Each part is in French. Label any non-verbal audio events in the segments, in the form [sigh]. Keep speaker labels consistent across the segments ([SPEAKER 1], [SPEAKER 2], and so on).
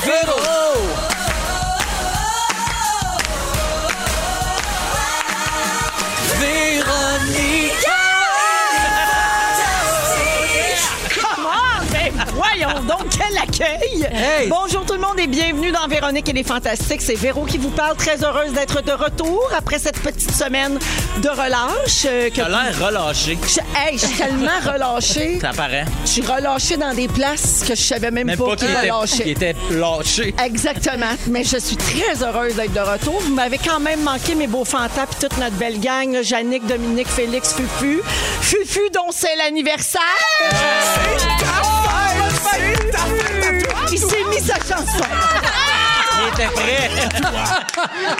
[SPEAKER 1] fiddle. Véronique.
[SPEAKER 2] Ah, ben voyons donc, quel accueil!
[SPEAKER 1] Hey!
[SPEAKER 2] Bonjour tout le monde et bienvenue dans Véronique et les Fantastiques. C'est Véro qui vous parle, très heureuse d'être de retour après cette petite semaine de relâche. euh, que
[SPEAKER 1] T'as l'air relâché.
[SPEAKER 2] je, hey, je suis tellement relâchée.
[SPEAKER 1] Ça paraît.
[SPEAKER 2] Je suis relâchée dans des places que je savais même,
[SPEAKER 1] Même pas qu'il
[SPEAKER 2] que
[SPEAKER 1] était,
[SPEAKER 2] relâchée.
[SPEAKER 1] qu'il était lâché.
[SPEAKER 2] Exactement. Mais je suis très heureuse d'être de retour. Vous m'avez quand même manqué mes beaux fantas puis toute notre belle gang. là, Yannick, Dominique, Félix, Fufu. Fufu dont c'est l'anniversaire. Il s'est mis sa chanson.
[SPEAKER 1] Il était prêt.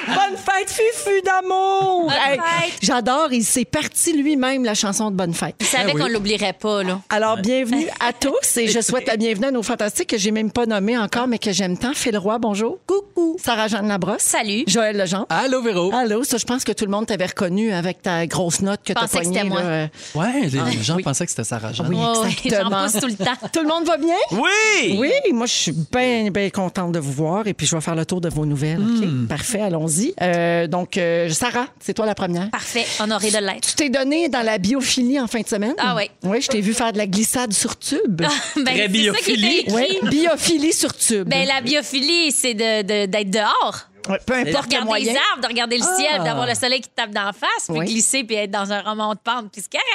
[SPEAKER 2] Bonne fête, Fufu d'amour.
[SPEAKER 3] Ah.
[SPEAKER 2] Hey,
[SPEAKER 3] fête.
[SPEAKER 2] J'adore. Il s'est parti lui-même la chanson de Bonne fête.
[SPEAKER 3] Je savais qu'on l'oublierait pas, là.
[SPEAKER 2] Alors, bienvenue à tous et je
[SPEAKER 3] [laughs]
[SPEAKER 2] souhaite la bienvenue à nos fantastiques que j'ai même pas nommés encore, mais que j'aime tant. Phil Roy, bonjour. Coucou. Sarah-Jeanne Labrosse.
[SPEAKER 3] Salut.
[SPEAKER 2] Joël Legendre.
[SPEAKER 1] Allô, Véro.
[SPEAKER 2] Allô, ça, je pense que tout le monde t'avait reconnu avec ta grosse note que t'as
[SPEAKER 3] Pensais que
[SPEAKER 2] pognée.
[SPEAKER 3] c'était moi.
[SPEAKER 2] là, euh,
[SPEAKER 4] Ouais, les gens pensaient que c'était Sarah Jeanne.
[SPEAKER 2] Oui,
[SPEAKER 3] Ouais, ouais,
[SPEAKER 2] exactement.
[SPEAKER 3] j'en pousse tout le temps.
[SPEAKER 2] Tout le monde va bien?
[SPEAKER 1] Oui!
[SPEAKER 2] Oui, moi, je suis bien, bien contente de vous voir et puis je vais faire le tour de vos nouvelles. OK?
[SPEAKER 1] Hmm.
[SPEAKER 2] Parfait, allons-y. Euh, donc, euh, Sarah, c'est toi la première.
[SPEAKER 3] Parfait, honoré de l'être.
[SPEAKER 2] Tu t'es donné dans la biophilie en fin de semaine?
[SPEAKER 3] Ah oui.
[SPEAKER 2] Oui, je t'ai vu faire de la glissade sur tube.
[SPEAKER 3] Ben,
[SPEAKER 1] Très
[SPEAKER 3] c'est ça qui
[SPEAKER 1] biophilie.
[SPEAKER 3] était écrit.
[SPEAKER 2] oui, biophilie sur tube.
[SPEAKER 3] Ben, la biophilie, c'est de- de- d'être dehors.
[SPEAKER 2] Ouais, peu
[SPEAKER 3] De
[SPEAKER 2] importe le
[SPEAKER 3] regarder les
[SPEAKER 2] moyen.
[SPEAKER 3] arbres, de regarder le ciel, puis d'avoir le soleil qui te tape d'en face, puis
[SPEAKER 2] Oui.
[SPEAKER 3] glisser, puis être dans un roman de pente, puis c'est correct.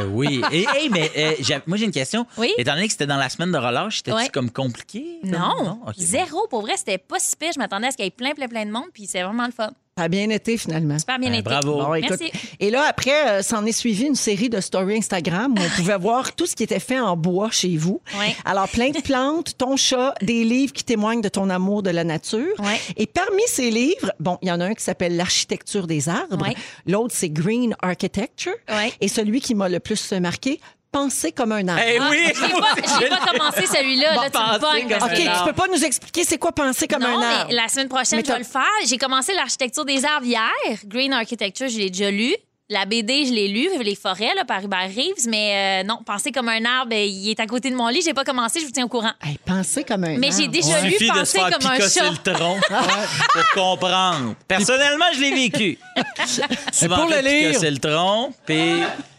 [SPEAKER 1] [laughs] Eh oui. Et, hey, mais euh, j'ai- moi, j'ai une question.
[SPEAKER 3] Oui?
[SPEAKER 1] Étant donné que c'était dans la semaine de relâche, c'était-tu
[SPEAKER 3] Ouais.
[SPEAKER 1] comme compliqué?
[SPEAKER 3] Non,
[SPEAKER 1] Ok, bon.
[SPEAKER 3] zéro. Pour vrai, c'était pas si pire. Je m'attendais à ce qu'il y ait plein, plein, plein de monde, puis c'est vraiment le fun.
[SPEAKER 2] Ça a bien été, finalement.
[SPEAKER 3] Super bien
[SPEAKER 1] Ben,
[SPEAKER 3] été.
[SPEAKER 1] bravo.
[SPEAKER 2] Bon, écoute,
[SPEAKER 3] Merci.
[SPEAKER 2] Et là, après, euh, s'en est suivi une série de stories Instagram où on
[SPEAKER 3] [laughs]
[SPEAKER 2] pouvait voir tout ce qui était fait en bois chez vous.
[SPEAKER 3] Ouais.
[SPEAKER 2] Alors, plein de plantes, ton chat, des livres qui témoignent de ton amour de la nature.
[SPEAKER 3] Ouais.
[SPEAKER 2] Et parmi ces livres, bon, il y en a un qui s'appelle L'architecture des arbres.
[SPEAKER 3] Ouais.
[SPEAKER 2] L'autre, c'est Green Architecture.
[SPEAKER 3] Ouais.
[SPEAKER 2] Et celui qui m'a le plus marqué, Penser comme un arbre.
[SPEAKER 1] Eh
[SPEAKER 3] Ah,
[SPEAKER 1] oui! [laughs]
[SPEAKER 3] Je l'ai pas, je l'ai pas commencé celui-là. Là, tu me pognes, parce
[SPEAKER 2] OK,
[SPEAKER 3] que-
[SPEAKER 2] tu peux pas nous expliquer c'est quoi penser comme
[SPEAKER 3] non,
[SPEAKER 2] un arbre?
[SPEAKER 3] mais la semaine
[SPEAKER 2] Mais
[SPEAKER 3] prochaine, je vais
[SPEAKER 2] t'as-
[SPEAKER 3] le faire. J'ai commencé l'architecture des arbres hier. Green Architecture, je l'ai déjà lu. La BD, je l'ai lu, Les forêts là, par Hubert Reeves, mais euh, non, penser comme un arbre, euh, il est à côté de mon lit, j'ai pas commencé, je vous tiens au courant.
[SPEAKER 2] Hey, penser comme un
[SPEAKER 3] Mais
[SPEAKER 2] arbre.
[SPEAKER 3] j'ai déjà
[SPEAKER 1] Il
[SPEAKER 3] lu
[SPEAKER 1] suffit de se
[SPEAKER 3] penser
[SPEAKER 1] faire
[SPEAKER 3] comme un
[SPEAKER 1] picosser
[SPEAKER 3] chat.
[SPEAKER 1] le
[SPEAKER 3] [laughs]
[SPEAKER 1] tronc pour comprendre. Personnellement, je l'ai
[SPEAKER 3] [laughs]
[SPEAKER 1] vécu. Je
[SPEAKER 4] pour le lire.
[SPEAKER 1] Picosser le tronc, puis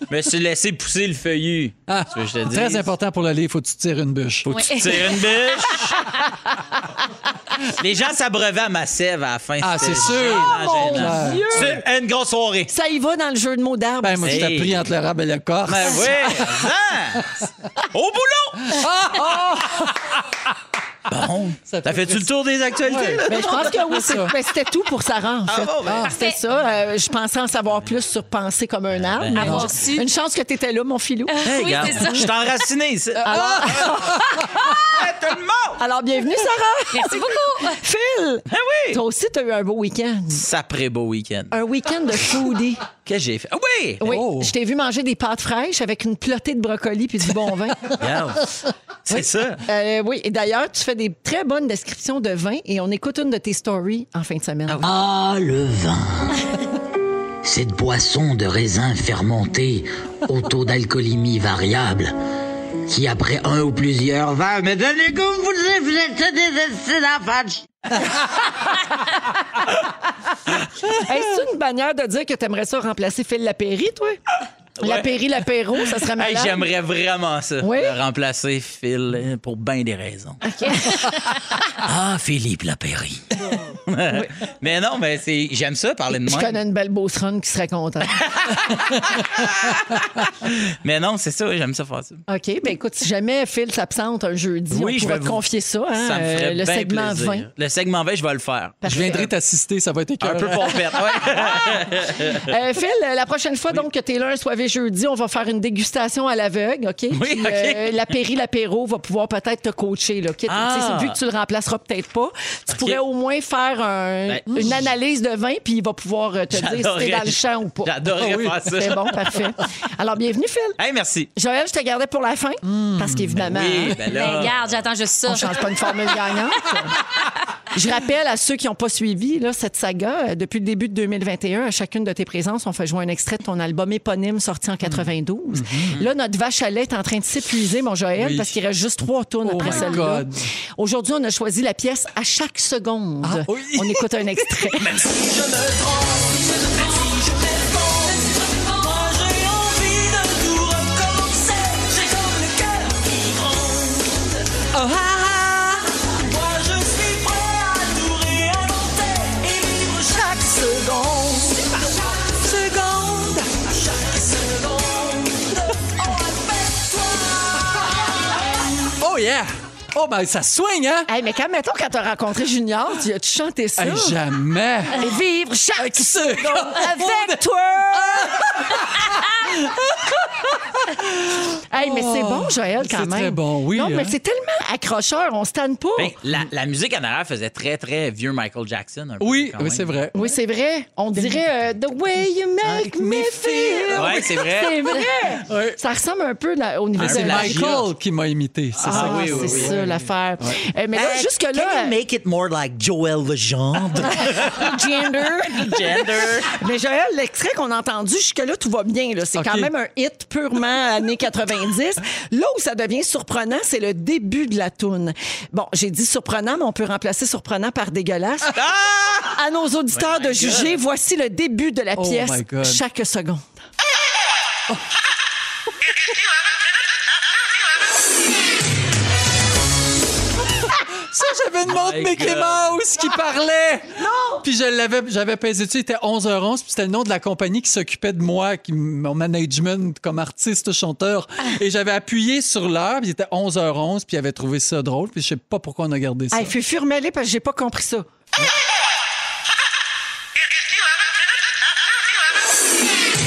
[SPEAKER 1] me suis laissé pousser le feuillu.
[SPEAKER 4] Ah,
[SPEAKER 1] Tu veux que je te dise?
[SPEAKER 4] très important pour le livre, faut que tu tires une bûche.
[SPEAKER 1] Faut que tu te tires une bûche. Les gens s'abreuvaient à ma sève à la fin.
[SPEAKER 4] Ah,
[SPEAKER 1] C'était
[SPEAKER 4] c'est sûr.
[SPEAKER 1] gênant,
[SPEAKER 2] Oh,
[SPEAKER 1] gênant.
[SPEAKER 2] mon Dieu!
[SPEAKER 1] C'est une grosse soirée.
[SPEAKER 2] Ça y va dans le jeu de mots d'arbre.
[SPEAKER 4] Ben, moi, je t'ai
[SPEAKER 1] Hey.
[SPEAKER 4] pris entre le rab et le corps.
[SPEAKER 1] Ben oui, hein? Au boulot! ah, Bon, t'as fait-tu le tour des actualités? là?
[SPEAKER 2] Ben, je pense que oui, c'est- ben, c'était tout pour Sarah, en fait.
[SPEAKER 1] bon, ben.
[SPEAKER 2] Ah, c'était ça. Euh, je pensais en savoir plus sur penser comme un arbre. mais
[SPEAKER 3] avoir
[SPEAKER 2] non.
[SPEAKER 3] su.
[SPEAKER 2] Une chance que tu étais là, mon filou.
[SPEAKER 1] Hey,
[SPEAKER 3] [laughs] oui,
[SPEAKER 1] regarde,
[SPEAKER 3] c'est ça.
[SPEAKER 1] je suis enraciné ici. Ah, Alors... tout le monde!
[SPEAKER 2] Alors, bienvenue, Sarah.
[SPEAKER 3] Merci beaucoup.
[SPEAKER 2] [laughs] Phil,
[SPEAKER 1] Ah oui!
[SPEAKER 2] toi aussi, tu as eu un beau week-end.
[SPEAKER 1] Sapré beau week-end.
[SPEAKER 2] Un week-end de foodie.
[SPEAKER 1] Qu'est-ce que j'ai fait? Ah oui!
[SPEAKER 2] Oui,
[SPEAKER 4] Oh.
[SPEAKER 2] je t'ai vu manger des pâtes fraîches avec une plotée de brocoli puis du bon vin.
[SPEAKER 1] [laughs] Regarde. C'est ça.
[SPEAKER 2] Euh, oui, et d'ailleurs, tu fais des très bonnes descriptions de vin et on écoute une de tes stories en fin de semaine.
[SPEAKER 5] Ah, le vin Cette boisson de raisin fermenté au taux d'alcoolémie variable, qui après un ou plusieurs vins me donne le goût, vous vous êtes des enfants de ch-
[SPEAKER 2] Est-ce une manière de dire que tu aimerais ça remplacer Phil Lapéry, toi? Lapéry, l'apéro, ça serait
[SPEAKER 1] Hey,
[SPEAKER 2] malade.
[SPEAKER 1] J'aimerais vraiment ça.
[SPEAKER 2] Oui?
[SPEAKER 1] Le remplacer Phil hein, pour bien des raisons. [laughs] ah, Philippe Lapéry. [laughs] mais non, mais c'est j'aime ça parler de
[SPEAKER 2] Je
[SPEAKER 1] moi.
[SPEAKER 2] connais une belle beauceronne qui serait
[SPEAKER 1] [laughs]
[SPEAKER 2] contente.
[SPEAKER 1] Mais non, c'est ça, j'aime ça faire ça.
[SPEAKER 2] OK, ben écoute, si jamais Phil s'absente un jeudi,
[SPEAKER 1] Oui,
[SPEAKER 2] on
[SPEAKER 1] je
[SPEAKER 2] pourra
[SPEAKER 1] vais
[SPEAKER 2] te
[SPEAKER 1] vous-
[SPEAKER 2] confier ça, hein,
[SPEAKER 1] ça me
[SPEAKER 2] euh,
[SPEAKER 1] ferait
[SPEAKER 2] le
[SPEAKER 1] bien
[SPEAKER 2] segment
[SPEAKER 1] plaisir.
[SPEAKER 2] 20.
[SPEAKER 1] Le segment 20, je vais le faire.
[SPEAKER 4] Je viendrai t'assister, ça va être
[SPEAKER 1] Un
[SPEAKER 4] écœurant.
[SPEAKER 1] peu pompette.
[SPEAKER 2] [laughs]
[SPEAKER 1] ouais. [laughs]
[SPEAKER 2] Euh, Phil, euh, la prochaine fois donc que t'es là un soirée jeudi, on va faire une dégustation à l'aveugle, OK?
[SPEAKER 1] Oui,
[SPEAKER 2] Puis,
[SPEAKER 1] OK.
[SPEAKER 2] L'apéry, l'apéro va pouvoir peut-être te coacher, là. OK?
[SPEAKER 1] Ah.
[SPEAKER 2] Tu sais, Vu que tu le remplaceras peut-être pas, tu pourrais au moins faire un-
[SPEAKER 1] Ben,
[SPEAKER 2] une analyse de vin, puis il va pouvoir euh, te dire si t'es dans le champ ou pas.
[SPEAKER 1] J'adorerais
[SPEAKER 4] Ah oui.
[SPEAKER 1] faire ça.
[SPEAKER 2] C'est bon, parfait. Alors, bienvenue, Phil.
[SPEAKER 1] Hey, merci.
[SPEAKER 2] Joël, je te gardais pour la fin, parce qu'évidemment,
[SPEAKER 1] Oui, Hmm.
[SPEAKER 2] hein,
[SPEAKER 1] ben
[SPEAKER 3] Ben,
[SPEAKER 1] là.
[SPEAKER 3] regarde, j'attends juste ça.
[SPEAKER 2] on change pas une formule gagnante. [laughs] Je rappelle à ceux qui n'ont pas suivi là, cette saga, euh, depuis le début de 2021, à chacune de tes présences, on fait jouer un extrait de ton album éponyme sorti en 92. Là, notre vache à lait est en train de s'épuiser, mon Joël,
[SPEAKER 4] Mhm. Oui.
[SPEAKER 2] parce qu'il reste juste trois tours
[SPEAKER 4] Oh
[SPEAKER 2] après
[SPEAKER 4] my
[SPEAKER 2] celle-là.
[SPEAKER 4] God.
[SPEAKER 2] Aujourd'hui, on a choisi la pièce à chaque seconde.
[SPEAKER 4] Ah, oui.
[SPEAKER 2] [laughs] On écoute un
[SPEAKER 4] [laughs]
[SPEAKER 2] extrait. Oh, ah, ah.
[SPEAKER 4] Oh yeah! Oh ben ça soigne, hein?
[SPEAKER 2] Hey, mais quand, mettons, quand t'as rencontré Junior, tu as-tu chanté ça?
[SPEAKER 4] Hey, jamais!
[SPEAKER 2] Et vivre chaque
[SPEAKER 4] Qui c'est?
[SPEAKER 2] avec toi! hey, mais c'est
[SPEAKER 1] Oh,
[SPEAKER 2] bon, Joël, quand
[SPEAKER 4] C'est
[SPEAKER 2] même.
[SPEAKER 4] très bon, oui,
[SPEAKER 2] Non, mais
[SPEAKER 4] hein.
[SPEAKER 2] c'est tellement accrocheur, on se tanne pas.
[SPEAKER 1] Ben, la, la musique en arrière faisait très, très vieux Michael Jackson. un peu,
[SPEAKER 4] Oui,
[SPEAKER 1] quand
[SPEAKER 4] oui,
[SPEAKER 1] même.
[SPEAKER 4] c'est vrai.
[SPEAKER 2] oui, c'est vrai. On
[SPEAKER 1] Ben,
[SPEAKER 2] dirait euh, The way you make me feel.
[SPEAKER 1] Ouais, c'est vrai.
[SPEAKER 2] C'est vrai. Ça ressemble un peu là, au niveau
[SPEAKER 1] Ah,
[SPEAKER 2] de
[SPEAKER 4] C'est
[SPEAKER 1] la
[SPEAKER 4] Michael
[SPEAKER 1] giotte.
[SPEAKER 4] qui m'a imité, c'est
[SPEAKER 2] Ah,
[SPEAKER 4] ça?
[SPEAKER 1] oui, oui,
[SPEAKER 2] c'est
[SPEAKER 1] oui.
[SPEAKER 2] ça l'affaire. Euh, mais là,
[SPEAKER 1] Euh,
[SPEAKER 2] jusque-là,
[SPEAKER 1] Can you make it more like Joel Legendre?
[SPEAKER 2] [laughs] gender. [laughs]
[SPEAKER 1] Gender.
[SPEAKER 2] Mais Joël, l'extrait qu'on a entendu, jusque-là, tout va bien. là. C'est
[SPEAKER 4] OK.
[SPEAKER 2] quand même un hit purement [laughs] années 90. Là où ça devient surprenant, c'est le début de la toune. Bon, j'ai dit surprenant, mais on peut remplacer surprenant par dégueulasse.
[SPEAKER 1] Ah!
[SPEAKER 2] À nos auditeurs de juger, voici le début de la
[SPEAKER 4] Oh
[SPEAKER 2] pièce
[SPEAKER 4] my God.
[SPEAKER 2] chaque seconde.
[SPEAKER 4] Ça, j'avais une montre
[SPEAKER 1] My
[SPEAKER 4] Mickey
[SPEAKER 1] God.
[SPEAKER 4] Mouse qui parlait! Non! Puis je l'avais, j'avais pesé dessus, il était 11h11, puis c'était le nom de la compagnie qui s'occupait de moi, qui, mon management comme artiste, chanteur. Et j'avais appuyé sur l'heure, puis il était 11h11, puis il avait trouvé ça drôle, puis je sais pas pourquoi on a gardé ça.
[SPEAKER 2] Hey, Fufu, remets-les parce que j'ai pas compris ça.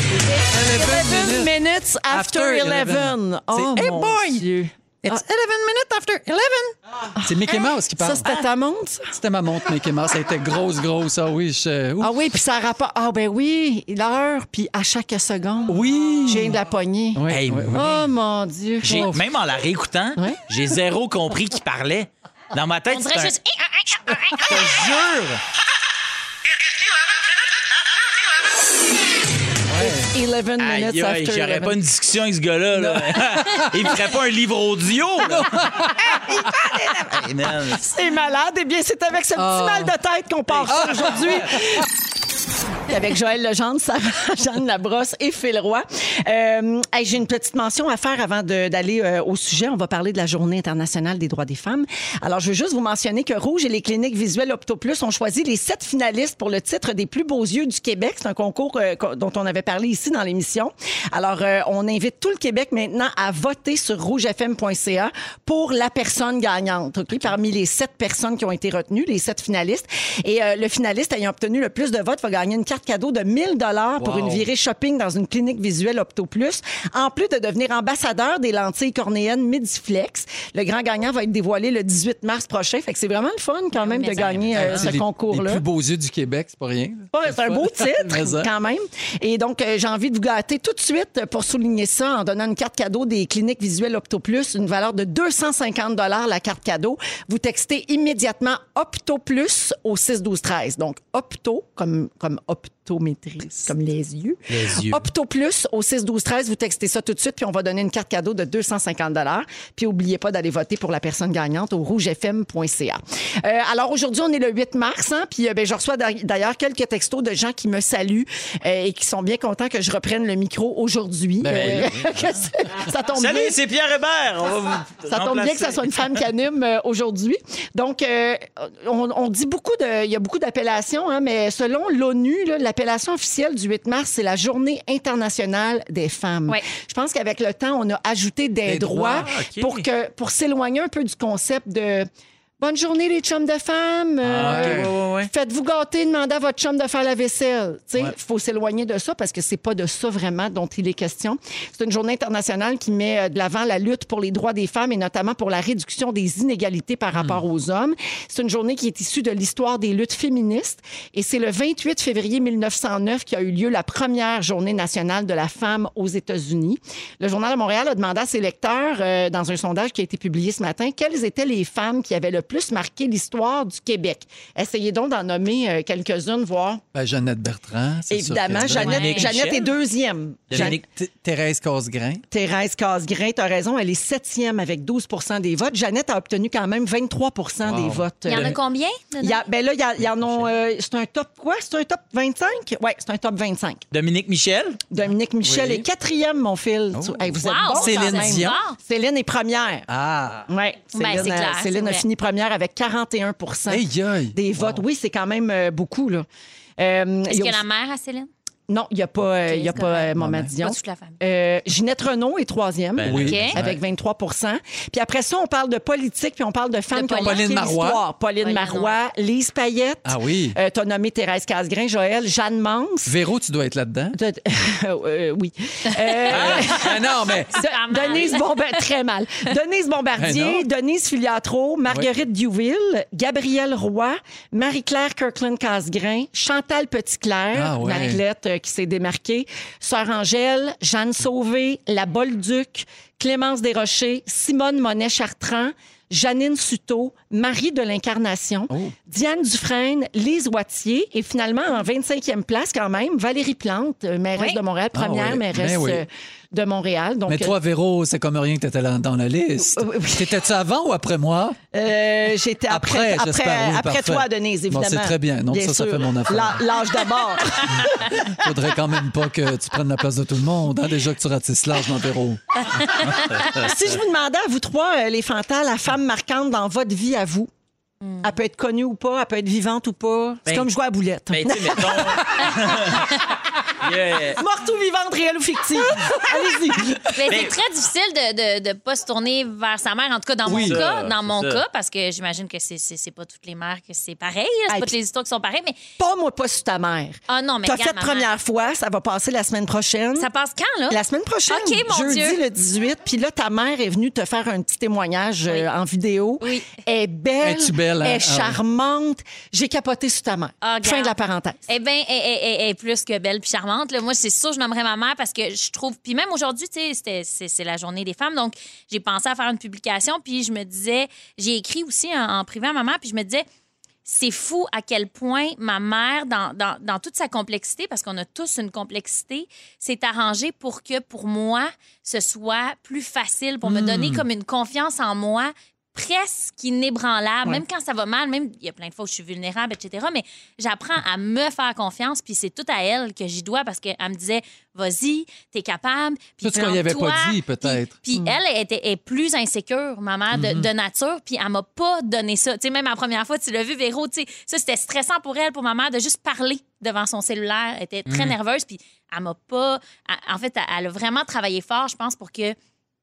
[SPEAKER 2] Eleven minutes after,
[SPEAKER 4] After
[SPEAKER 2] 11.
[SPEAKER 4] eleven.
[SPEAKER 2] Oh,
[SPEAKER 4] C'est- Hey
[SPEAKER 2] mon
[SPEAKER 4] boy!
[SPEAKER 2] Dieu. Ah.
[SPEAKER 4] It's 11 minutes after 11! C'est Mickey Mouse qui
[SPEAKER 2] Hein? Ça,
[SPEAKER 4] parle.
[SPEAKER 2] c'était ta montre, ça?
[SPEAKER 4] C'était ma montre Mickey Mouse. Elle était grosse, grosse. Ah oui, je... Ouh.
[SPEAKER 2] Ah oui, puis ça rapporte. Ah ben oui, l'heure, puis à chaque seconde.
[SPEAKER 4] oui.
[SPEAKER 2] J'ai de la poignée.
[SPEAKER 4] Oui,
[SPEAKER 1] Hey,
[SPEAKER 4] oui, oui.
[SPEAKER 2] Oh mon Dieu.
[SPEAKER 1] J'ai-
[SPEAKER 2] Oh,
[SPEAKER 1] Même en la réécoutant,
[SPEAKER 2] Ouais.
[SPEAKER 1] j'ai zéro compris qui parlait. Dans ma tête,
[SPEAKER 3] On
[SPEAKER 1] c'est
[SPEAKER 3] dirait
[SPEAKER 1] un-
[SPEAKER 3] juste. eh, ah!
[SPEAKER 1] Je te jure!
[SPEAKER 2] 11 minutes
[SPEAKER 1] Aïe, aïe,
[SPEAKER 2] after.
[SPEAKER 1] j'aurais
[SPEAKER 2] 11.
[SPEAKER 1] pas une discussion avec ce gars-là. là. [laughs] Il me ferait pas un livre audio.
[SPEAKER 2] [laughs]
[SPEAKER 1] là. Hey, man.
[SPEAKER 2] C'est malade. Eh bien, c'est avec ce petit mal de tête qu'on part ça aujourd'hui. [laughs] Avec Joël Legendre, Sarah, [laughs] Jeanne Labrosse et Phil Roy. Euh, hey, J'ai une petite mention à faire avant de- d'aller euh, au sujet. On va parler de la Journée internationale des droits des femmes. Alors, je veux juste vous mentionner que Rouge et les cliniques visuelles OptoPlus ont choisi les sept finalistes pour le titre des plus beaux yeux du Québec. C'est un concours euh, co- dont on avait parlé ici dans l'émission. Alors, euh, on invite tout le Québec maintenant à voter sur rougefm.ca pour la personne gagnante, OK? Parmi les sept personnes qui ont été retenues, les sept finalistes. Et euh, le finaliste ayant obtenu le plus de votes va gagner une carte cadeau de 1000 dollars pour
[SPEAKER 4] Wow.
[SPEAKER 2] une virée shopping dans une clinique visuelle OptoPlus, en plus de devenir ambassadeur des lentilles cornéennes Midiflex. Le grand gagnant va être dévoilé le 18 mars prochain. Fait que c'est vraiment le fun quand même de
[SPEAKER 3] mais ça,
[SPEAKER 2] gagner euh,
[SPEAKER 4] Ah, C'est
[SPEAKER 2] ce
[SPEAKER 4] les- Les
[SPEAKER 2] concours-là.
[SPEAKER 4] plus beaux yeux du Québec, c'est pas rien.
[SPEAKER 2] Ouais, C'est un beau
[SPEAKER 4] Mais
[SPEAKER 2] titre,
[SPEAKER 4] ça.
[SPEAKER 2] quand même. Et donc, euh, j'ai envie de vous gâter tout de suite pour souligner ça en donnant une carte cadeau des cliniques visuelles OptoPlus, une valeur de 250 la carte cadeau. Vous textez immédiatement OptoPlus au 6-12-13. Donc, Opto, comme, comme optométrie, comme les yeux.
[SPEAKER 1] Les yeux.
[SPEAKER 2] OptoPlus au 6-12-13. Vous textez ça tout de suite, puis on va donner une carte cadeau de 250 Puis n'oubliez pas d'aller voter pour la personne gagnante au rougefm.ca. Euh, alors aujourd'hui, on est le 8 mars, hein, puis euh, ben, je reçois d'a- d'ailleurs quelques textos de gens qui me saluent euh, et qui sont bien contents que je reprenne le micro aujourd'hui. Euh,
[SPEAKER 4] Ben oui,
[SPEAKER 2] [laughs] que c'est- ça tombe
[SPEAKER 1] Salut,
[SPEAKER 2] bien.
[SPEAKER 1] c'est Pierre Hébert. On va vous
[SPEAKER 2] Ça tombe bien que
[SPEAKER 1] remplacer.
[SPEAKER 2] ce soit une femme qui anime euh, aujourd'hui. Donc, euh, on, on dit beaucoup de. Il y a beaucoup d'appellations, hein, mais selon l'ONU, là, l'appellation officielle du 8 mars, c'est la Journée internationale des femmes.
[SPEAKER 3] Ouais.
[SPEAKER 2] Je pense qu'avec le temps, on a ajouté des,
[SPEAKER 4] Des
[SPEAKER 2] droits,
[SPEAKER 4] droits,
[SPEAKER 1] ok.
[SPEAKER 2] pour, que, pour s'éloigner un peu du concept de. Bonne journée, les chums de femmes.
[SPEAKER 1] Ah, ok,
[SPEAKER 2] Euh,
[SPEAKER 1] ouais, ouais, ouais.
[SPEAKER 2] Faites-vous gâter, demandez à votre chum de faire la vaisselle. Il faut s'éloigner de ça parce que c'est pas de ça vraiment dont il est question. C'est une journée internationale qui met euh, de l'avant la lutte pour les droits des femmes et notamment pour la réduction des inégalités par rapport
[SPEAKER 1] Hmm.
[SPEAKER 2] aux hommes. C'est une journée qui est issue de l'histoire des luttes féministes et c'est le 28 février 1909 qui a eu lieu la première journée nationale de la femme aux États-Unis. Le Journal de Montréal a demandé à ses lecteurs, euh, dans un sondage qui a été publié ce matin, quelles étaient les femmes qui avaient le plus plus marqué l'histoire du Québec? Essayez donc d'en nommer euh, quelques-unes, voir.
[SPEAKER 4] Ben, Jeannette Bertrand, c'est sûr
[SPEAKER 2] Évidemment,
[SPEAKER 4] qu'elle-
[SPEAKER 2] Jeannette,
[SPEAKER 3] Dominique
[SPEAKER 2] Jeannette est
[SPEAKER 1] Michel.
[SPEAKER 2] deuxième.
[SPEAKER 1] Dominique
[SPEAKER 4] T- Thérèse Casgrain.
[SPEAKER 2] Thérèse Casgrain, tu as raison, elle est septième avec 12 des votes. Jeannette a obtenu quand même 23 des
[SPEAKER 4] Wow.
[SPEAKER 2] votes.
[SPEAKER 3] Il y en a
[SPEAKER 2] Euh,
[SPEAKER 3] combien?
[SPEAKER 2] il y a- ben là, il y a- il y en a, euh, c'est un top quoi? C'est un top 25? Oui, c'est un top 25.
[SPEAKER 1] Dominique Michel.
[SPEAKER 2] Dominique Michel
[SPEAKER 4] Oui. Oh.
[SPEAKER 2] est quatrième, mon fil. Tu- hey, vous êtes
[SPEAKER 3] Wow,
[SPEAKER 2] bon,
[SPEAKER 3] Céline
[SPEAKER 2] quand même.
[SPEAKER 3] Dion.
[SPEAKER 2] Céline est première.
[SPEAKER 4] Ah!
[SPEAKER 2] Oui, Céline,
[SPEAKER 3] Ben, c'est
[SPEAKER 2] euh,
[SPEAKER 3] clair,
[SPEAKER 2] Céline
[SPEAKER 3] c'est
[SPEAKER 2] a
[SPEAKER 3] vrai.
[SPEAKER 2] fini première avec 41
[SPEAKER 4] Hey, yoï.
[SPEAKER 2] des votes. Oui, c'est quand même euh, beaucoup. Là. Euh, il
[SPEAKER 3] Est-ce
[SPEAKER 2] y a
[SPEAKER 3] que la
[SPEAKER 2] aussi-
[SPEAKER 3] mère à Céline?
[SPEAKER 2] Non, il n'y a pas, euh, il y a
[SPEAKER 3] c'est
[SPEAKER 2] pas euh,
[SPEAKER 3] correct.
[SPEAKER 2] Maman
[SPEAKER 4] Maman.
[SPEAKER 2] Dion.
[SPEAKER 3] Pas toute la famille.
[SPEAKER 2] Euh, Ginette Renault est troisième.
[SPEAKER 1] Ben,
[SPEAKER 4] Oui.
[SPEAKER 3] OK.
[SPEAKER 4] exact.
[SPEAKER 2] Avec 23 Puis après ça, on parle de politique, puis on parle de femmes qui
[SPEAKER 3] De
[SPEAKER 2] ont
[SPEAKER 3] Pauline
[SPEAKER 2] marqué
[SPEAKER 4] Marois.
[SPEAKER 2] l'histoire. Pauline,
[SPEAKER 3] Pauline
[SPEAKER 2] Marois, Lise Payette.
[SPEAKER 4] Ah oui.
[SPEAKER 2] Euh, T'as nommé Thérèse Casgrain, Joël, Jeanne Mans.
[SPEAKER 4] Véro, tu dois être là-dedans.
[SPEAKER 2] De- [laughs] Euh, oui. Euh,
[SPEAKER 4] Ah non,
[SPEAKER 2] [laughs]
[SPEAKER 4] mais.
[SPEAKER 2] De-
[SPEAKER 3] Pas mal.
[SPEAKER 2] Denise Bombardier, très mal. Denise Bombardier,
[SPEAKER 4] Ben
[SPEAKER 2] Denise Filiatro, Marguerite Duville, Gabrielle Roy, Marie-Claire Kirkland Casgrain, Chantal Petitclerc,
[SPEAKER 4] Ah ouais.
[SPEAKER 2] une athlète euh, qui s'est démarquée, Sœur Angèle, Jeanne Sauvé, La Bolduc, Clémence Desrochers, Simone Monet-Chartrand, Janine Suto, Marie de l'Incarnation,
[SPEAKER 4] Oh.
[SPEAKER 2] Diane Dufresne, Lise Wattier et finalement en 25e place quand même, Valérie Plante, euh, mairesse
[SPEAKER 3] Oui.
[SPEAKER 2] de Montréal,
[SPEAKER 4] Ah
[SPEAKER 2] première
[SPEAKER 4] ouais.
[SPEAKER 2] mairesse
[SPEAKER 4] Ben oui.
[SPEAKER 2] euh, de Montréal. Donc, euh,
[SPEAKER 4] Mais toi, Véro, c'est comme rien que t'étais là- dans la liste.
[SPEAKER 2] Oui, oui.
[SPEAKER 4] T'étais-tu avant ou après moi?
[SPEAKER 2] Euh, j'étais après,
[SPEAKER 4] Après,
[SPEAKER 2] après,
[SPEAKER 4] j'espère, oui,
[SPEAKER 2] après
[SPEAKER 4] parfait.
[SPEAKER 2] toi, Denise,
[SPEAKER 4] Bon,
[SPEAKER 2] évidemment.
[SPEAKER 4] c'est très bien. Non, ça, ça
[SPEAKER 2] sûr.
[SPEAKER 4] fait mon affaire.
[SPEAKER 2] La- L'âge
[SPEAKER 4] [laughs]
[SPEAKER 2] d'abord.
[SPEAKER 4] Faudrait quand même pas que tu prennes la place de tout le monde, hein, déjà que tu ratisses large, mon Véro.
[SPEAKER 1] Ah,
[SPEAKER 2] si je vous demandais à vous trois, euh, les fantas, la femme marquante dans votre vie à vous,
[SPEAKER 3] Hmm.
[SPEAKER 2] elle peut être connue ou pas, elle peut être vivante ou pas. C'est
[SPEAKER 1] Ben,
[SPEAKER 2] comme jouer à la boulette.
[SPEAKER 1] Ben, tu sais, [laughs] mettons. Yeah.
[SPEAKER 2] [laughs] Morte ou vivante, réelle ou
[SPEAKER 4] [laughs]
[SPEAKER 2] fictive. Allez-y.
[SPEAKER 3] Mais
[SPEAKER 1] Ben,
[SPEAKER 3] c'est très difficile de ne de, de pas se tourner vers sa mère, en tout cas dans
[SPEAKER 1] Oui,
[SPEAKER 3] mon
[SPEAKER 1] ça,
[SPEAKER 3] cas, dans
[SPEAKER 1] c'est
[SPEAKER 3] mon
[SPEAKER 1] ça.
[SPEAKER 3] cas, parce que j'imagine que c'est- c'est c'est pas toutes les mères que c'est pareil, là.
[SPEAKER 2] Ah,
[SPEAKER 3] c'est pas
[SPEAKER 2] puis-
[SPEAKER 3] toutes les histoires qui sont pareilles, mais
[SPEAKER 2] Pas moi, pas sur ta mère.
[SPEAKER 3] ah non, mais
[SPEAKER 2] T'as fait
[SPEAKER 3] regarde, maman,
[SPEAKER 2] première fois, ça va passer la semaine prochaine.
[SPEAKER 3] ça passe quand là
[SPEAKER 2] La semaine prochaine,
[SPEAKER 3] Ah. OK, mon
[SPEAKER 2] jeudi
[SPEAKER 3] Dieu.
[SPEAKER 2] le 18, puis là, ta mère est venue te faire un petit témoignage euh, en vidéo.
[SPEAKER 3] Oui.
[SPEAKER 2] Elle est belle,
[SPEAKER 4] Es-tu belle, hein?
[SPEAKER 2] elle
[SPEAKER 4] Ah
[SPEAKER 2] est
[SPEAKER 4] oui.
[SPEAKER 2] charmante. J'ai capoté sur ta mère.
[SPEAKER 3] Ah,
[SPEAKER 2] fin
[SPEAKER 3] regarde.
[SPEAKER 2] de la parenthèse.
[SPEAKER 3] Eh bien, elle, elle- elle- elle est plus que belle puis charmante. là. Moi, c'est sûr, je nommerais ma mère parce que je trouve. Puis même aujourd'hui, tu sais, c'était- c'est c'est la journée des femmes. Donc, j'ai pensé à faire une publication. Puis je me disais, j'ai écrit aussi en, en privé à ma mère. Puis je me disais, c'est fou à quel point ma mère, dans, dans- dans toute sa complexité, parce qu'on a tous une complexité, s'est arrangée pour que pour moi, ce soit plus facile, pour me donner comme une confiance en moi presque inébranlable, même quand ça va mal, même il y a plein de fois où je suis vulnérable, etc. Mais j'apprends à me faire confiance, puis c'est tout à elle que j'y dois parce qu'elle me disait, vas-y, t'es capable. Puis
[SPEAKER 4] Tout ce qu'on y avait
[SPEAKER 3] plante-toi.
[SPEAKER 4] pas
[SPEAKER 3] Puis-
[SPEAKER 4] dit, peut-être. Mm.
[SPEAKER 3] Puis
[SPEAKER 4] Mm-hmm.
[SPEAKER 3] elle, elle était elle est plus insécure, ma mère, de, de nature, puis elle m'a pas donné ça. Tu sais, même la première fois, tu l'as vu, Véro, tu sais, ça, c'était stressant pour elle, pour ma mère, de juste parler devant son cellulaire. Elle était
[SPEAKER 4] Mm.
[SPEAKER 3] très nerveuse, puis elle m'a pas... elle- en fait, elle, elle a vraiment travaillé fort, je pense, pour que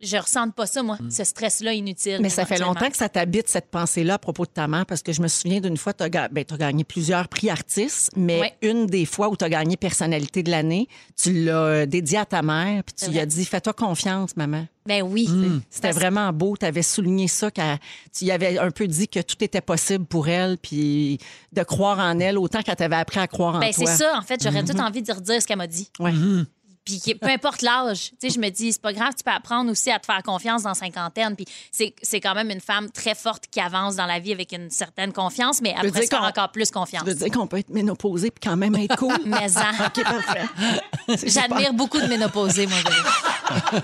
[SPEAKER 3] je ressente pas ça, moi, ce stress-là inutile.
[SPEAKER 2] Mais ça fait
[SPEAKER 3] éventuellement.
[SPEAKER 2] longtemps que ça t'habite, cette pensée-là, à propos de ta mère, parce que je me souviens d'une fois, tu as, gagné plusieurs prix artistes, mais
[SPEAKER 3] Ouais.
[SPEAKER 2] une des fois où tu as gagné personnalité de l'année, tu l'as euh, dédié à ta mère, puis tu
[SPEAKER 3] C'est
[SPEAKER 2] lui as
[SPEAKER 3] vrai.
[SPEAKER 2] dit Fais-toi confiance, maman.
[SPEAKER 3] Ben oui.
[SPEAKER 2] C'était vraiment beau. Tu avais souligné ça, qu'elle- tu y avais un peu dit que tout était possible pour elle, puis de croire en elle autant qu'elle t'avait appris à croire en
[SPEAKER 3] Ben, c'est
[SPEAKER 2] toi.
[SPEAKER 3] ça, Mhm. en fait, j'aurais tout envie de redire ce qu'elle m'a dit.
[SPEAKER 2] Ouais.
[SPEAKER 3] Puis que- peu importe l'âge, tu sais, je me dis, c'est pas grave, tu peux apprendre aussi à te faire confiance dans cinquantaine. Puis c'est c'est quand même une femme très forte qui avance dans la vie avec une certaine confiance, mais
[SPEAKER 2] veux
[SPEAKER 3] après,
[SPEAKER 2] dire
[SPEAKER 3] se faire
[SPEAKER 2] qu'on-
[SPEAKER 3] encore plus confiance.
[SPEAKER 2] Je veux dire qu'on peut être ménopausé puis quand même être cool.
[SPEAKER 3] [laughs] Mais en-
[SPEAKER 2] [laughs] OK, parfait.
[SPEAKER 3] [laughs] j'admire beaucoup de ménopausées, moi. Véro.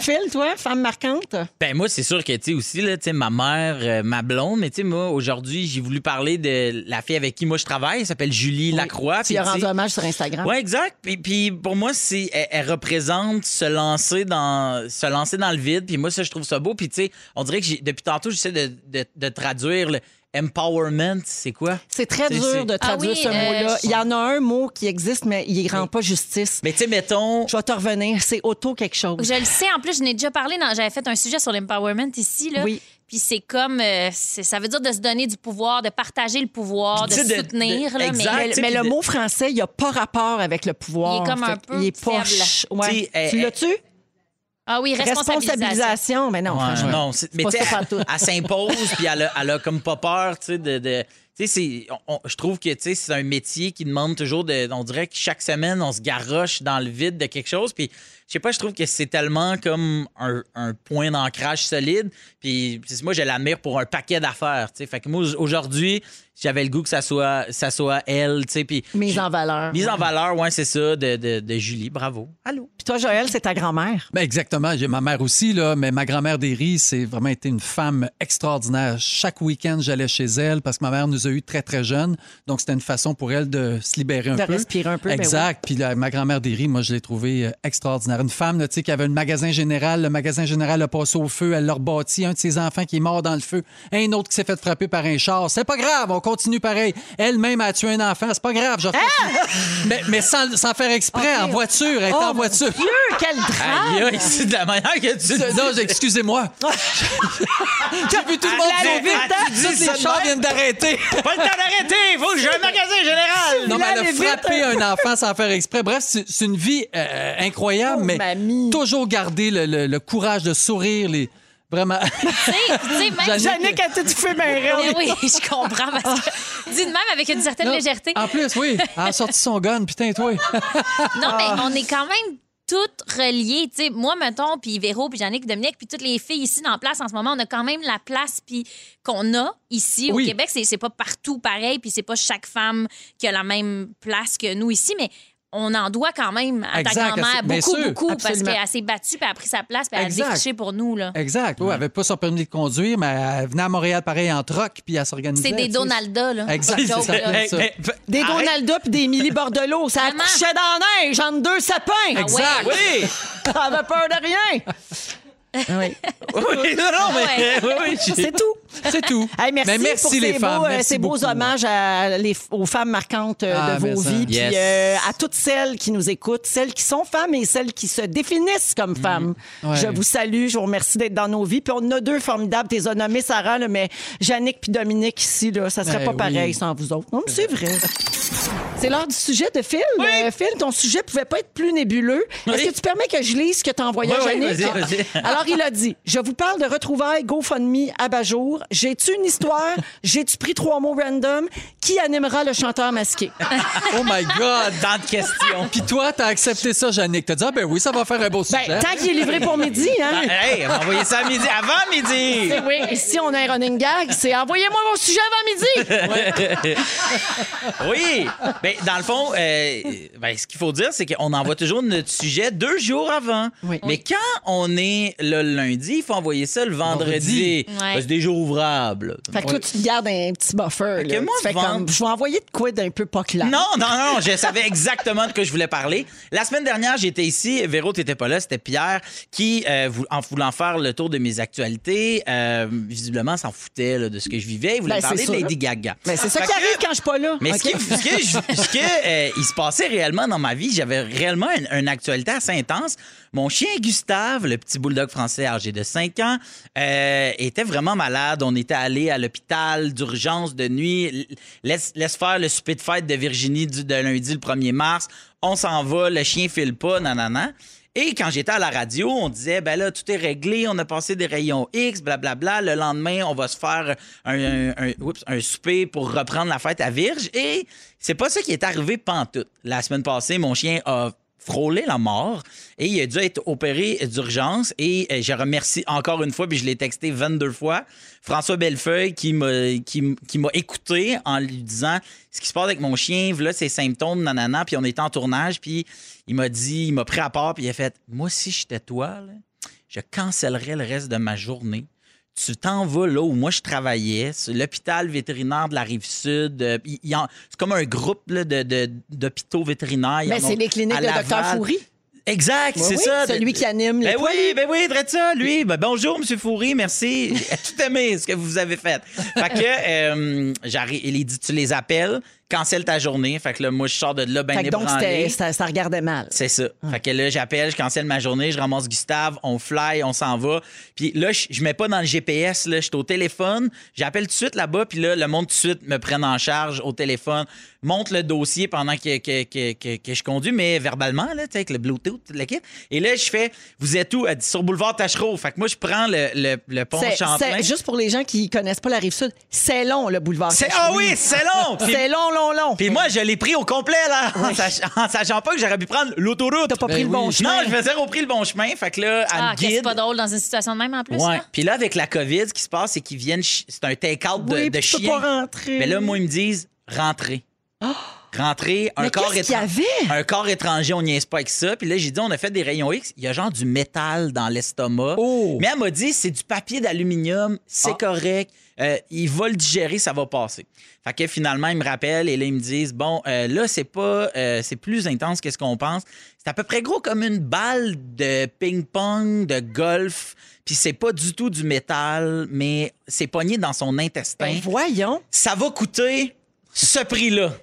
[SPEAKER 2] Phil, toi, femme marquante?
[SPEAKER 1] Ben moi, c'est sûr que, tu sais, aussi, là, tu sais, ma mère, euh, ma blonde, mais tu sais, moi, aujourd'hui, j'ai voulu parler de la fille avec qui moi je travaille, elle s'appelle Julie Lacroix.
[SPEAKER 2] Tu
[SPEAKER 1] puis
[SPEAKER 2] lui as
[SPEAKER 1] tu sais-
[SPEAKER 2] rendu hommage sur Instagram.
[SPEAKER 1] Oui, exact. Puis, puis pour moi, c'est elle, elle représente se lancer dans se lancer dans le vide. Puis moi, ça, je trouve ça beau. Puis tu sais, on dirait que j'ai- depuis tantôt, j'essaie de, de- de traduire le empowerment. C'est quoi?
[SPEAKER 2] C'est très
[SPEAKER 1] C'est-
[SPEAKER 2] dur
[SPEAKER 1] c'est-
[SPEAKER 2] de traduire
[SPEAKER 3] oui,
[SPEAKER 2] ce
[SPEAKER 3] euh,
[SPEAKER 2] mot-là.
[SPEAKER 3] je-
[SPEAKER 2] Il y en a un mot qui existe, mais il rend pas justice.
[SPEAKER 1] Mais tu sais, mettons.
[SPEAKER 2] Je vais te revenir. C'est auto quelque chose.
[SPEAKER 3] Je le sais, en plus, je n'ai déjà parlé, dans- j'avais fait un sujet sur l'empowerment ici, là.
[SPEAKER 2] Oui.
[SPEAKER 3] Puis c'est comme, euh, c'est- ça veut dire de se donner du pouvoir, de partager le pouvoir, de
[SPEAKER 1] Puis tu sais, de-
[SPEAKER 3] soutenir,
[SPEAKER 1] de-
[SPEAKER 3] là,
[SPEAKER 1] exact,
[SPEAKER 3] mais...
[SPEAKER 1] Ah, tu sais,
[SPEAKER 2] Mais
[SPEAKER 1] puis
[SPEAKER 2] le
[SPEAKER 1] de-
[SPEAKER 2] mot français, il n'y a pas rapport avec le pouvoir.
[SPEAKER 3] Il est comme un
[SPEAKER 2] Fait
[SPEAKER 3] peu
[SPEAKER 2] qu'il est poche. Ouais.
[SPEAKER 1] Tu sais, eh,
[SPEAKER 2] Tu
[SPEAKER 1] elle-
[SPEAKER 2] l'as-tu?
[SPEAKER 3] Ah oui, responsabilisation.
[SPEAKER 2] Responsabilisation. Mais non,
[SPEAKER 1] Ouais,
[SPEAKER 2] franchement.
[SPEAKER 1] non, c'est- mais
[SPEAKER 2] pas
[SPEAKER 1] tu sais,
[SPEAKER 2] ça
[SPEAKER 1] elle,
[SPEAKER 2] pantoute.
[SPEAKER 1] elle s'impose, puis elle a, elle a comme pas peur, tu sais, de... de- tu sais, c'est- on- on- je trouve que tu sais, c'est un métier qui demande toujours de. On dirait que chaque semaine, on se garoche dans le vide de quelque chose. Puis je sais pas, je trouve que c'est tellement comme un, un point d'ancrage solide. Puis c'est- moi, je l'admire pour un paquet d'affaires. tu sais. Fait que moi, aujourd'hui, j'avais le goût que ça soit, ça soit elle. tu sais, Puis
[SPEAKER 2] Mise en valeur.
[SPEAKER 1] mise en valeur, ouais, c'est ça, de, de- de Julie. Bravo.
[SPEAKER 2] Allô. Puis toi, Joël, c'est ta grand-mère.
[SPEAKER 4] Ben exactement. J'ai ma mère aussi, là, mais ma grand-mère Derry, c'est vraiment été une femme extraordinaire. Chaque week-end, j'allais chez elle parce que ma mère nous a eu très, très jeunes. Donc, c'était une façon pour elle de se libérer un
[SPEAKER 2] De
[SPEAKER 4] peu.
[SPEAKER 2] respirer un peu, ben
[SPEAKER 4] Exact. Puis la- ma grand-mère Derry, moi, je l'ai trouvée euh, extraordinaire. Une femme, là, tu sais, qui avait un magasin général. Le magasin général a passé au feu. Elle l'a rebâti. Un de ses enfants qui est mort dans le feu. Un autre qui s'est fait frapper par un char. C'est pas grave. On continue pareil. Elle-même a tué un enfant. C'est pas grave. je
[SPEAKER 2] Ah!
[SPEAKER 4] recontinue. mais, mais sans, sans faire exprès, en voiture. Elle était
[SPEAKER 2] Oh
[SPEAKER 4] en voiture.
[SPEAKER 2] Quel drame!
[SPEAKER 1] Aïe, aïe, [laughs] c'est de la manière que tu le
[SPEAKER 4] C'est-
[SPEAKER 1] dis.
[SPEAKER 4] Non,
[SPEAKER 2] [laughs]
[SPEAKER 4] j'ai- excusez-moi. J'ai vu tout le monde
[SPEAKER 1] Allez,
[SPEAKER 4] sauver.
[SPEAKER 1] ah, tu dis
[SPEAKER 4] Toutes les
[SPEAKER 1] ça de
[SPEAKER 4] chars
[SPEAKER 1] même.
[SPEAKER 2] [laughs]
[SPEAKER 4] viennent d'arrêter.
[SPEAKER 1] Pas le temps d'arrêter! Faut que j'ai un magasin général!
[SPEAKER 4] Non, mais elle
[SPEAKER 2] allez
[SPEAKER 4] a
[SPEAKER 2] vite.
[SPEAKER 4] frappé un enfant sans faire exprès. Bref, c'est c'est une vie euh, incroyable,
[SPEAKER 2] Oh,
[SPEAKER 4] mais
[SPEAKER 2] mamie.
[SPEAKER 4] toujours garder le, le- le courage de sourire. Les...
[SPEAKER 3] [laughs]
[SPEAKER 4] Vraiment.
[SPEAKER 3] Tu sais, tu sais, même.
[SPEAKER 4] J'en ai-
[SPEAKER 2] Yannick a tout fait bien
[SPEAKER 3] Mais
[SPEAKER 2] raide.
[SPEAKER 3] oui, je comprends parce
[SPEAKER 1] Ah.
[SPEAKER 3] que dit de même avec une certaine
[SPEAKER 4] Non.
[SPEAKER 3] légèreté.
[SPEAKER 4] En plus, oui. Elle a sorti son gun, putain, toi.
[SPEAKER 3] Non,
[SPEAKER 4] Ah.
[SPEAKER 3] mais on est quand même toutes reliées. Tu sais, moi, mettons, puis Véro, puis Yannick, Dominique, puis toutes les filles ici dans la place en ce moment, on a quand même la place puis qu'on a ici
[SPEAKER 4] Oui.
[SPEAKER 3] au Québec. C'est, c'est pas partout pareil, puis c'est pas chaque femme qui a la même place que nous ici, mais on en doit quand même à
[SPEAKER 4] Exact,
[SPEAKER 3] ta
[SPEAKER 4] à
[SPEAKER 3] grand-mère
[SPEAKER 4] ses- bien
[SPEAKER 3] beaucoup,
[SPEAKER 4] sûr,
[SPEAKER 3] beaucoup, parce
[SPEAKER 4] absolument.
[SPEAKER 3] qu'elle s'est battue, puis elle a pris sa place, puis elle a
[SPEAKER 4] Exact.
[SPEAKER 3] défriché pour nous. Là.
[SPEAKER 4] Exact. Oui, elle n'avait pas son permis de conduire, mais elle venait à Montréal pareil en troc, puis elle s'organisait.
[SPEAKER 3] C'est des
[SPEAKER 4] tu sais.
[SPEAKER 3] Donalda, là.
[SPEAKER 4] Exact,
[SPEAKER 3] Pas de
[SPEAKER 4] c'est
[SPEAKER 3] joke,
[SPEAKER 4] ça.
[SPEAKER 3] là.
[SPEAKER 4] ça.
[SPEAKER 1] mais- mais-
[SPEAKER 2] Des
[SPEAKER 1] eh, arrête.
[SPEAKER 2] Donalda puis des Émilie Bordelot. Ça
[SPEAKER 3] Maman.
[SPEAKER 2] accouchait dans la neige entre deux sapins.
[SPEAKER 3] Exact.
[SPEAKER 1] Oui!
[SPEAKER 2] T'avais peur de rien. Oui.
[SPEAKER 1] Oui, non, non, mais.
[SPEAKER 3] Ouais.
[SPEAKER 1] Oui, oui, j'ai-
[SPEAKER 2] C'est tout.
[SPEAKER 4] C'est tout.
[SPEAKER 2] Hey, merci,
[SPEAKER 4] Mais merci,
[SPEAKER 2] pour
[SPEAKER 4] les
[SPEAKER 2] ces
[SPEAKER 4] femmes.
[SPEAKER 2] beaux, euh,
[SPEAKER 4] Merci
[SPEAKER 2] ces beaux
[SPEAKER 4] beaucoup.
[SPEAKER 2] hommages à les- aux femmes marquantes euh,
[SPEAKER 4] Ah,
[SPEAKER 2] de
[SPEAKER 4] mais
[SPEAKER 2] vos
[SPEAKER 4] ça.
[SPEAKER 2] vies, puis
[SPEAKER 1] Yes.
[SPEAKER 2] euh, à toutes celles qui nous écoutent, celles qui sont femmes et celles qui se définissent comme femmes.
[SPEAKER 4] Mm-hmm. Ouais.
[SPEAKER 2] Je vous salue, je vous remercie d'être dans nos vies. Puis on a deux formidables, t'es nommé Sarah, là, mais Yannick puis Dominique ici, là, ça serait
[SPEAKER 4] Ben
[SPEAKER 2] pas
[SPEAKER 4] oui.
[SPEAKER 2] pareil sans vous autres. Non, mais c'est vrai. C'est l'heure du sujet de Phil. Euh, Phil, ton sujet pouvait pas être plus nébuleux. Est-ce
[SPEAKER 1] Oui.
[SPEAKER 2] que tu permets que je lise ce que t'as envoyé à
[SPEAKER 1] Oui, oui,
[SPEAKER 2] Yannick?
[SPEAKER 1] vas-y, vas-y.
[SPEAKER 2] Alors, il a dit Je vous parle de retrouvailles, GoFundMe, abat-jour. J'ai-tu une histoire J'ai-tu pris trois mots random Qui animera le chanteur
[SPEAKER 1] [laughs]
[SPEAKER 2] masqué
[SPEAKER 4] Oh my God.
[SPEAKER 1] Tant de questions.
[SPEAKER 4] Puis toi, t'as accepté ça, Jannick. T'as dit, ah ben oui, ça va faire un beau sujet.
[SPEAKER 2] Ben, tant qu'il est livré pour midi, hein
[SPEAKER 1] ah, hey, on va envoyer ça à midi, avant midi!
[SPEAKER 2] [laughs] Eh Oui, ici, on a un running gag c'est Envoyez-moi vos sujets avant midi
[SPEAKER 1] Oui! Ben, dans le fond, euh, ben, ce qu'il faut dire, c'est qu'on envoie toujours notre sujet deux jours avant.
[SPEAKER 2] Oui.
[SPEAKER 1] Mais quand on est le lundi, il faut envoyer ça le vendredi.
[SPEAKER 4] Vendredi.
[SPEAKER 3] Ouais.
[SPEAKER 1] Ben, c'est des jours ouvrables.
[SPEAKER 2] Fait que toi, tu te gardes un petit buffer.
[SPEAKER 1] que
[SPEAKER 2] là.
[SPEAKER 1] moi,
[SPEAKER 2] Tu fais
[SPEAKER 1] vendre-
[SPEAKER 2] comme, Je vais envoyer de quoi d'un peu pas clair.
[SPEAKER 1] Non, non, non, je savais exactement de quoi je voulais parler. La semaine dernière, j'étais ici, Véro, t'étais pas là, c'était Pierre, qui, euh, vou- en voulant faire le tour de mes actualités, euh, visiblement s'en foutait là, de ce que je vivais. Il voulait
[SPEAKER 2] Ben,
[SPEAKER 1] parler
[SPEAKER 2] c'est
[SPEAKER 1] de
[SPEAKER 2] sûr.
[SPEAKER 1] Lady Gaga.
[SPEAKER 2] Mais c'est ça
[SPEAKER 1] Fait
[SPEAKER 2] qui
[SPEAKER 1] que-
[SPEAKER 2] arrive quand je suis pas là. [laughs]
[SPEAKER 1] Mais
[SPEAKER 2] OK?
[SPEAKER 1] ce, qui, ce que je- ce que, euh, il se passait réellement dans ma vie, j'avais réellement une, une actualité assez intense. Mon chien Gustave, le petit bulldog français âgé de 5 ans, euh, était vraiment malade. On était allé à l'hôpital d'urgence de nuit. L- Laisse, laisse faire le souper de fête de Virginie du- de lundi le 1er mars. On s'en va, le chien file pas, nanana. Et quand j'étais à la radio, on disait, ben là, tout est réglé, on a passé des rayons X, blablabla. Le lendemain, on va se faire un, un- un- oups, un souper pour reprendre la fête à Virge. Et c'est pas ça qui est arrivé pantoute. La semaine passée, mon chien a frôlé la mort et il a dû être opéré d'urgence et euh, je remercie encore une fois puis je l'ai texté 22 fois François Bellefeuille qui m'a qui, m- qui m'a écouté en lui disant ce qui se passe avec mon chien voilà ses symptômes nanana puis on était en tournage puis il m'a dit il m'a pris à part puis il a fait moi si j'étais toi là, je cancellerais le reste de ma journée tu t'en vas là où moi je travaillais, c'est l'hôpital vétérinaire de la rive sud. euh, il- il en- c'est comme un groupe là, de- de- d'hôpitaux vétérinaires. Ils
[SPEAKER 2] Mais
[SPEAKER 1] en ont
[SPEAKER 2] c'est les cliniques
[SPEAKER 1] à
[SPEAKER 2] de Dr.
[SPEAKER 1] Laval.
[SPEAKER 2] Fourry.
[SPEAKER 1] Exact,
[SPEAKER 2] Oui,
[SPEAKER 1] c'est
[SPEAKER 2] oui,
[SPEAKER 1] ça.
[SPEAKER 2] Celui qui anime les
[SPEAKER 1] Ben
[SPEAKER 2] poils.
[SPEAKER 1] oui, ben oui, drette ça, lui. Ben bonjour, M. Fourry, merci. [laughs] J'ai tout aimé ce que vous avez fait. Fait que, euh, j'arrive, il dit, tu les appelles, cancelle ta journée. Fait que là, moi, je sors de là, ben
[SPEAKER 2] Fait que donc,
[SPEAKER 1] ébranlé.
[SPEAKER 2] c'était- ça, ça regardait mal.
[SPEAKER 1] C'est ça. Fait que là, j'appelle, je cancelle ma journée, je ramasse Gustave, on fly, on s'en va. Puis là, je, je mets pas dans le GPS, là, je suis au téléphone, j'appelle tout de suite là-bas, puis là, le monde tout de suite me prenne en charge au téléphone, monte le dossier pendant que, que, que, que, que je conduis, mais verbalement, là, tu sais, avec le Bluetooth, toute la kit. Et là, je fais, vous êtes où? Elle dit, sur boulevard Tachereau. Fait que moi, je prends le, le, le pont
[SPEAKER 2] C'est-
[SPEAKER 1] Champlain.
[SPEAKER 2] c'est- juste pour les gens qui connaissent pas la rive sud, c'est long le boulevard.
[SPEAKER 1] C'est-
[SPEAKER 2] Tachereau.
[SPEAKER 1] ah oui, c'est long! Puis-
[SPEAKER 2] C'est long, long, long.
[SPEAKER 1] Puis moi, je l'ai pris au complet, là, en, sach- en sachant pas que j'aurais pu prendre l'autoroute.
[SPEAKER 2] T'as pas
[SPEAKER 4] Ben
[SPEAKER 2] pris le bon
[SPEAKER 4] oui.
[SPEAKER 1] Non,
[SPEAKER 2] chemin.
[SPEAKER 1] je me zéro pris le bon chemin. Fait que là, elle
[SPEAKER 3] Ah,
[SPEAKER 1] me
[SPEAKER 3] que c'est
[SPEAKER 1] guide.
[SPEAKER 3] pas drôle dans une situation de même en plus. hein?
[SPEAKER 1] Ouais.
[SPEAKER 3] là.
[SPEAKER 1] Puis là, avec la COVID, ce qui se passe, c'est qu'ils viennent. chi- C'est un take-out de,
[SPEAKER 2] Oui,
[SPEAKER 1] de
[SPEAKER 2] puis tu peux
[SPEAKER 1] chien.
[SPEAKER 2] pas rentrer.
[SPEAKER 1] Mais là, moi, ils me disent rentrez. Rentrez, un
[SPEAKER 2] Oh! Mais
[SPEAKER 1] corps
[SPEAKER 2] qu'est-ce qu'il y
[SPEAKER 1] étranger. Un corps étranger, on niaise pas avec ça. Puis là, j'ai dit, on a fait des rayons X. Il y a genre du métal dans l'estomac.
[SPEAKER 4] Oh!
[SPEAKER 1] Mais elle m'a dit, c'est du papier d'aluminium, c'est
[SPEAKER 2] Ah!
[SPEAKER 1] correct. Euh, il va le digérer, ça va passer. Fait que finalement, ils me rappellent et là, ils me disent, bon, euh, là, c'est pas, euh, c'est plus intense que ce qu'on pense. C'est à peu près gros comme une balle de ping-pong, de golf. Puis c'est pas du tout du métal, mais c'est pogné dans son intestin
[SPEAKER 2] Ben, voyons.
[SPEAKER 1] ça va coûter ce prix-là.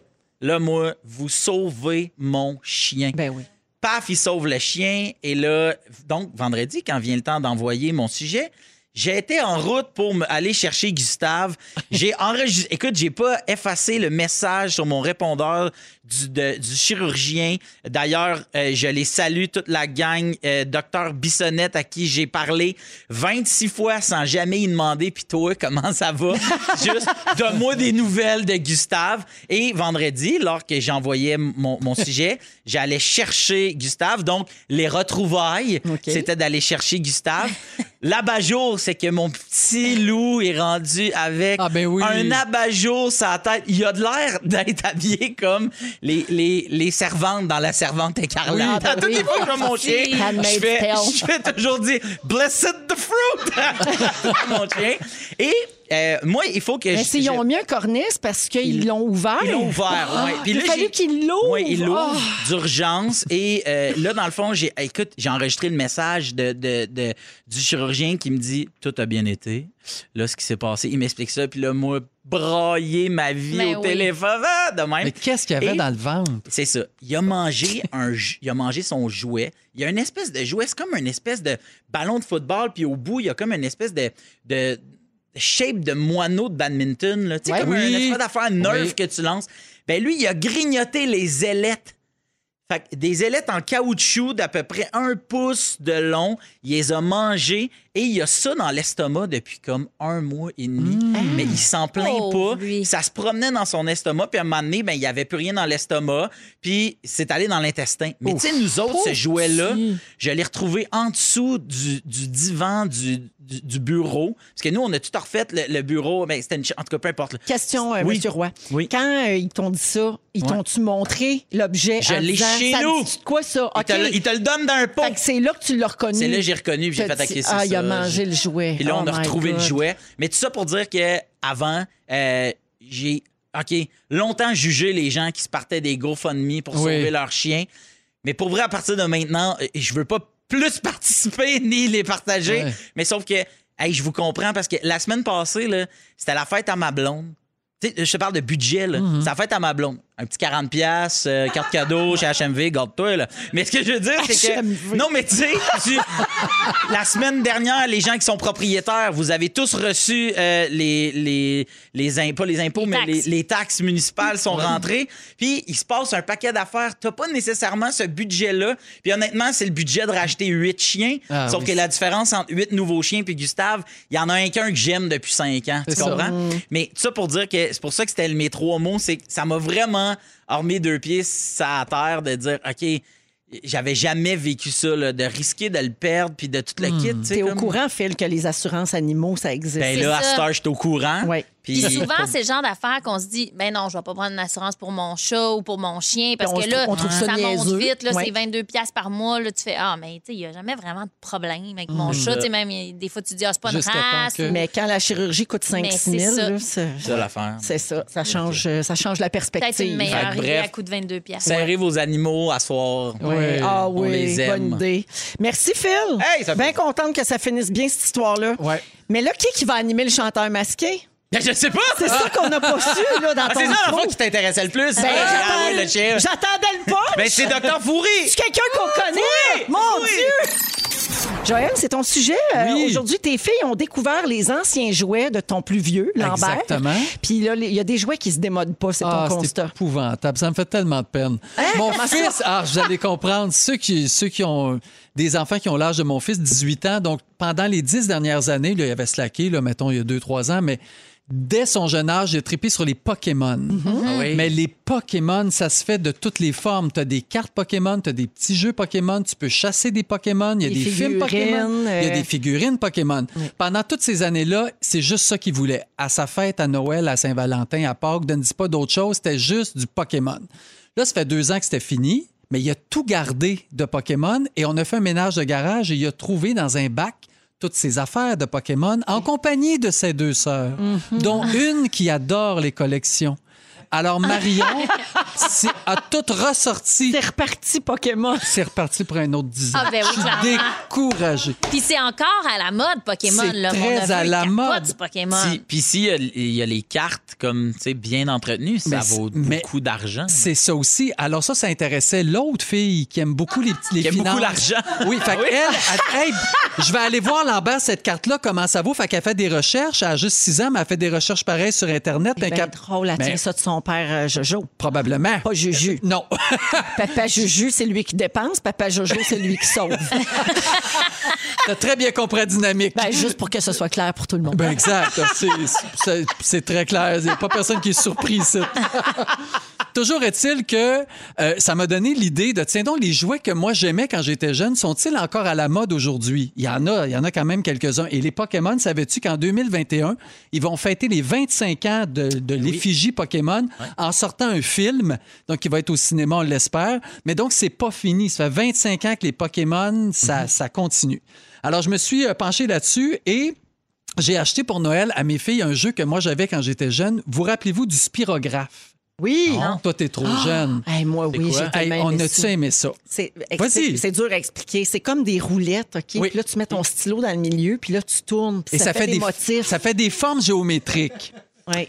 [SPEAKER 1] Là, moi, vous sauvez mon chien.
[SPEAKER 2] Ben oui.
[SPEAKER 1] Paf, il sauve le chien. Et là, donc, vendredi, quand vient le temps d'envoyer mon sujet, j'ai été en route pour me- aller chercher Gustave. J'ai enregistré. Écoute, j'ai pas effacé le message sur mon répondeur du, de- du chirurgien. D'ailleurs, euh, je les salue, toute la gang. euh, docteur Bissonnette, à qui j'ai parlé 26 fois sans jamais y demander, puis toi, [laughs] comment ça va? Juste, donne-moi des nouvelles de Gustave. Et vendredi, lors que j'envoyais mon, mon sujet, j'allais chercher Gustave. Donc, les retrouvailles,
[SPEAKER 2] OK.
[SPEAKER 1] c'était d'aller chercher Gustave. L'abat-jour, c'est que mon petit loup est rendu avec
[SPEAKER 4] Ah, ben oui.
[SPEAKER 1] un abat-jour sur la tête. Il a de l'air d'être habillé comme les, les, les servantes dans la servante écarlate.
[SPEAKER 4] Oui,
[SPEAKER 1] à toutes les
[SPEAKER 3] oui.
[SPEAKER 1] fois que je vois mon chien,
[SPEAKER 3] Oui.
[SPEAKER 1] je
[SPEAKER 2] Handmaid's
[SPEAKER 1] fais,
[SPEAKER 2] Tale.
[SPEAKER 1] je fais toujours dire Blessed the
[SPEAKER 2] [laughs]
[SPEAKER 1] fruit! mon chien. Et euh, moi, il faut que
[SPEAKER 2] Mais
[SPEAKER 1] je-
[SPEAKER 2] c'est-
[SPEAKER 1] je-
[SPEAKER 2] ils ont mis un cornice parce qu'ils
[SPEAKER 1] Ils-
[SPEAKER 2] l'ont ouvert.
[SPEAKER 1] ils l'ont ouvert, oui. Puis
[SPEAKER 2] Ah, Il
[SPEAKER 1] là,
[SPEAKER 2] a fallu
[SPEAKER 1] j'ai-
[SPEAKER 2] qu'ils l'ouvrent.
[SPEAKER 1] Oui, ils l'ouvrent
[SPEAKER 2] Oh.
[SPEAKER 1] d'urgence. Et euh, là, dans le fond, j'ai écoute, j'ai enregistré le message de, de- de- du chirurgien qui me dit Tout a bien été. Là, ce qui s'est passé, il m'explique ça. Puis là, moi, brailler ma vie
[SPEAKER 2] Ben
[SPEAKER 3] Mais
[SPEAKER 1] au
[SPEAKER 3] oui.
[SPEAKER 1] téléphone ah, de même.
[SPEAKER 4] Mais qu'est-ce qu'il y avait
[SPEAKER 1] Et-
[SPEAKER 4] dans le ventre?
[SPEAKER 1] C'est ça. Il a mangé un, ju- il a mangé son jouet. Il y a une espèce de jouet, c'est comme une espèce de ballon de football, puis au bout il y a comme une espèce de, de shape de moineau de badminton, là. tu sais
[SPEAKER 2] Ouais.
[SPEAKER 1] comme une
[SPEAKER 4] Oui.
[SPEAKER 1] espèce d'affaire nerf
[SPEAKER 4] Oui.
[SPEAKER 1] que tu lances. Ben lui, il a grignoté les ailettes. Fait que des ailettes en caoutchouc d'à peu près un pouce de long. Il les a mangées et il a ça dans l'estomac depuis comme un mois et demi.
[SPEAKER 4] Mmh.
[SPEAKER 1] Mais il s'en plaint
[SPEAKER 3] Pauvre
[SPEAKER 1] pas.
[SPEAKER 3] lui.
[SPEAKER 1] Ça se promenait dans son estomac. Puis à un moment donné, ben, il n'y avait plus rien dans l'estomac. Puis c'est allé dans l'intestin. Mais tu sais, nous autres, ce jouet-là, je l'ai retrouvé en dessous du, du divan du, du, du bureau. Parce que nous, on a tout refait le, le bureau. Ben, c'était une... ch- En tout cas, peu importe. là.
[SPEAKER 2] Question, euh,
[SPEAKER 1] Oui.
[SPEAKER 2] Monsieur Roy.
[SPEAKER 1] Oui.
[SPEAKER 2] Quand euh, ils t'ont dit ça, ils
[SPEAKER 1] Ouais.
[SPEAKER 2] t'ont-tu montré l'objet?
[SPEAKER 1] Je
[SPEAKER 2] en
[SPEAKER 1] l'ai
[SPEAKER 2] disant,
[SPEAKER 1] chez
[SPEAKER 2] ça
[SPEAKER 1] nous.
[SPEAKER 2] dit-tu de quoi ça?
[SPEAKER 1] Il,
[SPEAKER 2] OK.
[SPEAKER 1] te, le- il te le donne d'un pot.
[SPEAKER 2] Fait que c'est là que tu l'as reconnu.
[SPEAKER 1] C'est là que j'ai reconnu, puis j'ai
[SPEAKER 2] T'as
[SPEAKER 1] fait
[SPEAKER 2] dit,
[SPEAKER 1] attaquer
[SPEAKER 2] Ah, il a mangé le jouet.
[SPEAKER 1] Puis là, on
[SPEAKER 2] Oh
[SPEAKER 1] a
[SPEAKER 2] my
[SPEAKER 1] retrouvé le
[SPEAKER 2] God.
[SPEAKER 1] jouet. Mais tout ça pour dire que avant, euh, j'ai OK, longtemps jugé les gens qui se partaient des GoFundMe pour
[SPEAKER 4] Oui.
[SPEAKER 1] sauver leur chien. Mais pour vrai, à partir de maintenant, euh, je veux pas plus [laughs] participer ni les partager.
[SPEAKER 4] Ouais.
[SPEAKER 1] Mais sauf que, hey, je vous comprends parce que la semaine passée, là, c'était la fête à ma blonde. Tu sais, je te parle de budget, là.
[SPEAKER 2] Mhm.
[SPEAKER 1] C'est la fête à ma blonde. Un petit 40$, piastres, euh, carte cadeau chez HMV, garde-toi, là. Mais ce que je veux dire, c'est que.
[SPEAKER 2] HMV.
[SPEAKER 1] Non, mais tu sais, tu- la semaine dernière, les gens qui sont propriétaires, vous avez tous reçu euh, les, les, les im- pas les impôts,
[SPEAKER 3] Les
[SPEAKER 1] mais les,
[SPEAKER 3] taxes.
[SPEAKER 1] les taxes municipales sont rentrées. Puis il se passe un paquet d'affaires. T'as pas nécessairement ce budget-là. Puis honnêtement, c'est le budget de racheter huit chiens.
[SPEAKER 4] Ah,
[SPEAKER 1] sauf que
[SPEAKER 4] oui.
[SPEAKER 1] la différence entre huit nouveaux chiens puis Gustave, il y en a un qu'un que j'aime depuis cinq ans. Tu
[SPEAKER 4] C'est ça. Mm.
[SPEAKER 1] comprends? Mais tout ça pour dire que c'est pour ça que c'était mes trois mots, c'est que ça m'a vraiment remis deux pieds à terre de dire OK. J'avais jamais vécu ça, là, de risquer de le perdre puis de tout
[SPEAKER 4] Mm.
[SPEAKER 1] le kit. tu sais,
[SPEAKER 2] T'es au
[SPEAKER 1] comme-
[SPEAKER 2] courant, Phil, que les assurances animaux, ça existe.
[SPEAKER 1] Ben
[SPEAKER 3] C'est
[SPEAKER 1] là, à
[SPEAKER 3] ça.
[SPEAKER 1] cette heure, j'étais au courant.
[SPEAKER 2] Ouais.
[SPEAKER 1] Puis,
[SPEAKER 3] Puis
[SPEAKER 4] [laughs]
[SPEAKER 3] souvent, c'est le genre d'affaires qu'on se dit, ben non, je vais pas prendre une assurance pour mon chat ou pour mon chien parce
[SPEAKER 2] on
[SPEAKER 3] que
[SPEAKER 2] se
[SPEAKER 3] là,
[SPEAKER 2] trouve- on trouve ça
[SPEAKER 3] ça, monte
[SPEAKER 2] niaiseux.
[SPEAKER 3] vite, là,
[SPEAKER 2] Ouais.
[SPEAKER 3] c'est 22 pièces par mois, là, tu fais ah mais tu sais, il y a jamais vraiment de problème avec mon
[SPEAKER 1] C'est
[SPEAKER 3] chat,
[SPEAKER 1] ça.
[SPEAKER 3] tu sais même il- des fois tu dis ah c'est pas une
[SPEAKER 4] Mm. Jusqu'à temps
[SPEAKER 3] race.
[SPEAKER 4] que-
[SPEAKER 3] ou-
[SPEAKER 2] Mais quand la chirurgie coûte 5
[SPEAKER 3] Mais
[SPEAKER 2] 6 000,
[SPEAKER 3] Ben, c'est ça.
[SPEAKER 2] là, c'est-
[SPEAKER 1] C'est ça l'affaire.
[SPEAKER 2] c'est ça. Ça change, euh, ça change la
[SPEAKER 3] Peut-être
[SPEAKER 2] perspective.
[SPEAKER 3] une meilleure
[SPEAKER 1] Fait que
[SPEAKER 3] idée à
[SPEAKER 1] bref.
[SPEAKER 3] coup de 22 pièces.
[SPEAKER 1] Serrez vos animaux à soir.
[SPEAKER 4] Ouais.
[SPEAKER 2] Ah
[SPEAKER 1] On
[SPEAKER 2] oui,
[SPEAKER 1] les aime.
[SPEAKER 2] bonne idée. Merci, Phil.
[SPEAKER 1] Hey, ça fait-
[SPEAKER 2] bien contente que ça finisse bien, cette histoire-là.
[SPEAKER 4] Ouais.
[SPEAKER 2] Mais là, qui, est qui va animer le chanteur masqué?
[SPEAKER 1] Mais je sais pas!
[SPEAKER 2] C'est ça qu'on n'a pas su là, dans
[SPEAKER 1] Ah,
[SPEAKER 2] ton
[SPEAKER 1] c'est ça l'enfant
[SPEAKER 2] intro.
[SPEAKER 1] qui t'intéressait le plus.
[SPEAKER 2] Ben,
[SPEAKER 1] Ah,
[SPEAKER 2] j'attends-
[SPEAKER 1] ouais, le chien.
[SPEAKER 2] J'attendais le pas.
[SPEAKER 1] Ben, c'est Docteur Fourri.
[SPEAKER 2] C'est quelqu'un qu'on connaît. Mon Dieu! Joël, c'est ton sujet. Euh,
[SPEAKER 4] Oui.
[SPEAKER 2] Aujourd'hui, tes filles ont découvert les anciens jouets de ton plus vieux, Lambert.
[SPEAKER 4] Exactement.
[SPEAKER 2] Puis là, les- il y a des jouets qui se démodent pas, c'est
[SPEAKER 4] Ah,
[SPEAKER 2] ton
[SPEAKER 4] c'est
[SPEAKER 2] constat. Hein?
[SPEAKER 4] épouvantable. Ça me fait tellement de peine. mon fils, ah, vous allez comprendre, ceux qui, ceux qui ont des enfants qui ont l'âge de mon fils, 18 ans, donc pendant les 10 dernières années, là, il avait slacké, là, mettons, il y a 2-3 ans, mais dès son jeune âge, j'ai trippé sur les Pokémon.
[SPEAKER 2] Mm-hmm. Ah
[SPEAKER 4] Ah Mais les Pokémon, ça se fait de toutes les formes. Tu as des cartes Pokémon, tu as des petits jeux Pokémon, tu peux chasser des Pokémon, il y a
[SPEAKER 2] Des
[SPEAKER 4] des, films Pokémon,
[SPEAKER 2] figurines,
[SPEAKER 4] il y a
[SPEAKER 2] euh.
[SPEAKER 4] des figurines Pokémon. Pendant toutes ces années-là, c'est juste ça qu'il voulait. À sa fête, à Noël, à Saint-Valentin, à Pâques, ne dis pas d'autre chose, c'était juste du Pokémon. Là, ça fait deux ans que c'était fini, mais il a tout gardé de Pokémon et on a fait un ménage de garage et il a trouvé dans un bac toutes ses affaires de Pokémon en compagnie de ses deux sœurs,
[SPEAKER 2] Mm-hmm.
[SPEAKER 4] dont une qui adore les collections.
[SPEAKER 2] [laughs]
[SPEAKER 4] Alors Marion c'est- a tout ressorti.
[SPEAKER 2] C'est reparti Pokémon.
[SPEAKER 4] C'est reparti pour un autre 10 ans.
[SPEAKER 3] Ah, ben oui,
[SPEAKER 4] Je suis
[SPEAKER 3] clairement.
[SPEAKER 4] découragé.
[SPEAKER 3] Puis c'est encore à la mode, Pokémon.
[SPEAKER 4] C'est
[SPEAKER 3] là. Mon
[SPEAKER 4] très
[SPEAKER 3] neveu,
[SPEAKER 4] à
[SPEAKER 3] il
[SPEAKER 4] la
[SPEAKER 3] capote
[SPEAKER 4] mode.
[SPEAKER 3] du Pokémon.
[SPEAKER 1] Si- Puis s'il y, a- il y a les cartes comme tu sais, bien entretenues, ça
[SPEAKER 4] Mais c'est-
[SPEAKER 1] vaut
[SPEAKER 4] mais-
[SPEAKER 1] beaucoup d'argent.
[SPEAKER 4] C'est ça aussi. Alors ça, ça intéressait l'autre fille qui aime beaucoup les, petits- les
[SPEAKER 1] Qui aime beaucoup
[SPEAKER 4] finances.
[SPEAKER 1] l'argent. Ah
[SPEAKER 4] Oui, fait qu'elle, elle, Hey, je vais aller voir l'envers de cette carte-là, comment ça vaut. Fait qu'elle fait des recherches. Elle a juste 6 ans, mais elle fait des recherches pareilles sur Internet.
[SPEAKER 2] C'est
[SPEAKER 4] Un cap-
[SPEAKER 2] Ben, drôle, elle
[SPEAKER 4] Mais
[SPEAKER 2] tient ça de son père euh, Jojo.
[SPEAKER 4] Probablement.
[SPEAKER 2] Pas Juju.
[SPEAKER 4] Non. [laughs]
[SPEAKER 2] Papa Juju, c'est lui qui dépense. Papa Jojo, c'est lui qui sauve.
[SPEAKER 4] T'as très bien compris la
[SPEAKER 2] [laughs]
[SPEAKER 4] dynamique.
[SPEAKER 2] ben, juste pour que ce soit clair pour tout le monde.
[SPEAKER 4] Ben, exact. C'est- c'est- C'est très clair. Il n'y a pas personne qui est surpris ici. [laughs] Toujours est-il que euh, ça m'a donné l'idée de tiens donc les jouets que moi j'aimais quand j'étais jeune sont-ils encore à la mode aujourd'hui Il y en a, il y en a quand même quelques-uns. Et les Pokémon, savais-tu qu'en 2021, ils vont fêter les 25 ans de, de l'effigie Pokémon en sortant un film, donc il va être au cinéma, on l'espère. Mais donc c'est pas fini, ça fait 25 ans que les Pokémon, ça, ça continue. Alors je me suis euh, penché là-dessus et j'ai acheté pour Noël à mes filles un jeu que moi j'avais quand j'étais jeune. Vous rappelez-vous du spirographe?
[SPEAKER 2] Oui.
[SPEAKER 4] Non. Toi, t'es trop jeune.
[SPEAKER 2] Ah. Hey, moi, oui,
[SPEAKER 1] quoi?
[SPEAKER 2] j'ai
[SPEAKER 4] Hey,
[SPEAKER 2] tellement
[SPEAKER 4] on
[SPEAKER 2] aimé
[SPEAKER 4] a-tu
[SPEAKER 2] ça.
[SPEAKER 4] aimé ça?
[SPEAKER 2] C'est
[SPEAKER 4] Vas-y.
[SPEAKER 2] c'est- c'est dur à expliquer. C'est comme des roulettes, OK?
[SPEAKER 4] Oui.
[SPEAKER 2] Puis là, tu mets ton stylo dans le milieu, puis là, tu tournes, puis ça, fait, des, motifs.
[SPEAKER 4] Ça fait des formes géométriques.
[SPEAKER 2] Ouais.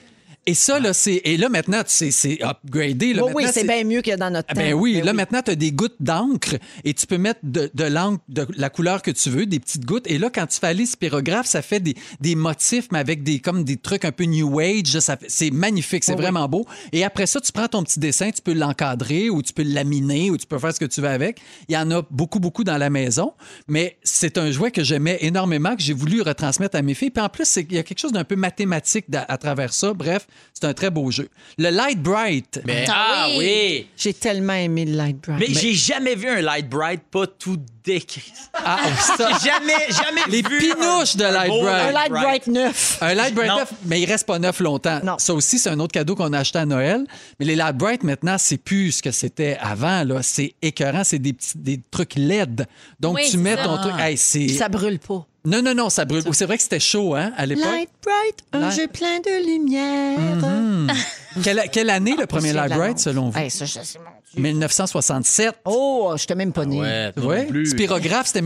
[SPEAKER 4] Et ça, là, c'est. Et là, maintenant, tu sais, c'est upgradé. Là,
[SPEAKER 2] Oui, oui,
[SPEAKER 4] Maintenant,
[SPEAKER 2] c'est bien mieux que dans notre
[SPEAKER 4] Ah,
[SPEAKER 2] temps.
[SPEAKER 4] ben oui,
[SPEAKER 2] Ben
[SPEAKER 4] là maintenant, tu as des gouttes d'encre et tu peux mettre de, de l'encre de la couleur que tu veux, des petites gouttes. Et là, quand tu fais aller spirographe, ça fait des, des motifs, mais avec des comme des trucs un peu new age. Ça fait- C'est magnifique, c'est vraiment beau. Et après ça, tu prends ton petit dessin, tu peux l'encadrer ou tu peux le laminer ou tu peux faire ce que tu veux avec. Il y en a beaucoup, beaucoup dans la maison, mais c'est un jouet que j'aimais énormément, que j'ai voulu retransmettre à mes filles. Puis en plus, c'est- il y a quelque chose d'un peu mathématique à, à travers ça. Bref, c'est un très beau jeu. Le Light Bright.
[SPEAKER 1] Mais-
[SPEAKER 3] Ah
[SPEAKER 1] ah oui!
[SPEAKER 3] oui.
[SPEAKER 2] J'ai tellement aimé le Light Brown.
[SPEAKER 1] Mais, j'ai jamais vu un Light Bright pas tout décrit.
[SPEAKER 4] Ah, ça-
[SPEAKER 1] J'ai jamais, jamais
[SPEAKER 4] Les
[SPEAKER 1] vu
[SPEAKER 4] pinouches de
[SPEAKER 1] un
[SPEAKER 4] Light
[SPEAKER 1] beau
[SPEAKER 4] Bright.
[SPEAKER 2] Un Light Bright neuf.
[SPEAKER 4] Un Light Bright
[SPEAKER 1] Non.
[SPEAKER 4] neuf, mais il reste pas neuf longtemps.
[SPEAKER 2] Non.
[SPEAKER 4] Ça aussi, c'est un autre cadeau qu'on a acheté à Noël. Mais les Light Bright, maintenant, c'est plus ce que c'était avant. là. C'est écœurant. C'est des, petits- des trucs LED. Donc,
[SPEAKER 3] Oui,
[SPEAKER 4] tu mets
[SPEAKER 3] c'est
[SPEAKER 4] ton
[SPEAKER 3] ça.
[SPEAKER 4] truc. Hey, c'est-
[SPEAKER 2] Ça brûle pas.
[SPEAKER 4] Non, non, non, ça brûle. C'est vrai que c'était chaud hein, à l'époque.
[SPEAKER 2] Light Bright, un
[SPEAKER 4] Light-
[SPEAKER 2] jeu plein de lumière.
[SPEAKER 4] Quelle, quelle année le premier
[SPEAKER 2] C'est
[SPEAKER 4] Light
[SPEAKER 2] la
[SPEAKER 4] Bright,
[SPEAKER 2] lance.
[SPEAKER 4] selon vous?
[SPEAKER 2] Hey, ça, je sais, mon Dieu.
[SPEAKER 4] 1967.
[SPEAKER 2] Oh, je t'ai même pas né.
[SPEAKER 1] Ouais, non
[SPEAKER 4] Ouais.
[SPEAKER 1] plus. euh,
[SPEAKER 4] Spirographe, c'était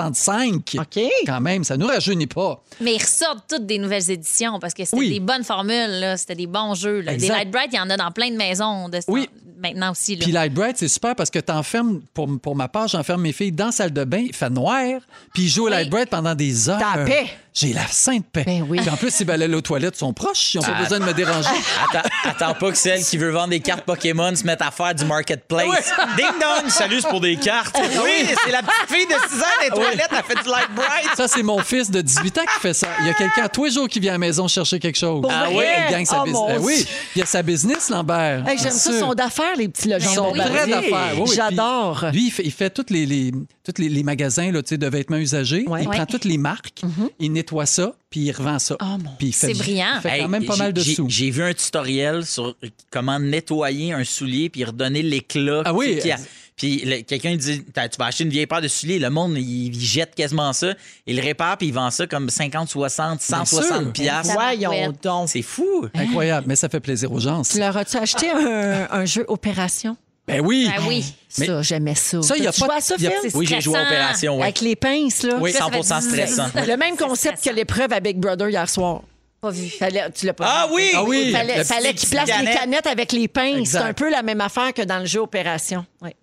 [SPEAKER 4] 1965.
[SPEAKER 2] OK.
[SPEAKER 4] Quand même, ça nous rajeunit pas.
[SPEAKER 3] Mais ils ressortent toutes des nouvelles éditions parce que c'était
[SPEAKER 4] Oui.
[SPEAKER 3] des bonnes formules, là. c'était des bons jeux. là. Des
[SPEAKER 4] Exact.
[SPEAKER 3] Light Bright, il y en a dans plein de maisons de ce
[SPEAKER 4] Oui.
[SPEAKER 3] temps- maintenant aussi. Là.
[SPEAKER 4] Puis Light Bright, c'est super parce que t'enfermes, pour, pour ma part, j'enferme mes filles dans la salle de bain, il fait noir, puis ils jouent au Light Bright pendant des heures.
[SPEAKER 2] T'as la paix.
[SPEAKER 4] J'ai la sainte paix.
[SPEAKER 2] Ben oui.
[SPEAKER 4] Puis en plus, si ben, aux toilettes sont proches, ils n'ont pas
[SPEAKER 1] Ah.
[SPEAKER 4] besoin de me déranger.
[SPEAKER 1] Attends, attends pas que celle qui veut vendre des cartes Pokémon se mette à faire du marketplace. Ding dong, salut, c'est pour des cartes.
[SPEAKER 4] Ah
[SPEAKER 1] Oui, c'est la petite fille de 6 ans des toilettes, elle fait du light bright.
[SPEAKER 4] Ça, c'est mon fils de 18 ans qui fait ça. Il y a quelqu'un à tous les jours qui vient à la maison chercher quelque chose.
[SPEAKER 2] Pour
[SPEAKER 1] Ah
[SPEAKER 2] vrai?
[SPEAKER 1] oui,
[SPEAKER 4] Il gagne sa
[SPEAKER 2] Oh,
[SPEAKER 4] business.
[SPEAKER 2] mon
[SPEAKER 4] Eh oui,
[SPEAKER 2] Dieu.
[SPEAKER 4] il y a sa business, Lambert.
[SPEAKER 2] Hey, J'aime
[SPEAKER 4] Bien
[SPEAKER 2] ça,
[SPEAKER 4] sûr.
[SPEAKER 2] son d'affaires, les petits logements.
[SPEAKER 3] Son
[SPEAKER 4] Son vrai
[SPEAKER 3] Bombardier.
[SPEAKER 4] d'affaires. Oui, oui.
[SPEAKER 2] J'adore.
[SPEAKER 4] Puis Lui, il fait, il fait toutes les, les- tous les, les magasins là, tu sais, de vêtements usagés.
[SPEAKER 2] Ouais.
[SPEAKER 4] Il
[SPEAKER 3] Ouais.
[SPEAKER 4] prend toutes les marques, il nettoie ça, puis il revend ça.
[SPEAKER 2] Oh, mon
[SPEAKER 4] Puis il fait
[SPEAKER 3] C'est
[SPEAKER 4] du-
[SPEAKER 3] brillant.
[SPEAKER 4] Il fait
[SPEAKER 1] Hey,
[SPEAKER 4] quand même pas mal de
[SPEAKER 1] j'ai-
[SPEAKER 4] sous.
[SPEAKER 1] J'ai vu un tutoriel sur comment nettoyer un soulier puis redonner l'éclat.
[SPEAKER 4] Ah oui.
[SPEAKER 1] Puis, puis le- quelqu'un dit T'as- Tu vas acheter une vieille paire de souliers. Le monde, il, il jette quasiment ça. Il le répare puis il vend ça comme 50, 60,
[SPEAKER 4] Bien sûr.
[SPEAKER 1] 160 piastres.
[SPEAKER 2] Voyons donc.
[SPEAKER 1] C'est fou.
[SPEAKER 4] Incroyable, mais ça fait plaisir aux gens.
[SPEAKER 2] Tu leur as-tu acheté un, un jeu Opération?
[SPEAKER 4] Ben oui.
[SPEAKER 3] Ben oui.
[SPEAKER 4] Mais-
[SPEAKER 2] ça, j'aimais ça.
[SPEAKER 4] Ça, il y a
[SPEAKER 2] T'as-tu
[SPEAKER 4] pas-
[SPEAKER 2] joué à ça,
[SPEAKER 4] il y a-
[SPEAKER 2] Phil?
[SPEAKER 1] Oui, j'ai joué à
[SPEAKER 3] stressant.
[SPEAKER 1] Opération. ouais.
[SPEAKER 2] Avec les pinces, là.
[SPEAKER 1] Oui,
[SPEAKER 3] Ça, ça fait
[SPEAKER 1] 100
[SPEAKER 3] dix ans.
[SPEAKER 1] stressant.
[SPEAKER 2] Le même concept que
[SPEAKER 3] stressant.
[SPEAKER 2] l'épreuve avec Brother hier soir.
[SPEAKER 3] Pas vu.
[SPEAKER 2] Fallait- tu l'as pas
[SPEAKER 1] Ah
[SPEAKER 2] vu.
[SPEAKER 1] oui!
[SPEAKER 4] Ah oui.
[SPEAKER 2] Fallait,
[SPEAKER 1] La
[SPEAKER 2] fallait
[SPEAKER 1] petite
[SPEAKER 2] qu'il place les
[SPEAKER 1] canette.
[SPEAKER 2] canettes avec les pinces. C'est
[SPEAKER 4] Exact.
[SPEAKER 2] un peu la même affaire que dans le jeu Opération. Ouais.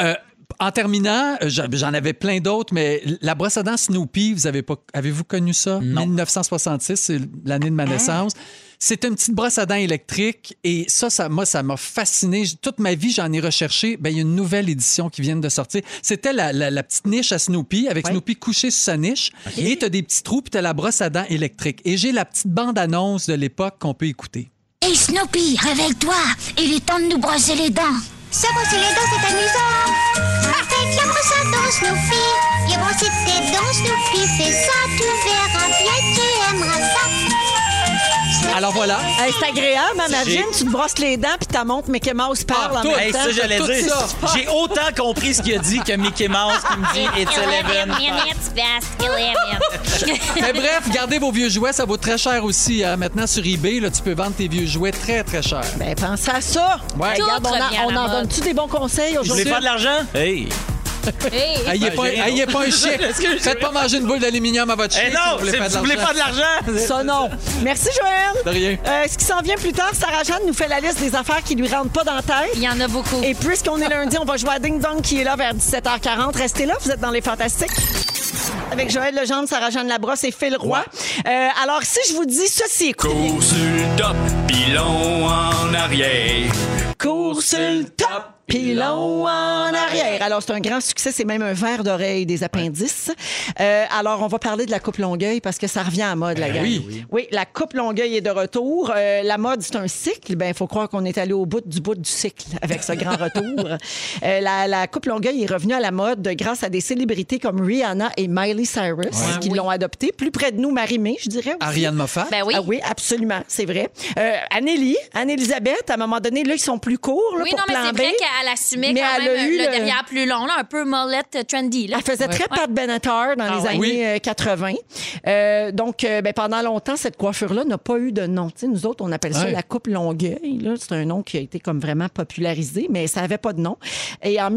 [SPEAKER 4] Euh, en terminant, euh, j'a- j'en avais plein d'autres, mais la brosse à dents Snoopy, vous avez pas, avez-vous connu ça? 1966, c'est l'année de ma naissance. C'est une petite brosse à dents électrique et ça, ça moi, ça m'a fasciné. J- Toute ma vie, j'en ai recherché. Ben, il y a une nouvelle édition qui vient de sortir. C'était la, la- la petite niche à Snoopy, avec Snoopy couché sur sa niche. Et tu as des petits trous, puis tu as la brosse à dents électrique. Et j'ai la petite bande-annonce de l'époque qu'on peut écouter.
[SPEAKER 6] Hey Snoopy, réveille-toi, il est temps de nous brosser les dents. Se brosser les dents, c'est amusant. Avec la brosse à dents, Snoopy, viens brosser tes dents, Snoopy, fais ça, tu verras bien, tu aimeras ça. Snoopy,
[SPEAKER 4] Alors voilà.
[SPEAKER 2] Hey, c'est agréable, hein, imagine,
[SPEAKER 1] J'ai-
[SPEAKER 2] tu te brosses les dents puis ta montre Mickey Mouse parle
[SPEAKER 4] Ah,
[SPEAKER 2] en
[SPEAKER 4] toi,
[SPEAKER 2] même
[SPEAKER 1] Hey,
[SPEAKER 2] temps.
[SPEAKER 1] ça, j'allais
[SPEAKER 4] tout
[SPEAKER 1] dire.
[SPEAKER 4] ça.
[SPEAKER 1] J'ai autant compris ce qu'il a dit que Mickey Mouse qui me dit It's
[SPEAKER 3] Eleven
[SPEAKER 1] 11.
[SPEAKER 3] minutes past eleven.
[SPEAKER 4] Mais bref, gardez vos vieux jouets, ça vaut très cher aussi. hein. Maintenant, sur eBay, là, tu peux vendre tes vieux jouets très, très cher.
[SPEAKER 2] Ben, pense à ça.
[SPEAKER 4] Ouais.
[SPEAKER 2] Hey,
[SPEAKER 3] Tout
[SPEAKER 2] regarde, on,
[SPEAKER 3] revient à
[SPEAKER 2] en- on
[SPEAKER 3] la
[SPEAKER 2] en
[SPEAKER 3] mode.
[SPEAKER 2] donne-tu des bons conseils
[SPEAKER 1] Vous voulez
[SPEAKER 2] aujourd'hui?
[SPEAKER 1] faire de l'argent? Hey!
[SPEAKER 3] Hey,
[SPEAKER 4] Ayez
[SPEAKER 1] Ben,
[SPEAKER 4] pas,
[SPEAKER 1] j'ai rien
[SPEAKER 4] ayez
[SPEAKER 1] d'autre. [laughs]
[SPEAKER 4] pas un chien.
[SPEAKER 1] Excusez-moi.
[SPEAKER 4] Faites pas manger une boule d'aluminium à votre chien.
[SPEAKER 1] Eh
[SPEAKER 4] si
[SPEAKER 1] non!
[SPEAKER 4] vous voulez
[SPEAKER 1] c'est-
[SPEAKER 4] faire de
[SPEAKER 1] Vous voulez
[SPEAKER 4] l'argent.
[SPEAKER 1] pas de
[SPEAKER 4] [laughs]
[SPEAKER 1] l'argent?
[SPEAKER 2] Ça, non. Merci, Joël.
[SPEAKER 4] De rien.
[SPEAKER 2] Euh, ce qui s'en vient plus tard, Sarah-Jeanne nous fait la liste des affaires qui lui rentrent pas dans la tête.
[SPEAKER 3] Il y en a beaucoup.
[SPEAKER 2] Et puisqu'on est lundi, on va jouer à Ding Dong qui est là vers 17h40. Restez là, vous êtes dans les fantastiques. Avec Joël Legendre, Sarah-Jeanne Labrosse et Phil Roy. Euh, alors, si je vous dis ceci, écoutez bien.
[SPEAKER 7] Cours sur le top, pilon en arrière.
[SPEAKER 2] Cours sur le top, pilon en arrière. Alors, c'est un grand succès. C'est même un verre d'oreille des appendices. Euh, alors, on va parler de la coupe Longueuil parce que ça revient à mode, la gang.
[SPEAKER 4] oui.
[SPEAKER 2] Ben oui, la coupe Longueuil est de retour. Euh, la mode, c'est un cycle. Ben, il faut croire qu'on est allé au bout du bout du cycle avec ce [laughs] grand retour. Euh, la, la coupe Longueuil est revenue à la mode grâce à des célébrités comme Rihanna et Miley Cyrus qui l'ont adoptée. Plus près de nous, Marie-Mé, je dirais. aussi.
[SPEAKER 4] Ariane Moffat.
[SPEAKER 3] Ben oui.
[SPEAKER 2] Ah oui, absolument, c'est vrai. Euh, Annélie, Anne-Elisabeth, à un moment donné, là, ils sont plus courts là,
[SPEAKER 3] oui,
[SPEAKER 2] pour
[SPEAKER 3] non, mais
[SPEAKER 2] plan
[SPEAKER 3] c'est
[SPEAKER 2] B.
[SPEAKER 3] vrai qu'elle assumait
[SPEAKER 2] Mais
[SPEAKER 3] quand
[SPEAKER 2] elle a
[SPEAKER 3] même
[SPEAKER 2] eu
[SPEAKER 3] le
[SPEAKER 2] le-
[SPEAKER 3] derrière plus long, là, un peu molette euh, trendy. Là.
[SPEAKER 2] Elle faisait très Pat Benatar dans
[SPEAKER 3] Ah
[SPEAKER 2] les
[SPEAKER 3] ouais.
[SPEAKER 2] années
[SPEAKER 4] Oui.
[SPEAKER 2] euh, 80. Euh, donc, euh, ben, pendant longtemps, cette coiffure-là n'a pas eu de nom. Tu sais, nous autres, on appelle ça
[SPEAKER 4] Ouais.
[SPEAKER 2] la coupe Longueuil. là. C'est un nom qui a été comme vraiment popularisé, mais ça n'avait pas de nom. Et en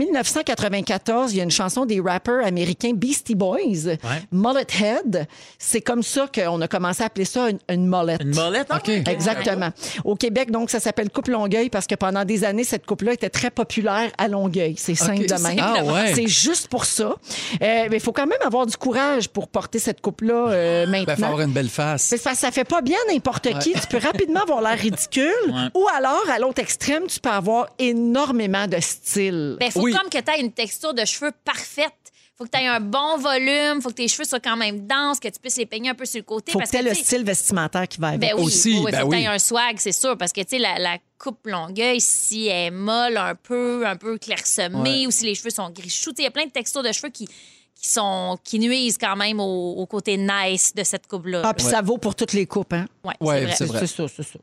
[SPEAKER 2] 1994, il y a une chanson des rappeurs américains Beastie Boys, Mullet Head. C'est comme ça qu'on a commencé à appeler ça une, une mullet.
[SPEAKER 1] Une molette? hein?
[SPEAKER 4] OK.
[SPEAKER 1] OK.
[SPEAKER 2] Exactement. Au Québec, donc, ça s'appelle Coupe Longueuil parce que pendant des années, cette coupe-là était très populaire à Longueuil. C'est simple de même.
[SPEAKER 4] Ah ouais.
[SPEAKER 2] C'est juste pour ça. Euh, mais il faut quand même avoir du courage pour porter cette coupe-là euh,
[SPEAKER 4] Ben, faut
[SPEAKER 2] maintenant.
[SPEAKER 4] avoir une belle face.
[SPEAKER 2] C'est parce que ça fait pas bien n'importe qui. Tu peux rapidement avoir l'air ridicule. Ou alors, à l'autre extrême, tu peux avoir énormément de style.
[SPEAKER 3] Ben, faut
[SPEAKER 4] Oui.
[SPEAKER 3] comme que tu aies une texture de cheveux parfaite. Faut que tu aies un bon volume, faut que tes cheveux soient quand même denses, que tu puisses les peigner un peu sur le côté.
[SPEAKER 2] faut que
[SPEAKER 3] parce
[SPEAKER 2] tu
[SPEAKER 3] que,
[SPEAKER 2] le
[SPEAKER 3] tu sais,
[SPEAKER 2] style vestimentaire qui va avec.
[SPEAKER 3] Ben oui,
[SPEAKER 4] Aussi,
[SPEAKER 3] oui,
[SPEAKER 4] ben
[SPEAKER 3] faut que
[SPEAKER 4] oui.
[SPEAKER 3] t'aies un swag, c'est sûr, parce que tu sais la, la coupe longueuil, si elle est molle, un peu, un peu clairsemée, ou si les cheveux sont gris chou, tu sais, il y a plein de textures de cheveux qui, qui sont qui nuisent quand même au, au côté nice de cette coupe là.
[SPEAKER 2] Ah, puis ça vaut pour toutes les coupes, hein?
[SPEAKER 3] ouais,
[SPEAKER 4] Ouais,
[SPEAKER 3] c'est
[SPEAKER 4] c'est
[SPEAKER 3] vrai.
[SPEAKER 4] vrai.
[SPEAKER 2] C'est ça, c'est ça.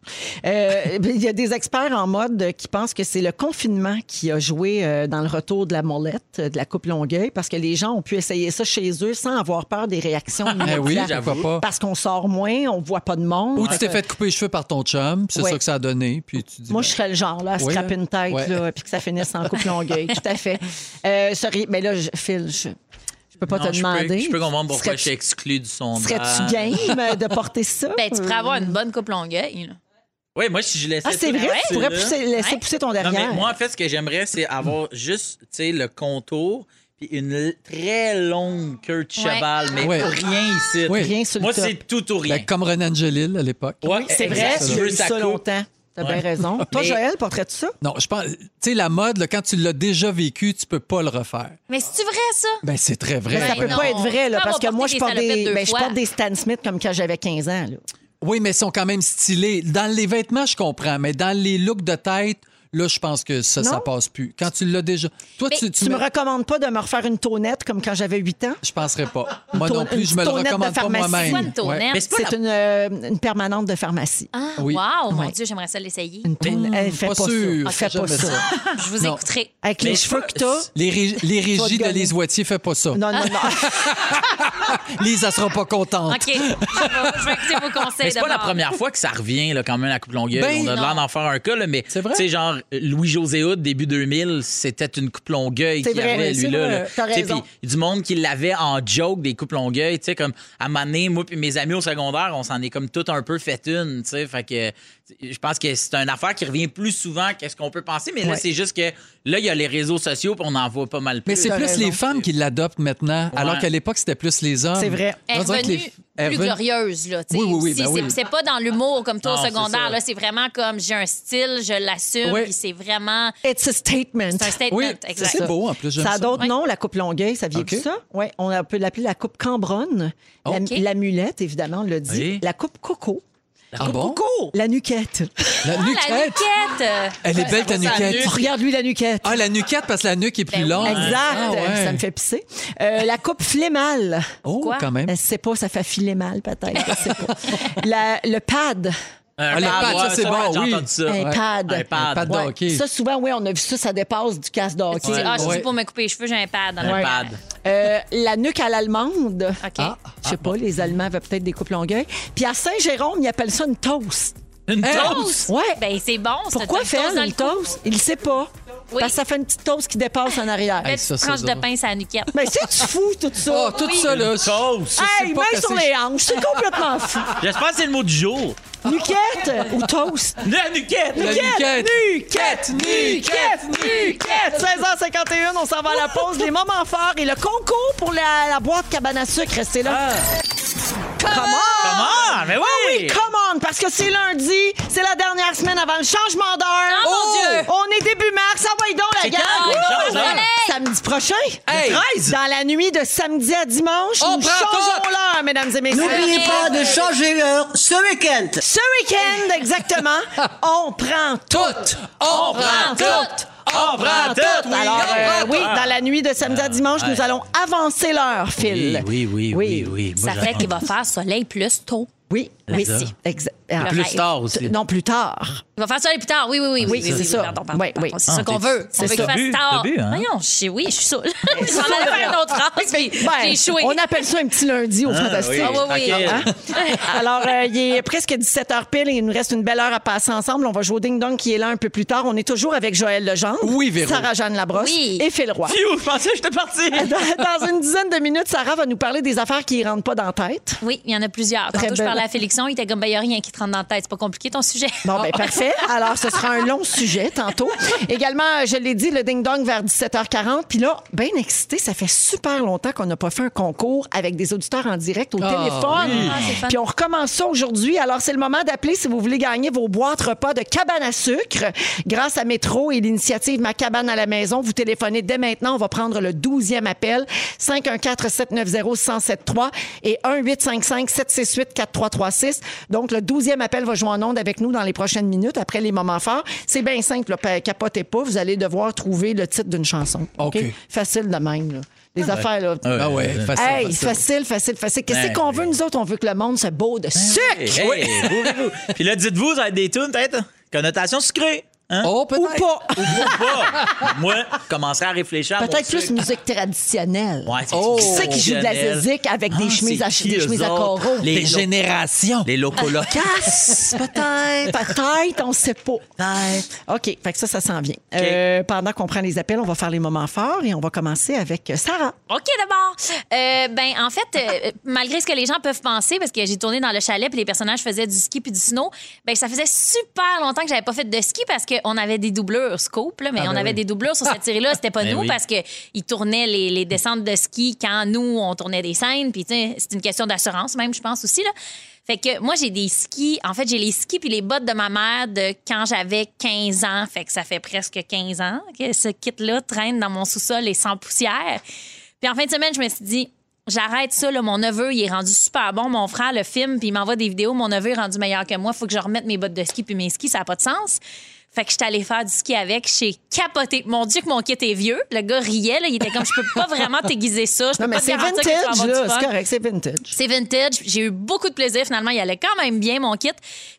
[SPEAKER 2] Euh, [laughs] ben, Il y a des experts en mode qui pensent que c'est le confinement qui a joué euh, dans le retour de la molette, euh, de la coupe longueuil, parce que les gens ont pu essayer ça chez eux sans avoir peur des réactions.
[SPEAKER 4] Ben oui,
[SPEAKER 2] immédiates.
[SPEAKER 4] j'avoue pas.
[SPEAKER 2] Parce qu'on sort moins, on voit pas de monde.
[SPEAKER 4] Ou tu t'es fait couper les cheveux par ton chum, puis c'est
[SPEAKER 2] Ouais.
[SPEAKER 4] ça que ça a donné, puis tu dis.
[SPEAKER 2] Moi,
[SPEAKER 4] ben,
[SPEAKER 2] je serais le genre là, à se
[SPEAKER 4] Oui,
[SPEAKER 2] frapper
[SPEAKER 4] là.
[SPEAKER 2] une tête
[SPEAKER 4] Ouais.
[SPEAKER 2] là, puis que ça finisse en coupe
[SPEAKER 4] [laughs]
[SPEAKER 2] longueuil. Tout à fait. Euh, sorry, mais là, je, Phil, je, je peux pas
[SPEAKER 1] Non,
[SPEAKER 2] te
[SPEAKER 1] je peux-
[SPEAKER 2] demander.
[SPEAKER 1] Je peux comprendre pourquoi je Ah. suis
[SPEAKER 2] Serais-tu-
[SPEAKER 1] exclu du sondage.
[SPEAKER 2] Serais-tu game euh, de porter ça?
[SPEAKER 3] [laughs] Ben, tu pourrais avoir une bonne coupe longueuil. là.
[SPEAKER 1] Oui, moi, si je laissais.
[SPEAKER 2] Ah, c'est
[SPEAKER 1] tout
[SPEAKER 2] vrai, tu pourrais
[SPEAKER 1] là-
[SPEAKER 2] pousser- laisser
[SPEAKER 3] Ouais.
[SPEAKER 2] pousser ton
[SPEAKER 1] Non,
[SPEAKER 2] derrière.
[SPEAKER 1] mais moi, en fait, ce que j'aimerais, c'est
[SPEAKER 2] [laughs]
[SPEAKER 1] avoir juste, tu sais, le contour puis une l- très longue queue de cheval, mais
[SPEAKER 4] Ouais.
[SPEAKER 1] rien ici.
[SPEAKER 4] Oui.
[SPEAKER 2] Rien sur le
[SPEAKER 1] Moi,
[SPEAKER 2] top.
[SPEAKER 1] c'est tout ou rien.
[SPEAKER 4] ben, comme Renan Angelil à l'époque.
[SPEAKER 1] Ouais,
[SPEAKER 2] C'est vrai,
[SPEAKER 1] exact,
[SPEAKER 2] tu
[SPEAKER 1] tu veux
[SPEAKER 2] as eu
[SPEAKER 1] sa
[SPEAKER 2] ça
[SPEAKER 1] coupe.
[SPEAKER 2] longtemps. T'as bien
[SPEAKER 1] Ouais.
[SPEAKER 2] raison. Toi,
[SPEAKER 1] Mais-
[SPEAKER 2] Joël, porterais-tu ça?
[SPEAKER 4] Non, je pense. Tu sais, la mode, là, quand tu l'as déjà vécu, tu peux pas le refaire.
[SPEAKER 3] Mais c'est tu vrai ça
[SPEAKER 4] Ben, c'est très vrai.
[SPEAKER 2] Ça
[SPEAKER 3] Ben
[SPEAKER 2] peut
[SPEAKER 3] non.
[SPEAKER 2] pas être vrai, là,
[SPEAKER 3] Comment
[SPEAKER 2] parce
[SPEAKER 3] on
[SPEAKER 2] que
[SPEAKER 3] va
[SPEAKER 2] moi, je
[SPEAKER 3] porter
[SPEAKER 2] porte,
[SPEAKER 3] des
[SPEAKER 2] des,
[SPEAKER 3] salopettes deux
[SPEAKER 2] ben, je
[SPEAKER 3] fois?
[SPEAKER 2] porte des Stan Smith comme quand j'avais 15 ans. là.
[SPEAKER 4] Oui, mais ils sont quand même stylés. Dans les vêtements, je comprends, mais dans les looks de tête, là, je pense que ça,
[SPEAKER 2] Non.
[SPEAKER 4] ça passe plus. Quand tu l'as déjà. Toi,
[SPEAKER 3] Mais
[SPEAKER 4] tu,
[SPEAKER 2] Tu
[SPEAKER 4] tu
[SPEAKER 2] me
[SPEAKER 4] mets-
[SPEAKER 2] recommandes pas de me refaire une tonnette comme quand j'avais 8 ans?
[SPEAKER 4] Je penserais pas. Moi non
[SPEAKER 2] tourne- une
[SPEAKER 4] plus, je me le
[SPEAKER 2] Ah, tournette de
[SPEAKER 4] recommande pas
[SPEAKER 2] pharmacie.
[SPEAKER 4] moi-même.
[SPEAKER 3] Soit une tournette.
[SPEAKER 1] Mais c'est pas
[SPEAKER 2] C'est
[SPEAKER 1] la-
[SPEAKER 2] une, euh, une permanente de pharmacie.
[SPEAKER 3] Ah,
[SPEAKER 4] Oui.
[SPEAKER 3] wow, mon
[SPEAKER 2] Ouais.
[SPEAKER 3] Dieu, j'aimerais ça l'essayer.
[SPEAKER 2] [laughs] Une tournette. Hey,
[SPEAKER 4] Hum,
[SPEAKER 2] fais
[SPEAKER 4] pas
[SPEAKER 2] pas,
[SPEAKER 4] sûr,
[SPEAKER 2] ça. Ah, Fais
[SPEAKER 4] fais
[SPEAKER 2] pas
[SPEAKER 4] jamais
[SPEAKER 2] ça.
[SPEAKER 4] ça.
[SPEAKER 3] Je vous
[SPEAKER 4] Non.
[SPEAKER 3] écouterai.
[SPEAKER 2] Avec les
[SPEAKER 1] Mais
[SPEAKER 2] cheveux
[SPEAKER 1] pas-
[SPEAKER 2] que t'as. [laughs]
[SPEAKER 4] Les, ré- les régies de
[SPEAKER 2] gagner.
[SPEAKER 4] Les Oitiers, fais pas ça.
[SPEAKER 2] Non, non, non. [laughs]
[SPEAKER 4] Lisa sera pas contente.
[SPEAKER 3] OK. Je vais, je vais écouter vos conseils
[SPEAKER 1] Mais c'est pas la
[SPEAKER 3] d'abord.
[SPEAKER 1] première fois que ça revient là, quand même à Coupe Longueuil.
[SPEAKER 4] Ben,
[SPEAKER 1] On a
[SPEAKER 4] non.
[SPEAKER 1] l'air d'en faire un cas, là, mais tu
[SPEAKER 4] C'est vrai.
[SPEAKER 1] sais, genre Louis-José Hood, début 2000, c'était une Coupe Longueuil
[SPEAKER 2] C'est
[SPEAKER 1] qui
[SPEAKER 2] vrai,
[SPEAKER 1] avait,
[SPEAKER 2] c'est
[SPEAKER 1] lui-là.
[SPEAKER 2] vrai.
[SPEAKER 1] là.
[SPEAKER 2] T'as
[SPEAKER 1] Tu sais,
[SPEAKER 2] raison.
[SPEAKER 1] puis il y a du monde qui l'avait en joke des Coupes Longueuil. Tu sais, comme à maner, moi puis mes amis au secondaire, on s'en est comme tout un peu fait une. tu sais. Fait que tu sais, je pense que c'est une affaire qui revient plus souvent que ce qu'on peut penser, mais là, c'est juste que là, il y a les réseaux sociaux puis on en voit pas mal plus.
[SPEAKER 4] Mais c'est plus les femmes qui l'adoptent maintenant, alors qu'à l'époque, c'était plus les hommes.
[SPEAKER 2] C'est vrai.
[SPEAKER 3] Elle est
[SPEAKER 4] On dirait que les-
[SPEAKER 3] revenue plus
[SPEAKER 4] Evan-
[SPEAKER 3] glorieuse. Là, tu sais,
[SPEAKER 4] Oui, oui, oui,
[SPEAKER 3] aussi.
[SPEAKER 4] ben oui.
[SPEAKER 3] C'est- C'est pas dans l'humour comme toi
[SPEAKER 1] Non,
[SPEAKER 3] au
[SPEAKER 1] c'est
[SPEAKER 3] secondaire.
[SPEAKER 1] ça.
[SPEAKER 3] là. C'est vraiment comme j'ai un style, je l'assume,
[SPEAKER 4] Oui.
[SPEAKER 3] puis c'est vraiment
[SPEAKER 2] It's a statement.
[SPEAKER 3] c'est un statement.
[SPEAKER 4] Oui,
[SPEAKER 3] exact.
[SPEAKER 4] c'est beau en plus. j'aime
[SPEAKER 2] Ça a
[SPEAKER 4] ça.
[SPEAKER 2] d'autres
[SPEAKER 3] Oui.
[SPEAKER 2] noms, la coupe Longueuil, ça vient
[SPEAKER 4] OK.
[SPEAKER 2] de ça. Oui, on a- peut l'appeler la coupe Cambronne, la-
[SPEAKER 3] OK.
[SPEAKER 2] l'amulette, évidemment, on le dit,
[SPEAKER 1] Oui.
[SPEAKER 2] la coupe Coco,
[SPEAKER 4] Ah bon?
[SPEAKER 2] la nuquette.
[SPEAKER 4] La
[SPEAKER 3] Ah,
[SPEAKER 4] nuquette.
[SPEAKER 3] la nuquette!
[SPEAKER 4] Elle est belle ta nuquette.
[SPEAKER 2] Oh, Regarde-lui la nuquette.
[SPEAKER 4] Ah, la nuquette parce que la nuque est plus
[SPEAKER 3] Ben oui.
[SPEAKER 4] longue.
[SPEAKER 2] Exact,
[SPEAKER 4] Ah, ouais.
[SPEAKER 2] ça me fait pisser. Euh, la coupe flémale.
[SPEAKER 4] Oh,
[SPEAKER 3] Quoi?
[SPEAKER 4] quand même.
[SPEAKER 2] Je sais pas, ça fait filer mal peut-être. je sais pas. [laughs] La- le pad.
[SPEAKER 1] Un
[SPEAKER 4] Ah, le
[SPEAKER 1] pad,
[SPEAKER 4] pad, ça,
[SPEAKER 1] Euh, ouais,
[SPEAKER 4] c'est bon,
[SPEAKER 1] J'ai
[SPEAKER 4] oui.
[SPEAKER 1] entendu ça.
[SPEAKER 2] Un pad.
[SPEAKER 1] Un pad.
[SPEAKER 4] pad de
[SPEAKER 2] Ouais.
[SPEAKER 4] hockey.
[SPEAKER 2] Ça, souvent, oui, on a vu ça, ça dépasse du casse
[SPEAKER 3] Tu
[SPEAKER 2] d'hockey.
[SPEAKER 3] dis, ah, je suis
[SPEAKER 4] Ouais.
[SPEAKER 3] pour me couper les cheveux, j'ai un pad. dans la
[SPEAKER 1] Un
[SPEAKER 3] main.
[SPEAKER 1] pad.
[SPEAKER 2] Euh, la nuque à l'allemande.
[SPEAKER 3] OK.
[SPEAKER 4] Ah,
[SPEAKER 2] Je sais pas, les Allemands avaient peut-être des coupes longueuil. Puis à Saint-Jérôme, ils appellent ça une toast.
[SPEAKER 1] Une toast!
[SPEAKER 3] Toast!
[SPEAKER 2] Ouais.
[SPEAKER 3] Ben, c'est bon. c'est
[SPEAKER 2] Pourquoi
[SPEAKER 3] une toast
[SPEAKER 2] faire
[SPEAKER 3] dans
[SPEAKER 2] une
[SPEAKER 3] le cou.
[SPEAKER 2] toast? Il sait pas.
[SPEAKER 3] Oui.
[SPEAKER 2] Parce que ça fait une petite toast qui dépasse en arrière.
[SPEAKER 3] Belle
[SPEAKER 4] Hey, ça, c'est
[SPEAKER 3] tranche de
[SPEAKER 4] drôle.
[SPEAKER 3] pain, c'est la nuquette.
[SPEAKER 2] Mais c'est fou, tout ça.
[SPEAKER 4] Oh, tout ça, là. je-
[SPEAKER 1] Toast!
[SPEAKER 4] je sais
[SPEAKER 2] hey,
[SPEAKER 4] pas
[SPEAKER 2] main
[SPEAKER 4] que
[SPEAKER 2] sur
[SPEAKER 4] c'est-
[SPEAKER 2] les hanches. C'est complètement fou.
[SPEAKER 1] J'espère que c'est le mot du jour.
[SPEAKER 2] Nuquette ou toast?
[SPEAKER 1] La nuquette!
[SPEAKER 4] La nuquette.
[SPEAKER 2] Nuquette! Nuquette! Nuquette! 16h51, on s'en va à la pause. Les moments forts et le concours pour la, la boîte cabane à sucre. Restez là. Comment?
[SPEAKER 1] Ah, mais oui!
[SPEAKER 2] Commande, parce que c'est lundi, c'est la dernière semaine avant le changement d'heure.
[SPEAKER 3] Oh, mon Dieu!
[SPEAKER 2] On est début mars, envoie donc la
[SPEAKER 1] C'est
[SPEAKER 2] gang!
[SPEAKER 1] quand, les choses, hein?
[SPEAKER 2] Samedi prochain!
[SPEAKER 4] Hey!
[SPEAKER 1] Le 13?
[SPEAKER 2] Dans la nuit de samedi à dimanche,
[SPEAKER 4] On
[SPEAKER 2] nous
[SPEAKER 4] prend
[SPEAKER 2] changeons
[SPEAKER 4] tout.
[SPEAKER 2] l'heure, mesdames et messieurs.
[SPEAKER 8] N'oubliez pas de changer l'heure ce week-end.
[SPEAKER 2] Ce week-end, exactement, on prend tout.
[SPEAKER 4] Toutes! On prend toutes! On prend toutes! Oui,
[SPEAKER 2] Alors,
[SPEAKER 4] on prend
[SPEAKER 2] euh, oui,
[SPEAKER 4] toutes.
[SPEAKER 2] dans la nuit de samedi à dimanche, nous allons avancer l'heure, Phil.
[SPEAKER 1] Ah, Oui, oui, oui, oui. oui.
[SPEAKER 3] Ça
[SPEAKER 1] Moi,
[SPEAKER 3] fait
[SPEAKER 1] j'attends.
[SPEAKER 3] qu'il va faire soleil plus tôt.
[SPEAKER 2] Oui, oui,
[SPEAKER 1] ça.
[SPEAKER 2] Exa-
[SPEAKER 1] Et
[SPEAKER 2] Ah,
[SPEAKER 3] Le
[SPEAKER 1] Plus
[SPEAKER 3] rêve.
[SPEAKER 1] tard aussi.
[SPEAKER 2] Non, plus tard.
[SPEAKER 3] Il va faire soleil plus tard. Oui, oui, oui. oui,
[SPEAKER 2] Ah, c'est
[SPEAKER 3] oui,
[SPEAKER 2] ça.
[SPEAKER 3] oui,
[SPEAKER 2] C'est ça.
[SPEAKER 3] Pardon, pardon,
[SPEAKER 2] Oui,
[SPEAKER 3] pardon.
[SPEAKER 2] oui.
[SPEAKER 3] C'est
[SPEAKER 1] Ah,
[SPEAKER 3] ça qu'on
[SPEAKER 1] t'es-
[SPEAKER 3] veut.
[SPEAKER 1] c'est
[SPEAKER 3] On veut qu'il
[SPEAKER 1] ça.
[SPEAKER 3] fasse
[SPEAKER 1] T'as bu,
[SPEAKER 3] tard.
[SPEAKER 1] t'as bu, hein?
[SPEAKER 3] Voyons, je sais, oui, je suis
[SPEAKER 2] Ben,
[SPEAKER 3] saoule. Je suis en train de faire une autre phrase, puis j'ai échoué.
[SPEAKER 2] on appelle ça un petit lundi au Fantastique.
[SPEAKER 3] Ah, oui, oui.
[SPEAKER 1] Tranquille.
[SPEAKER 3] Hein?
[SPEAKER 2] Alors, euh, il est presque 17h pile et il nous reste une belle heure à passer ensemble. On va jouer au Ding Dong qui est là un peu plus tard. On est toujours avec Joël Legendre,
[SPEAKER 4] Oui, Véro.
[SPEAKER 2] Sarah-Jeanne Labrosse
[SPEAKER 3] Oui.
[SPEAKER 2] et Phil
[SPEAKER 3] [laughs]
[SPEAKER 2] Roy.
[SPEAKER 1] Phew, je pensais que j'étais parti.
[SPEAKER 2] Dans dans une dizaine de minutes, Sarah va nous parler des affaires qui ne rentrent pas dans la tête.
[SPEAKER 3] Oui, il y en a plusieurs.
[SPEAKER 2] Très
[SPEAKER 3] Tantôt, je
[SPEAKER 2] belle.
[SPEAKER 3] parlais à Félixon, il était comme, ben, il n'y a rien qui te rentre dans la tête. C'est pas compliqué, ton sujet.
[SPEAKER 2] Bon, ben parfait. Alors, ce sera un long sujet tantôt. Également, euh, je l'ai dit, le ding-dong vers 17h40. Puis là, bien excité, ça fait super longtemps qu'on n'a pas fait un concours avec des auditeurs en direct au téléphone.
[SPEAKER 3] Ah, c'est le fun.
[SPEAKER 2] Puis on recommence ça aujourd'hui. Alors, c'est le moment d'appeler si vous voulez gagner vos boîtes repas de cabane à sucre. Grâce à Métro et l'initiative Ma cabane à la maison, vous téléphonez dès maintenant. On va prendre le 12e appel. 514-790-1073 et 1-855-768-4336. Donc, le 12e appel va jouer en onde avec nous dans les prochaines minutes après les moments forts. C'est bien simple. là. Pa- Capotez pas. Vous allez devoir trouver le titre d'une chanson.
[SPEAKER 4] OK.
[SPEAKER 2] Facile de même. là. Les affaires, là.
[SPEAKER 4] Ah ouais,
[SPEAKER 1] euh,
[SPEAKER 4] facile.
[SPEAKER 2] Hey,
[SPEAKER 4] facile.
[SPEAKER 2] facile, facile, facile. Qu'est-ce
[SPEAKER 1] Ben,
[SPEAKER 2] qu'on
[SPEAKER 1] oui.
[SPEAKER 2] veut, nous autres? On veut que le monde se beau de sucre.
[SPEAKER 1] Oui. vous Puis là, dites-vous, vous avez des tunes, peut-être? Connotation sucrée. Hein?
[SPEAKER 4] Oh,
[SPEAKER 2] Ou
[SPEAKER 4] peut-être.
[SPEAKER 2] pas.
[SPEAKER 1] Ou pas. Moi, je commencerai à réfléchir à mon
[SPEAKER 2] Peut-être plus
[SPEAKER 1] sucre.
[SPEAKER 2] musique traditionnelle.
[SPEAKER 1] Ouais, c'est
[SPEAKER 4] Oh.
[SPEAKER 2] Qui c'est qui joue de la
[SPEAKER 1] traditionnel.
[SPEAKER 2] zézique avec des
[SPEAKER 1] Ah,
[SPEAKER 2] chemises à,
[SPEAKER 1] c'est qui,
[SPEAKER 2] des
[SPEAKER 1] eux
[SPEAKER 2] chemises à
[SPEAKER 1] autres?
[SPEAKER 2] carreaux?
[SPEAKER 1] Les
[SPEAKER 4] Des
[SPEAKER 1] gens-
[SPEAKER 4] générations.
[SPEAKER 1] Les locaux locaux.
[SPEAKER 2] Casse, peut-être, peut-être, on sait pas. OK, fait que ça, ça s'en vient. Euh, pendant qu'on prend les appels, on va faire les moments forts et on va commencer avec euh, Sarah.
[SPEAKER 3] [laughs] OK, d'abord. Euh, ben, en fait, euh, malgré ce que les gens peuvent penser, parce que j'ai tourné dans le chalet puis les personnages faisaient du ski puis du snow, ben, ça faisait super longtemps que j'avais pas fait de ski parce qu'on avait des doublures scope,
[SPEAKER 2] Ah,
[SPEAKER 3] là, mais
[SPEAKER 2] ben
[SPEAKER 3] on avait des
[SPEAKER 2] [laughs]
[SPEAKER 3] doublures sur cette série-là. C'était pas
[SPEAKER 1] Ben
[SPEAKER 3] nous
[SPEAKER 1] oui.
[SPEAKER 3] parce qu'ils tournaient les, les descentes de ski quand nous, on tournait des scènes. Puis, tu sais, c'est une question d'assurance, même, je pense aussi, là. Fait que moi, j'ai des skis. En fait, j'ai les skis puis les bottes de ma mère de quand j'avais 15 ans. Fait que ça fait presque 15 ans que ce kit-là traîne dans mon sous-sol et sans poussière. Puis en fin de semaine, je me suis dit, j'arrête ça, là, mon neveu, il est rendu super bon, mon frère le filme, puis il m'envoie des vidéos, mon neveu est rendu meilleur que moi, faut que je remette mes bottes de ski puis mes skis, ça n'a pas de sens. Fait que je suis allée faire du ski avec, j'ai capoté. Mon Dieu, que mon kit est vieux. Le gars riait, là, il était comme, je peux pas vraiment t'aiguiser ça. Je peux
[SPEAKER 2] Non, mais
[SPEAKER 3] pas te
[SPEAKER 2] c'est
[SPEAKER 3] garantir que tu vas
[SPEAKER 2] vintage,
[SPEAKER 3] avoir du
[SPEAKER 2] là.
[SPEAKER 3] fun.
[SPEAKER 2] C'est correct, c'est vintage.
[SPEAKER 3] C'est vintage. J'ai eu beaucoup de plaisir. Finalement, il allait quand même bien, mon kit.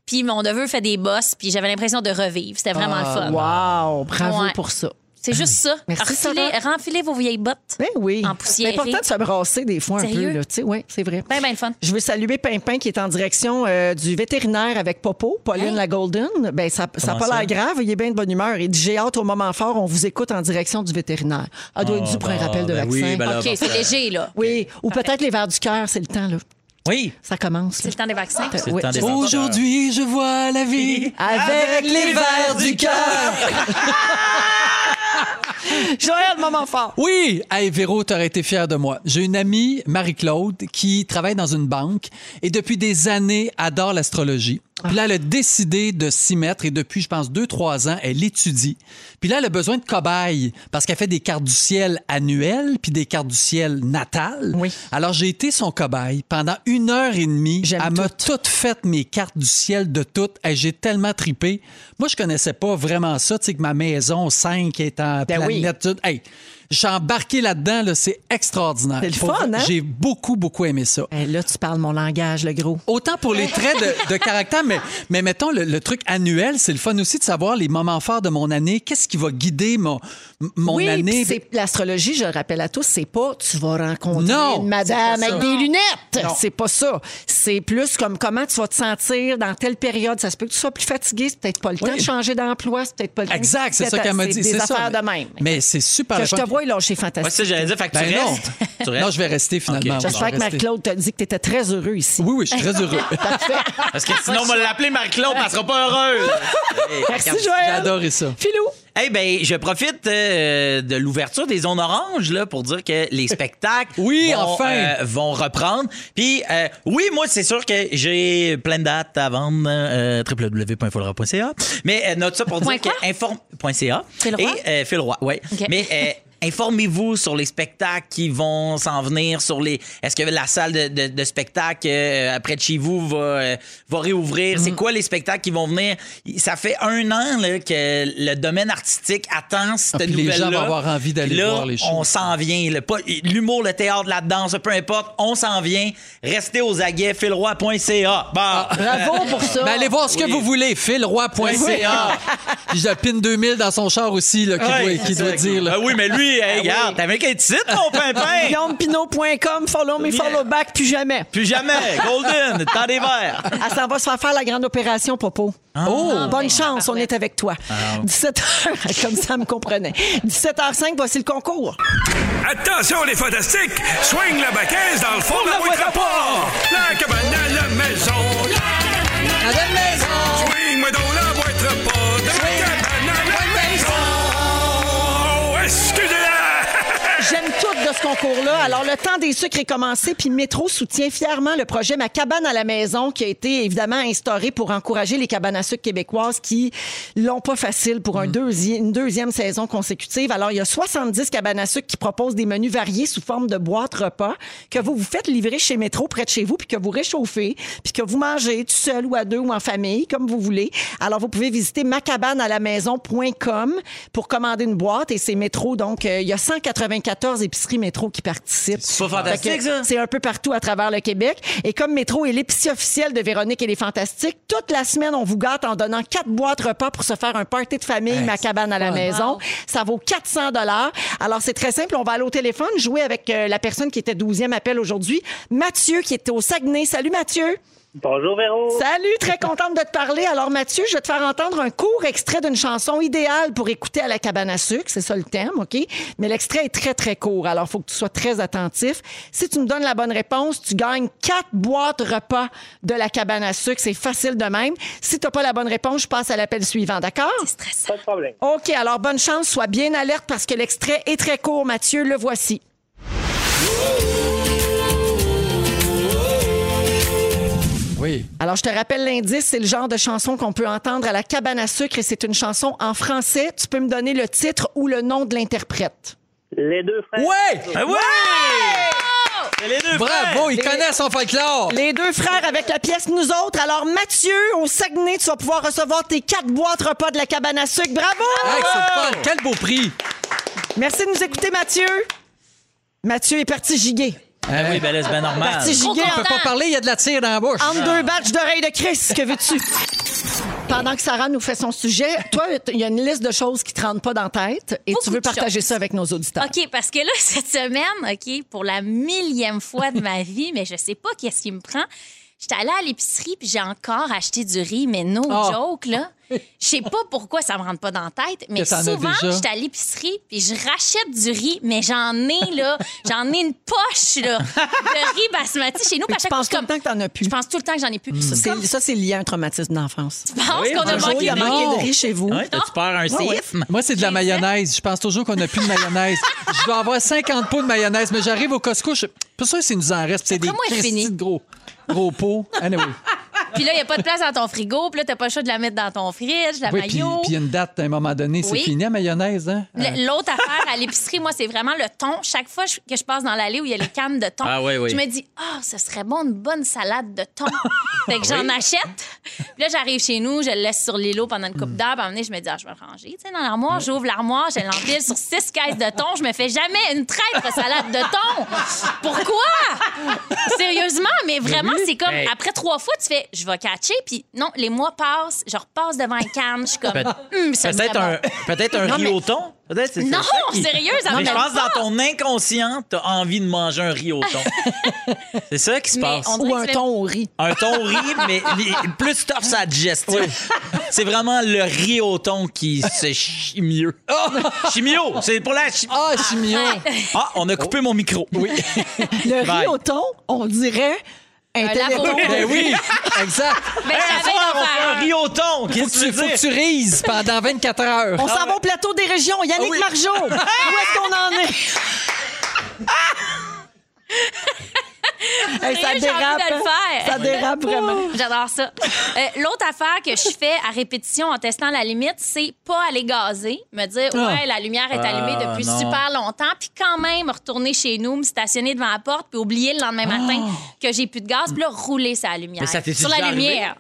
[SPEAKER 3] Puis mon neveu fait des bosses, puis j'avais l'impression de revivre. C'était vraiment le fun.
[SPEAKER 2] Ah, Wow, bravo
[SPEAKER 3] Ouais.
[SPEAKER 2] pour ça.
[SPEAKER 3] C'est juste ça.
[SPEAKER 2] Merci,
[SPEAKER 3] Renfiler- renfiler vos vieilles bottes.
[SPEAKER 2] Ben oui.
[SPEAKER 3] En poussière.
[SPEAKER 2] C'est important de se brasser des fois un
[SPEAKER 3] Sérieux?
[SPEAKER 2] peu, là. Tu sais, oui, c'est vrai.
[SPEAKER 3] Ben, ben, le fun.
[SPEAKER 2] Je veux saluer Pimpin qui est en direction euh, du vétérinaire avec Popo, Pauline
[SPEAKER 3] Hey.
[SPEAKER 2] la Golden. Ben, ça n'a
[SPEAKER 1] Hein? Comment
[SPEAKER 2] pas
[SPEAKER 1] ça?
[SPEAKER 2] l'air grave, il est bien de bonne humeur. Il dit J'ai hâte au moment fort, on vous écoute en direction du vétérinaire. Ah, doit être dû pour un rappel de
[SPEAKER 1] ben
[SPEAKER 2] vaccin. Ah,
[SPEAKER 1] oui, ben là,
[SPEAKER 3] OK,
[SPEAKER 1] bon,
[SPEAKER 3] c'est léger, là.
[SPEAKER 2] Oui, ou peut-être les vers du cœur, c'est le temps, là.
[SPEAKER 1] Oui.
[SPEAKER 2] Ça commence.
[SPEAKER 3] C'est
[SPEAKER 2] là.
[SPEAKER 3] le temps des vaccins.
[SPEAKER 1] C'est
[SPEAKER 2] Ouais,
[SPEAKER 1] le temps des
[SPEAKER 2] c'est-
[SPEAKER 1] enfants.
[SPEAKER 4] Aujourd'hui, je vois la vie
[SPEAKER 2] Avec les vers du cœur. Joël, moment fort.
[SPEAKER 4] Oui! Hey, Véro, t'aurais été fière de moi. J'ai une amie, Marie-Claude, qui travaille dans une banque et depuis des années adore l'astrologie. Puis là, elle a décidé de s'y mettre et depuis, je pense, deux, trois ans, elle étudie. Puis là, elle a besoin de cobayes parce qu'elle fait des cartes du ciel annuelles puis des cartes du ciel natales.
[SPEAKER 2] Oui.
[SPEAKER 4] Alors, j'ai été son cobaye pendant une heure et demie.
[SPEAKER 2] J'aime
[SPEAKER 4] elle m'a toutes faites mes cartes du ciel de toutes. Hey, j'ai tellement tripé. Moi, je connaissais pas vraiment ça, tu sais, que ma maison 5 est en
[SPEAKER 2] Ben oui.
[SPEAKER 4] planète. Hey, j'ai embarqué là-dedans, là, c'est extraordinaire.
[SPEAKER 2] C'est le
[SPEAKER 4] Pour
[SPEAKER 2] fun,
[SPEAKER 4] vrai,
[SPEAKER 2] hein?
[SPEAKER 4] J'ai beaucoup, beaucoup aimé ça.
[SPEAKER 2] Eh, là, tu parles mon langage, le gros.
[SPEAKER 4] Autant pour les traits de, de caractère, mais, mais mettons, le, le truc annuel, c'est le fun aussi de savoir les moments forts de mon année. Qu'est-ce qui va guider mon, mon
[SPEAKER 2] oui,
[SPEAKER 4] année?
[SPEAKER 2] puis c'est- l'astrologie, je le rappelle à tous, c'est pas tu vas rencontrer
[SPEAKER 4] Non,
[SPEAKER 2] une madame
[SPEAKER 4] c'est pas
[SPEAKER 2] avec
[SPEAKER 4] ça.
[SPEAKER 2] des lunettes. C'est pas ça. C'est plus comme comment tu vas te sentir dans telle période. Ça se peut que tu sois plus fatigué, c'est peut-être pas le
[SPEAKER 4] Oui.
[SPEAKER 2] temps de changer d'emploi, c'est peut-être pas le temps.
[SPEAKER 4] Exact, c'est ça qu'elle m'a dit.
[SPEAKER 2] C'est des
[SPEAKER 4] ça.
[SPEAKER 2] affaires de
[SPEAKER 4] mais-
[SPEAKER 2] même.
[SPEAKER 4] Mais c'est super.
[SPEAKER 2] que
[SPEAKER 4] le
[SPEAKER 2] je
[SPEAKER 4] fun.
[SPEAKER 2] te vois lâcher
[SPEAKER 1] Ouais,
[SPEAKER 2] fantastique.
[SPEAKER 1] ça, j'allais dire, fait que
[SPEAKER 4] Ben
[SPEAKER 1] tu
[SPEAKER 4] non.
[SPEAKER 1] restes. Tu restes.
[SPEAKER 4] Non, je vais rester finalement.
[SPEAKER 1] Ok.
[SPEAKER 4] oui,
[SPEAKER 2] J'espère
[SPEAKER 4] je
[SPEAKER 2] que
[SPEAKER 4] vais rester.
[SPEAKER 2] Marc-Claude t'a dit que tu étais très heureux ici.
[SPEAKER 4] Oui, oui, je suis
[SPEAKER 2] [laughs]
[SPEAKER 4] très heureux.
[SPEAKER 1] Parce que sinon, on va l'appeler Marie-Claude, elle sera pas heureuse. Hey,
[SPEAKER 2] Merci,
[SPEAKER 1] regarde.
[SPEAKER 4] J'ai
[SPEAKER 2] Joël.
[SPEAKER 4] adoré ça.
[SPEAKER 2] Philou.
[SPEAKER 1] Eh ben, je profite euh, de l'ouverture des zones oranges là pour dire que les spectacles
[SPEAKER 4] Oui,
[SPEAKER 1] vont, euh,
[SPEAKER 4] enfin.
[SPEAKER 1] vont reprendre. Puis euh, oui, moi c'est sûr que j'ai plein de dates à vendre euh, www.fulroy.ca. Mais euh, note ça pour
[SPEAKER 3] Point
[SPEAKER 1] dire que inform point .ca
[SPEAKER 3] Phil Roy?
[SPEAKER 1] et euh, Phil Roy, ouais.
[SPEAKER 3] OK.
[SPEAKER 1] Mais euh, informez-vous sur les spectacles qui vont s'en venir sur les est-ce que la salle de, de- de spectacle euh, près de chez vous va euh, va réouvrir, c'est quoi les spectacles qui vont venir Ça fait un an là, que le domaine artistique attend cette
[SPEAKER 4] Ah, puis les gens
[SPEAKER 1] nouvelle-là.
[SPEAKER 4] vont avoir envie d'aller
[SPEAKER 1] Puis là,
[SPEAKER 4] voir les shows.
[SPEAKER 1] On s'en vient. là. Pas- L'humour, le théâtre, la danse, peu importe, on s'en vient. Restez aux aguets, filroy.ca. Bon.
[SPEAKER 2] Bravo pour ça.
[SPEAKER 4] Ben, allez voir ce que
[SPEAKER 1] Oui.
[SPEAKER 4] vous voulez, philroy.ca. [laughs] Puis je pine 2000 dans son char aussi, là, qui,
[SPEAKER 1] Ouais,
[SPEAKER 4] doit, qui
[SPEAKER 1] c'est
[SPEAKER 4] doit
[SPEAKER 1] ça.
[SPEAKER 4] dire. là.
[SPEAKER 1] Ah oui, mais lui, hey, regarde, t'avais qu'un titre, mon pimpin.
[SPEAKER 2] GuillaumePinot.com, follow me, follow back, plus jamais.
[SPEAKER 1] Plus jamais. Golden, le temps des verts.
[SPEAKER 2] Elle s'en va se faire faire la grande opération, Popo.
[SPEAKER 4] Ah.
[SPEAKER 2] Oh! Bonne
[SPEAKER 3] ben,
[SPEAKER 2] chance, on
[SPEAKER 3] parfait.
[SPEAKER 2] est avec toi. 17h, [laughs] comme ça elle me comprenait. 17h05, voici le concours.
[SPEAKER 9] Attention les fantastiques! Swing la baquette dans le fond de la boîte à porc! La cabane à la maison! La cabane à la maison! Swing-moi dans la boîte à porc! La cabane à la maison! Oh, Excusez-la!
[SPEAKER 2] J'aime tout de ce concours-là. Alors, le temps des sucres est commencé, puis Métro soutient fièrement le projet Ma cabane à la maison, qui a été évidemment instauré pour encourager les cabanes à sucre québécoises qui l'ont pas facile pour un deuxi- une deuxième saison consécutive. Alors, il y a 70 cabanes à sucre qui proposent des menus variés sous forme de boîtes repas que vous vous faites livrer chez Métro près de chez vous, puis que vous réchauffez, puis que vous mangez tout seul ou à deux ou en famille, comme vous voulez. Alors, vous pouvez visiter macabanealamaison.com pour commander une boîte et c'est Métro. Donc, euh, il y a 194 épiceries Métro qui participent.
[SPEAKER 1] C'est pas fantastique,
[SPEAKER 2] Fait que
[SPEAKER 1] ça?
[SPEAKER 2] C'est un peu partout à travers le Québec. Et comme Métro est l'épicerie officielle de Véronique et les Fantastiques, toute la semaine, on vous gâte en donnant quatre boîtes repas pour se faire un party de famille, ma cabane à la maison.
[SPEAKER 3] Wow.
[SPEAKER 2] Ça vaut 400 dollars. Alors, c'est très simple. On va aller au téléphone jouer avec euh, la personne qui était 12e appel aujourd'hui, Mathieu, qui était au Saguenay. Salut, Mathieu.
[SPEAKER 10] Bonjour Véro.
[SPEAKER 2] Salut, très contente de te parler. Alors, Mathieu, je vais te faire entendre un court extrait d'une chanson idéale pour écouter à la cabane à sucre. C'est ça le thème, OK? Mais l'extrait est très, très court. Alors, il faut que tu sois très attentif. Si tu me donnes la bonne réponse, tu gagnes quatre boîtes repas de la cabane à sucre. C'est facile de même. Si tu n'as pas la bonne réponse, je passe à l'appel suivant, d'accord?
[SPEAKER 3] C'est stressant.
[SPEAKER 10] Pas de problème.
[SPEAKER 2] OK, alors bonne chance, sois bien alerte parce que l'extrait est très court, Mathieu, le voici.
[SPEAKER 4] Oui.
[SPEAKER 2] Alors, je te rappelle l'indice, c'est le genre de chanson qu'on peut entendre à la cabane à sucre et c'est une chanson en français. Tu peux me donner le titre ou le nom de l'interprète.
[SPEAKER 10] Les deux frères.
[SPEAKER 4] Ouais!
[SPEAKER 1] Ah ouais! C'est les deux
[SPEAKER 4] Bravo, il connaît son folklore.
[SPEAKER 2] Les deux frères avec la pièce Nous autres. Alors, Mathieu, au Saguenay, tu vas pouvoir recevoir tes quatre boîtes repas de la cabane à sucre. Bravo!
[SPEAKER 4] Hey, c'est le
[SPEAKER 1] Oh!
[SPEAKER 4] fun. Quel beau prix!
[SPEAKER 2] Merci de nous écouter, Mathieu. Mathieu est parti giguer.
[SPEAKER 1] Ah oui, ben là, c'est bien normal.
[SPEAKER 2] Parti
[SPEAKER 3] Trop
[SPEAKER 2] giguer
[SPEAKER 4] On peut
[SPEAKER 3] content.
[SPEAKER 4] pas parler, il y a de la tire dans la bouche.
[SPEAKER 2] Entre deux batchs d'oreilles de Chris, que veux-tu? Pendant que Sarah nous fait son sujet, toi, t- il y a une liste de choses qui te rentrent pas dans la tête et
[SPEAKER 3] Beaucoup
[SPEAKER 2] tu veux
[SPEAKER 3] de
[SPEAKER 2] partager ça avec nos auditeurs.
[SPEAKER 3] [laughs] OK, parce que là,
[SPEAKER 4] [laughs]
[SPEAKER 3] cette semaine, OK, pour la millième fois de ma vie, mais je sais pas qu'est-ce qui me prend, J'étais allée à l'épicerie, puis j'ai encore acheté du riz, mais no
[SPEAKER 4] Ah.
[SPEAKER 3] joke,
[SPEAKER 4] [laughs]
[SPEAKER 3] là. Je sais pas pourquoi ça me rentre pas dans la tête, mais
[SPEAKER 4] Que t'en as
[SPEAKER 3] souvent,
[SPEAKER 4] déjà.
[SPEAKER 3] j'étais à l'épicerie, puis je rachète du riz, mais j'en ai, là, j'en ai une poche, là, de riz basmati chez nous. parce
[SPEAKER 2] Je
[SPEAKER 3] que
[SPEAKER 2] pense tout
[SPEAKER 3] comme-
[SPEAKER 2] le temps que t'en as plus.
[SPEAKER 3] Je pense tout le temps que j'en ai plus.
[SPEAKER 4] Hmm.
[SPEAKER 2] C'est- Ça, c'est lié à un traumatisme d'enfance.
[SPEAKER 3] Je pense
[SPEAKER 1] Ben Oui,
[SPEAKER 3] qu'on a
[SPEAKER 1] bonjour,
[SPEAKER 2] Il
[SPEAKER 3] manqué
[SPEAKER 2] y a
[SPEAKER 3] de riz.
[SPEAKER 2] manqué de riz chez vous.
[SPEAKER 1] Ouais, T'as-tu peur à un séisme?
[SPEAKER 4] Moi, c'est de la mayonnaise. Je pense toujours qu'on n'a plus de mayonnaise. je dois avoir 50 pots de mayonnaise, mais j'arrive au Costco, je suis pas sûr s'il nous en reste. puis C'est des
[SPEAKER 3] Après moi, elle
[SPEAKER 4] cristis
[SPEAKER 3] finit.
[SPEAKER 4] de gros, gros pots. Anyway.
[SPEAKER 3] Puis là, il n'y a pas de place dans ton frigo. Puis là, t'as pas le choix de la mettre dans ton fridge, la
[SPEAKER 4] Oui, puis
[SPEAKER 3] maillot.
[SPEAKER 4] puis il y a une date, à un moment donné, c'est
[SPEAKER 3] Oui.
[SPEAKER 4] fini la mayonnaise. Hein?
[SPEAKER 3] Le- L'autre affaire à l'épicerie, moi, c'est vraiment le thon. Chaque fois je- que je passe dans l'allée où il y a les cannes de thon,
[SPEAKER 1] Ah oui, oui.
[SPEAKER 3] je me dis, ah, ce serait bon une bonne salade de thon. fait que j'en achète. Puis là, j'arrive chez nous, je le laisse sur l'îlot pendant une coupe d'heure. Puis à un moment donné, je me dis, ah, je vais le ranger. Tu sais, dans l'armoire, j'ouvre l'armoire, je l'empile sur six caisses de thon. Je me fais jamais une traite de salade de thon. Pourquoi? Sérieusement, mais vraiment, c'est comme,
[SPEAKER 1] Hey.
[SPEAKER 3] après trois fois, tu fais, je vais catcher. Puis non, les mois passent, je repasse devant une canne. Je suis comme, hum, ça me
[SPEAKER 1] Peut-être
[SPEAKER 3] serait
[SPEAKER 1] un,
[SPEAKER 3] bon.
[SPEAKER 1] peut-être un riz au thon? Peut-être c'est- c'est
[SPEAKER 3] Non,
[SPEAKER 1] ça qui-
[SPEAKER 3] sérieux, ça
[SPEAKER 1] Mais
[SPEAKER 3] me
[SPEAKER 1] je
[SPEAKER 3] donne
[SPEAKER 1] pense que dans ton inconscient, t'as envie de manger un riz au thon. c'est ça qui se
[SPEAKER 3] Mais
[SPEAKER 1] passe.
[SPEAKER 3] on-
[SPEAKER 2] Ou un thon au riz.
[SPEAKER 1] Un thon riz, mais li- plus tough ça digestion. C'est vraiment le riz au thon qui se chie mieux. Chimio, c'est pour la chi-
[SPEAKER 4] Ah, chimio!
[SPEAKER 1] Ah, on a coupé mon micro. Oui.
[SPEAKER 2] Le riz
[SPEAKER 1] Bye.
[SPEAKER 2] au thon, on dirait
[SPEAKER 3] labo.
[SPEAKER 2] intellectuel.
[SPEAKER 4] Ben oui, exact.
[SPEAKER 3] Ben,
[SPEAKER 1] À
[SPEAKER 3] j'avais
[SPEAKER 1] soir,
[SPEAKER 3] d'en
[SPEAKER 1] on fait
[SPEAKER 3] faire
[SPEAKER 1] un
[SPEAKER 3] un.
[SPEAKER 1] riz au thon.
[SPEAKER 4] Faut
[SPEAKER 1] Qu'est-ce
[SPEAKER 4] que,
[SPEAKER 1] que tu
[SPEAKER 4] tu, faut
[SPEAKER 1] veux
[SPEAKER 4] que
[SPEAKER 1] dire?
[SPEAKER 4] tu rises pendant 24 heures.
[SPEAKER 2] On s'en va au plateau des régions.
[SPEAKER 3] Ah
[SPEAKER 2] Yannick Margeau,
[SPEAKER 3] [laughs]
[SPEAKER 2] où est-ce qu'on en est? Hey, ça
[SPEAKER 3] Sérieux, j'ai envie
[SPEAKER 2] dérape.
[SPEAKER 3] de le
[SPEAKER 2] hein?
[SPEAKER 3] faire.
[SPEAKER 2] Ça dérape vraiment.
[SPEAKER 3] J'adore ça. Euh, L'autre affaire que je fais à répétition en testant la limite, c'est pas aller gazer, me dire ouais la lumière est allumée
[SPEAKER 1] Ah,
[SPEAKER 3] depuis
[SPEAKER 1] non.
[SPEAKER 3] super longtemps, puis quand même retourner chez nous, me stationner devant la porte, puis oublier le lendemain matin que j'ai plus de gaz, puis là rouler sa lumière
[SPEAKER 1] Ah. Mais ça t'est
[SPEAKER 3] sur la
[SPEAKER 1] déjà
[SPEAKER 3] lumière.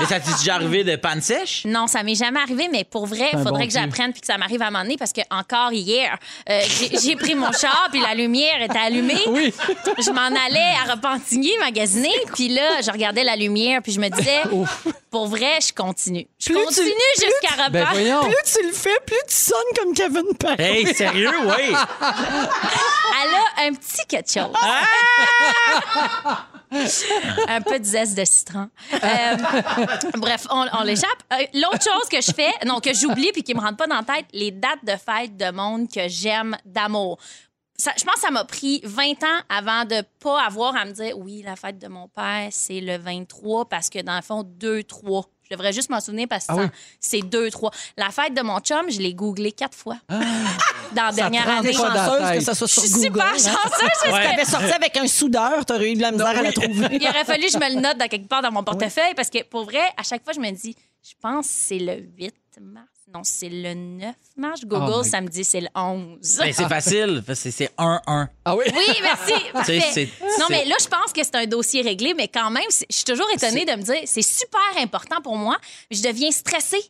[SPEAKER 1] Et ça t'est déjà arrivé de panne sèche?
[SPEAKER 3] Non, ça m'est jamais arrivé, mais pour vrai, il
[SPEAKER 4] un
[SPEAKER 3] faudrait
[SPEAKER 4] bon
[SPEAKER 3] que
[SPEAKER 4] cul.
[SPEAKER 3] j'apprenne puis que ça m'arrive à un moment donné parce que encore hier, euh, j'ai- j'ai pris mon char puis la lumière était allumée.
[SPEAKER 4] Oui.
[SPEAKER 3] Je m'en allais à Repentigny magasiner puis là, je regardais la lumière puis je me disais, pour vrai, je continue. Je
[SPEAKER 2] Plus tu-
[SPEAKER 3] continue
[SPEAKER 2] plus
[SPEAKER 3] jusqu'à
[SPEAKER 4] Ben
[SPEAKER 3] Repentigny.
[SPEAKER 4] voyons.
[SPEAKER 2] Plus tu le fais, plus tu sonnes comme Kevin Parent.
[SPEAKER 1] Hey, sérieux, [laughs] oui.
[SPEAKER 3] Elle a un petit quelque chose.
[SPEAKER 4] Ah!
[SPEAKER 3] [laughs] un peu de zeste de citron. Euh, bref, on, on l'échappe. Euh, L'autre chose que je fais, non, que j'oublie puis qui me rentre pas dans la tête, les dates de fête de monde que j'aime d'amour. Ça- je pense que ça m'a pris 20 ans avant de pas avoir à me dire oui, la fête de mon père, c'est le 23 parce que dans le fond, 2-3. Je devrais juste m'en souvenir parce que
[SPEAKER 4] Ah oui.
[SPEAKER 3] ça, c'est 2-3. La fête de mon chum, je l'ai googlé quatre fois
[SPEAKER 4] Ah!
[SPEAKER 3] dans la
[SPEAKER 4] te
[SPEAKER 3] dernière
[SPEAKER 4] rentre
[SPEAKER 3] année.
[SPEAKER 4] pas dans la
[SPEAKER 2] chanceuse
[SPEAKER 4] tête.
[SPEAKER 2] que ça soit
[SPEAKER 3] Je
[SPEAKER 2] sur
[SPEAKER 3] suis
[SPEAKER 2] Google.
[SPEAKER 3] super
[SPEAKER 2] hein?
[SPEAKER 3] chanceuse Ben parce
[SPEAKER 1] Ouais.
[SPEAKER 3] que
[SPEAKER 2] T'avais sorti avec un soudeur, t'aurais eu de la misère à la trouver.
[SPEAKER 3] il aurait fallu que je
[SPEAKER 2] [laughs]
[SPEAKER 3] me le note dans quelque part dans mon portefeuille parce que pour vrai, à chaque fois, je me dis, je pense que c'est le 8 mars. Non, c'est le 9 mars. Je Google,
[SPEAKER 4] Oh my-
[SPEAKER 3] ça me dit c'est le 11.
[SPEAKER 1] Ben, c'est facile. parce que C'est 1-1.
[SPEAKER 4] Ah oui?
[SPEAKER 3] [laughs] Oui,
[SPEAKER 1] [laughs]
[SPEAKER 3] merci. Parfait.
[SPEAKER 1] c'est-
[SPEAKER 3] Non,
[SPEAKER 1] c'est-
[SPEAKER 3] mais là, je pense que c'est un dossier réglé, mais quand même, c'est- je suis toujours étonnée de me dire c'est super important pour moi. Je deviens stressée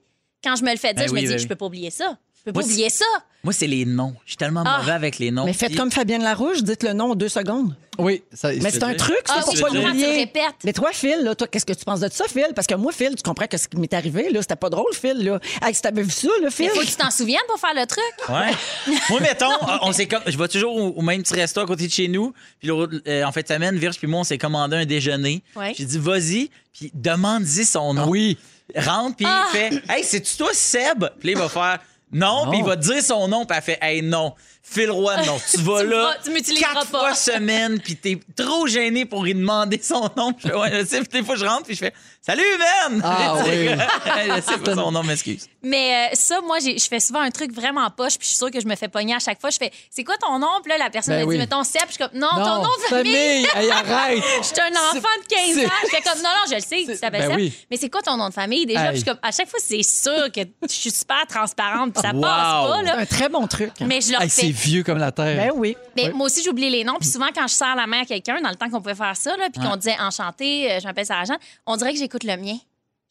[SPEAKER 3] quand je me le fais dire.
[SPEAKER 1] Ben
[SPEAKER 3] je
[SPEAKER 1] oui,
[SPEAKER 3] me dis,
[SPEAKER 1] ben
[SPEAKER 3] je
[SPEAKER 1] oui.
[SPEAKER 3] peux pas oublier ça. Je peux pas
[SPEAKER 1] Moi, c'est-
[SPEAKER 3] oublier ça.
[SPEAKER 1] Moi, c'est les noms. Je suis tellement
[SPEAKER 3] Ah.
[SPEAKER 1] mauvais avec les noms.
[SPEAKER 2] Mais faites
[SPEAKER 1] Puis-
[SPEAKER 2] comme Fabienne Larouche, dites le nom en deux secondes.
[SPEAKER 4] Oui, ça,
[SPEAKER 2] Mais c'est un truc, c'est
[SPEAKER 3] Ah
[SPEAKER 2] pour
[SPEAKER 3] oui,
[SPEAKER 2] pas
[SPEAKER 3] je comprends, tu le
[SPEAKER 2] l'oublier.
[SPEAKER 3] répètes.
[SPEAKER 2] Mais toi, Phil, là, toi, qu'est-ce que tu penses de ça, Phil? Parce que moi, Phil, tu comprends que ce qui m'est arrivé, là, c'était pas drôle, Phil, là. Hey, si t'avais vu ça, là, Phil?
[SPEAKER 3] Il faut que tu t'en souviennes pour faire le truc.
[SPEAKER 1] Ouais. moi, mettons, on s'est comme, je vais toujours au, au même petit resto à côté de chez nous. Puis l'autre, euh, en fait, de semaine, Virge puis moi, on s'est commandé un déjeuner.
[SPEAKER 3] Ouais.
[SPEAKER 1] J'ai dit, vas-y, puis demande-y son nom.
[SPEAKER 4] Oui.
[SPEAKER 1] Rentre, puis
[SPEAKER 3] Ah!
[SPEAKER 1] il fait, hey, c'est-tu toi, Seb? Puis là, il va faire, non,
[SPEAKER 4] Non.
[SPEAKER 1] puis il va te dire son nom, puis elle fait, hey, non, Phil Roy,
[SPEAKER 3] [laughs]
[SPEAKER 1] non. Tu vas
[SPEAKER 3] Tu
[SPEAKER 1] là
[SPEAKER 3] vas- tu m'utiliseras
[SPEAKER 1] quatre
[SPEAKER 3] pas.
[SPEAKER 1] fois semaine, puis t'es trop gêné pour lui demander son nom. Je fais, ouais, je sais, puis des fois, je rentre, puis je fais, salut, man!
[SPEAKER 4] Ah,
[SPEAKER 1] Je sais
[SPEAKER 4] oui.
[SPEAKER 1] que- [laughs] je sais pas son nom, m'excuse.
[SPEAKER 3] Mais euh, ça, moi, j'ai- je fais souvent un truc vraiment poche, puis je suis sûre que je me fais pogner à chaque fois. Je fais C'est quoi ton nom? Puis là, la personne
[SPEAKER 4] Ben
[SPEAKER 3] me
[SPEAKER 4] oui.
[SPEAKER 3] dit Mettons Seb. Puis je suis comme Non, ton nom
[SPEAKER 4] Non,
[SPEAKER 3] de famille.
[SPEAKER 4] famille. Hey, arrête.
[SPEAKER 3] Je suis un enfant de 15 ans. Je fais comme Non, non, je le sais, tu t'appelles
[SPEAKER 4] Ben
[SPEAKER 3] Seb.
[SPEAKER 4] oui.
[SPEAKER 3] Mais c'est quoi ton nom de famille déjà? Puis je suis
[SPEAKER 4] Hey.
[SPEAKER 3] comme À chaque fois, c'est sûr que je suis super transparente, puis ça
[SPEAKER 1] Wow.
[SPEAKER 3] passe pas,
[SPEAKER 2] C'est
[SPEAKER 3] là.
[SPEAKER 2] un très bon truc.
[SPEAKER 3] Mais je le
[SPEAKER 4] Hey, c'est
[SPEAKER 3] fais.
[SPEAKER 4] vieux comme la terre.
[SPEAKER 2] Ben oui.
[SPEAKER 3] Mais moi aussi, j'oublie les noms. Puis souvent, quand je sers la main à quelqu'un, dans le temps qu'on pouvait faire ça, là, puis qu'on disait Enchanté, euh, je m'appelle Sarah-Jeanne, on dirait que j'écoute le mien.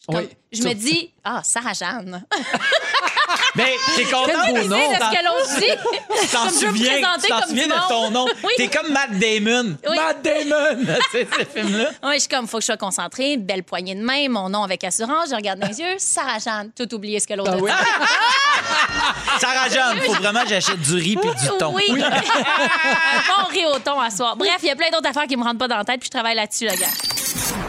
[SPEAKER 3] Je suis comme-
[SPEAKER 4] Oui.
[SPEAKER 3] Je me dis, ah, Sarah-Jeanne.
[SPEAKER 1] Mais t'es content
[SPEAKER 3] [laughs] Quel beau nom. C'est ce que l'on dit.
[SPEAKER 1] Tu t'en
[SPEAKER 3] Comme je veux me
[SPEAKER 1] souviens,
[SPEAKER 3] présenter
[SPEAKER 1] tu t'en
[SPEAKER 3] comme
[SPEAKER 1] souviens
[SPEAKER 3] du
[SPEAKER 1] de ton
[SPEAKER 3] monde.
[SPEAKER 1] nom.
[SPEAKER 3] Oui.
[SPEAKER 1] T'es comme Matt Damon.
[SPEAKER 3] Oui.
[SPEAKER 1] Matt Damon, [laughs] c'est ce film-là.
[SPEAKER 3] Oui, je suis comme, faut que je sois concentrée, une belle poignée de main, mon nom avec assurance, je regarde dans les yeux, Sarah Jeanne, tout oublié ce que
[SPEAKER 2] Ah
[SPEAKER 3] l'autre a dit.
[SPEAKER 1] Sarah Jeanne, faut vraiment que j'achète du riz puis du thon.
[SPEAKER 3] Ah. Oui. [laughs] bon riz au thon à soir. Bref, il y a plein d'autres affaires qui me rentrent pas dans la tête, puis je travaille là-dessus, la gars.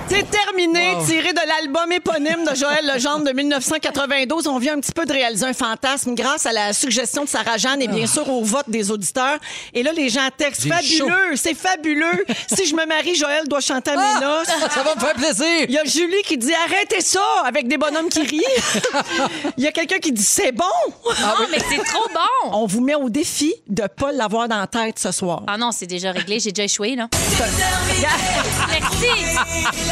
[SPEAKER 2] C'est terminé, tiré de l'album éponyme de Joël Legendre de 1992. On vient un petit peu de réaliser un fantasme grâce à la suggestion de Sarah Jeanne et bien sûr au vote des auditeurs. Et là, les gens textent
[SPEAKER 4] J'ai
[SPEAKER 2] fabuleux, c'est fabuleux. si je me marie, Joël doit chanter à mes noces.
[SPEAKER 4] Ah, Ça va me faire plaisir.
[SPEAKER 2] Il y a Julie qui dit arrêtez ça avec des bonhommes qui rient. [laughs] Il y a quelqu'un qui dit c'est bon.
[SPEAKER 3] non, Ah, mais c'est trop bon.
[SPEAKER 2] On vous met au défi de pas l'avoir dans la tête ce soir.
[SPEAKER 3] Ah non, c'est déjà réglé, j'ai déjà échoué,
[SPEAKER 2] [laughs]
[SPEAKER 3] là. Merci.